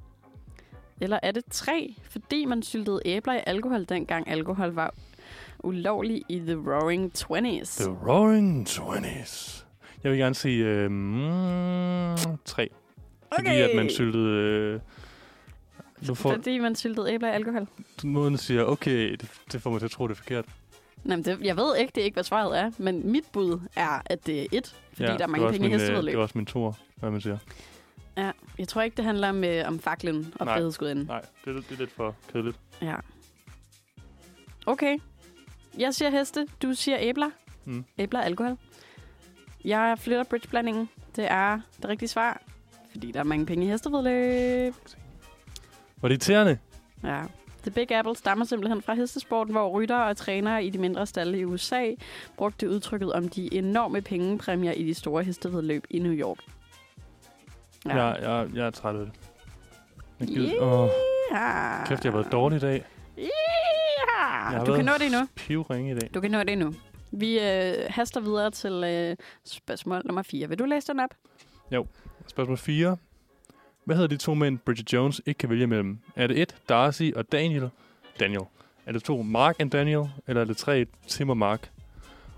S4: Eller er det 3. Fordi man syltede æbler i alkohol, dengang alkohol var ulovlig i The Roaring Twenties.
S1: The Roaring Twenties. Jeg vil gerne sige øh, mm, tre. Fordi at man syltede... Øh, nu får,
S4: Fordi man syltede æbler i alkohol.
S1: måden siger, okay, det, det får mig til at tro, det er forkert.
S4: Nej, men det, jeg ved ikke, det er ikke, hvad svaret er, men mit bud er, at det er et, fordi ja, der er
S1: det
S4: mange
S1: var også
S4: penge i
S1: min, øh, Det
S4: hestevedløb.
S1: var også min tor, hvad man siger.
S4: Ja, jeg tror ikke, det handler om, øh, om faklen og
S1: Nej.
S4: frihedsgudinden.
S1: Nej, det, er- det er lidt for kedeligt.
S4: Ja. Okay. Jeg siger heste, du siger æbler.
S1: Mm.
S4: Æbler og alkohol. Jeg flytter bridgeblandingen. Det er det rigtige svar, fordi der er mange penge i hestevedløb.
S1: Var det irriterende?
S4: Ja. The Big Apple stammer simpelthen fra hestesporten, hvor ryttere og trænere i de mindre stalle i USA brugte udtrykket om de enorme pengepræmier i de store hestevedløb i New York.
S1: Ja. Jeg, jeg, jeg er træt af det. Jeg gider,
S4: Yeah.
S1: åh, kæft, jeg har været dårlig i dag. Jeg
S4: Yeah.
S1: har
S4: Du
S1: været
S4: kan nå det endnu.
S1: Pivringe i dag.
S4: Du kan nå det endnu. Vi øh, haster videre til øh, spørgsmål nummer 4. Vil du læse den op?
S1: Spørgsmål 4. Hvad hedder de to mænd, Bridget Jones ikke kan vælge mellem? Er det 1, Darcy og Daniel? Daniel. Er det 2, Mark and Daniel? Eller er det 3, Tim og Mark?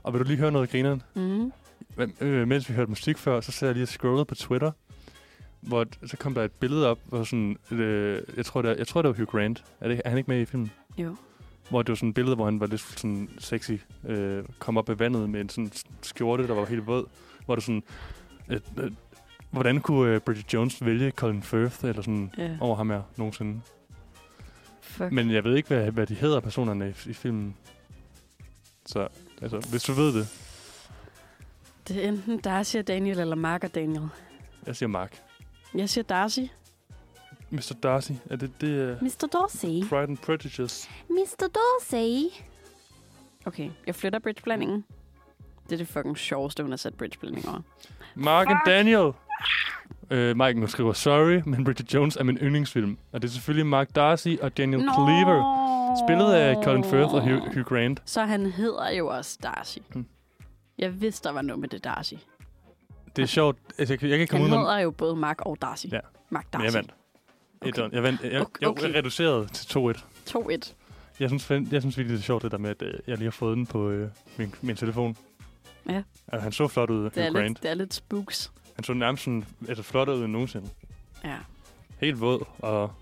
S1: Og vil du lige høre noget grineren?
S4: Mm.
S1: Men, øh, mens vi hørte musik før, så sad jeg lige og scrollede på Twitter, hvor d- så kom der et billede op, hvor sådan, øh, jeg, tror, det, er- jeg tror, det var Hugh Grant. Er, det, er han ikke med i filmen?
S4: Jo.
S1: Hvor det var sådan et billede, hvor han var lidt sådan sexy, øh, kom op af vandet med en sådan skjorte, der var helt våd, hvor det sådan, øh, øh, hvordan kunne øh, Bridget Jones vælge Colin Firth eller sådan
S4: Ja.
S1: over ham her nogensinde?
S4: Fuck.
S1: Men jeg ved ikke, hvad, hvad de hedder personerne i, i filmen. Så, altså, hvis du ved det,
S4: Det er enten Darcy og Daniel, eller Mark og Daniel.
S1: jeg siger Mark.
S4: Jeg siger Darcy.
S1: Mr. Darcy, er det det... Øh,
S2: Mr. Dorsey.
S4: E?
S1: Pride and Prejudice.
S2: Mr. Dorsey.
S4: Okay, jeg flytter bridgeblandingen. Det er det fucking sjoveste, hun har sat bridgeblanding over.
S1: Mark and Daniel. Øh, Mike nu skriver, sorry, men Bridget Jones er min yndlingsfilm. Og det er selvfølgelig Mark Darcy og Daniel no. Cleaver, spillet af Colin Firth og Hugh, Hugh Grant.
S4: Så han hedder jo også Darcy.
S1: Mm.
S4: Jeg vidste, der var noget med det Darcy.
S1: Det er sjovt. Altså, jeg, kan- jeg kan ikke
S4: Han
S1: komme ud med,
S4: hedder jo både Mark og Darcy.
S1: Ja.
S4: Mark
S1: men
S4: Darcy.
S1: jeg vandt. Okay. Jeg, vandt. Jeg,
S4: Okay.
S1: jeg, jeg reducerede til 2-1.
S4: 2-1.
S1: Jeg synes, fand- jeg synes virkelig, det er sjovt, det der med, at øh, jeg lige har fået den på øh, min, min telefon.
S4: Ja.
S1: Altså, han så flot ud,
S4: Det, er
S1: Hugh Grant.
S4: lidt, det er lidt spooks.
S1: Han så nærmest sådan, altså flottere ud end nogensinde.
S4: Ja,
S1: Helt våd og,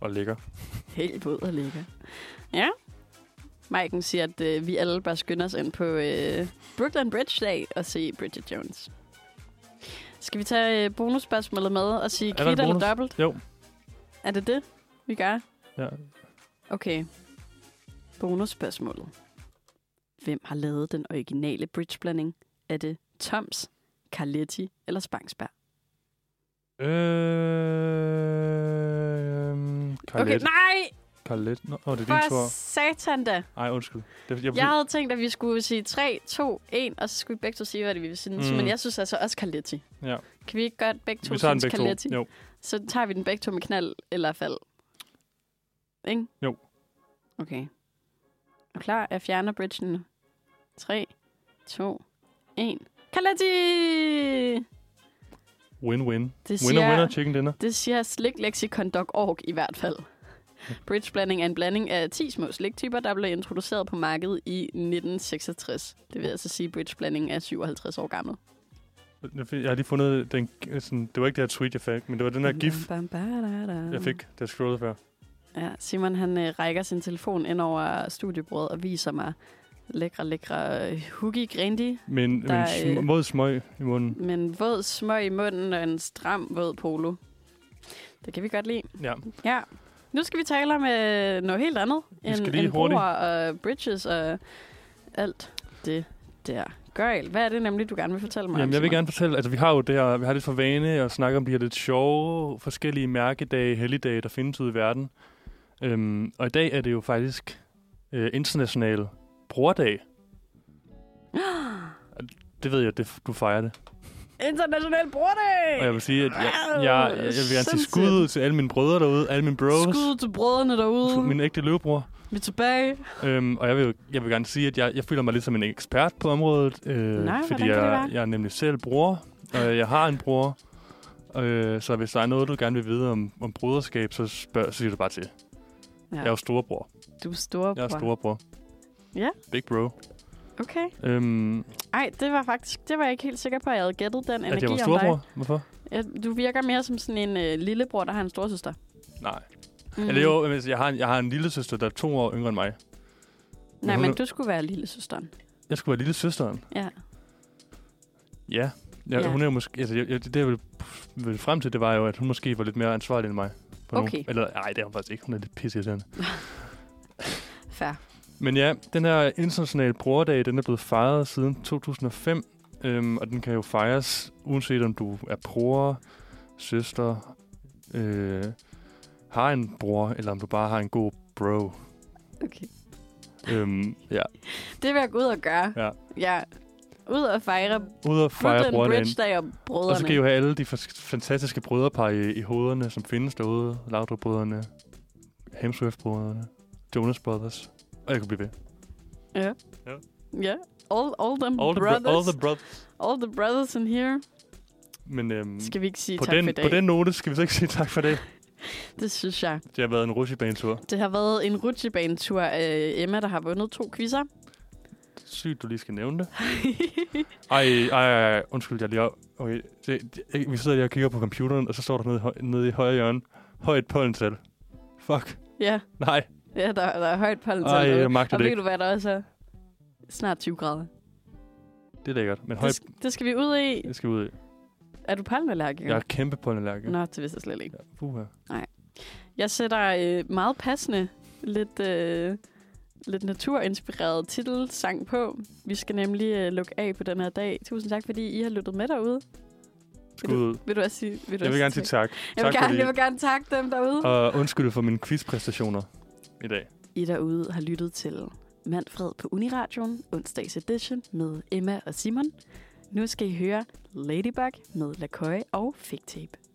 S1: og lækker.
S4: helt våd og lækker. Ja. Maiken siger, at øh, vi alle bare skynder os ind på øh, Brooklyn Bridge dag og se Bridget Jones. Skal vi tage øh, bonusspørgsmålet med og sige
S1: Er der
S4: kvit
S1: et
S4: eller
S1: bonus?
S4: dobbelt?
S1: Jo.
S4: Er det det, vi gør?
S1: Ja.
S4: Okay. Bonusspørgsmålet. Hvem har lavet den originale bridgeblanding? Er det Toms, Carletti eller Spangsberg?
S1: øhm, Øh, øhm,
S4: Okay,
S1: Carlette.
S4: nej!
S1: Carlette. Nå, åh, det er din
S4: For
S1: tur.
S4: satan da!
S1: Ej, undskyld. Det, jeg,
S4: Jeg havde tænkt, at vi skulle sige 3, 2, 1, og så skulle vi begge to sige, hvad det vi vil sige. Mm.
S1: Mm.
S4: Men jeg synes altså også Carletti.
S1: Ja.
S4: Kan vi ikke godt begge to
S1: vi tager den
S4: synes
S1: begge
S4: Carletti?
S1: to. Jo.
S4: Så tager vi den begge to med knald eller fald. Ikke?
S1: Jo.
S4: Okay. Er du klar? Jeg fjerner bridgen. nu. 3, 2, 1. Kaletti!
S1: Win-win.
S4: Det siger,
S1: Winner, winner, chicken dinner.
S4: det siger sliklexikon.org i hvert fald. Bridgeblanding er en blanding af 10 små sliktyper, der blev introduceret på markedet i 1966. Det vil altså sige, at bridgeblanding er 57 år gammel.
S1: Jeg har lige fundet den, sådan, det var ikke det her tweet, jeg fik, men det var den her gif,
S4: Bam, bam, ba-da-da.
S1: jeg fik, der scrollede før.
S4: Ja, Simon han øh, rækker sin telefon ind over studiebordet og viser mig lækre, lækre øh, hoogie grandi
S1: Men, men
S4: er,
S1: sm-
S4: øh,
S1: mod smøg i munden.
S4: med en våd smøg i munden og en stram våd polo. Det kan vi godt lide.
S1: Ja.
S4: Ja. Nu skal vi tale om øh, noget helt andet
S1: Vi skal
S4: end,
S1: lige
S4: end
S1: hurtigt.
S4: broer og bridges og alt det der. Gøjl, hvad er det nemlig, du gerne vil fortælle mig om,
S1: Jamen, jeg vil
S4: Simon?
S1: gerne fortælle, altså vi har jo det her, vi har lidt for vane at snakke om de her lidt sjove, forskellige mærkedage, helligdage, der findes ude i verden. Øhm, og i dag er det jo faktisk øh, international brordag. Det ved jeg, det, du fejrer det.
S4: International brordag!
S1: Og jeg vil sige, at jeg,
S4: Wow,
S1: jeg, jeg, jeg vil gerne sige
S4: sindssygt.
S1: skud ud til alle mine brødre derude, alle mine bros,
S4: Skud til brødrene derude.
S1: min ægte løvebror.
S4: Vi er tilbage.
S1: Øhm, og jeg vil, jo- jeg vil gerne sige, at jeg, jeg føler mig lidt som en ekspert på området, øh,
S4: Nej, hvordan
S1: fordi
S4: kan det
S1: jeg,
S4: være?
S1: jeg er nemlig selv bror, og jeg har en bror. Øh, så hvis der er noget, du gerne vil vide om, om broderskab, så, spørg, så siger du bare til.
S4: Ja.
S1: Jeg er jo storebror.
S4: Du er store
S1: Jeg er storebror.
S4: Ja.
S1: Big bro.
S4: Okay.
S1: Øhm,
S4: Ej, det var faktisk, det var jeg ikke helt sikker på, at jeg havde gættet den energi
S1: at jeg var
S4: om dig.
S1: storebror? Hvorfor?
S4: Ja, Du virker mere som sådan en øh, lillebror, der har en storsøster.
S1: Nej. Mm. Eller jo, altså, jeg har, en, jeg har en lille søster, der er to år yngre end mig.
S4: Nej,
S1: hun
S4: men
S1: er-
S4: du skulle være lillesøsteren.
S1: Jeg skulle være lille søsteren.
S4: Ja.
S1: Ja. Jeg,
S4: Ja.
S1: ja. Hun er jo måske, altså, jeg, jeg, det jeg ville, ville frem til, det var jo, at hun måske var lidt mere ansvarlig end mig. På nogle-
S4: Okay.
S1: eller, nej, det er hun faktisk ikke. Hun er lidt pissirriterende.
S4: Fair.
S1: Men ja, den her internationale brordag, den er blevet fejret siden 2005, øhm, og den kan jo fejres, uanset om du er bror, søster, øh, har en bror, eller om du bare har en god bro.
S4: Okay.
S1: Øhm, ja,
S4: Det vil jeg gå ud og gøre.
S1: Ja.
S4: ja. Ud og fejre
S1: ud og fejre
S4: Brooklyn
S1: brordagen.
S4: Bridge Day og brødrene.
S1: Og så kan I jo have alle de fors- fantastiske brødrepar i, i hovederne, som findes derude. Laudrup-brødrene, Hemsworth-brødrene, Jonas Brothers. Og jeg kunne blive ved.
S4: Ja. All, all them
S1: All the,
S4: brothers.
S1: bro- all the brothers.
S4: all the brothers in here.
S1: Men øhm,
S4: Skal vi ikke sige
S1: på,
S4: tak for i
S1: den,
S4: dag?
S1: på den note skal vi så ikke sige tak for det.
S4: Det synes jeg.
S1: Det har været en rutsjebanetur.
S4: Det har været en rutsjebanetur. Øh, Emma, der har vundet to quizzer.
S1: Sygt, du lige skal nævne det. Ej, ej, ej, ej. undskyld, jeg lige op. Okay. Det, det, vi sidder lige og kigger på computeren, og så står der nede, i høj- nede i højre hjørne. Højt pollental. Fuck.
S4: ja.
S1: Nej.
S4: ja, der, der er højt pollental.
S1: Ej,
S4: derude.
S1: jeg magter
S4: Og
S1: det
S4: ved
S1: ikke.
S4: du, hvad der også er? Snart 20 grader.
S1: Det er lækkert. Men
S4: Det,
S1: højt,
S4: sk- det skal vi ud i.
S1: det skal ud i.
S4: Er du palmeallergiker?
S1: Jeg er kæmpe pollenallergiker.
S4: Nå, det vidste jeg slet ikke.
S1: Ja, puha.
S4: Jeg sætter øh, meget passende lidt, øh, lidt naturinspireret titelsang på. Vi skal nemlig øh, lukke af på den her dag. Tusind tak, fordi I har lyttet med derude.
S1: Skud ud.
S4: Vil du også sige, vil du
S1: Jeg vil
S4: også
S1: gerne sige tak.
S4: Jeg vil,
S1: tak
S4: gerne, jeg
S1: fordi,
S4: vil gerne takke dem derude.
S1: og undskyld for mine quizpræstationer i dag.
S4: I derude har lyttet til Manfred på Uniradioen, onsdags edition med Emma og Simon. Nu skal I høre Ladybug med Lacoy og Fake Tape.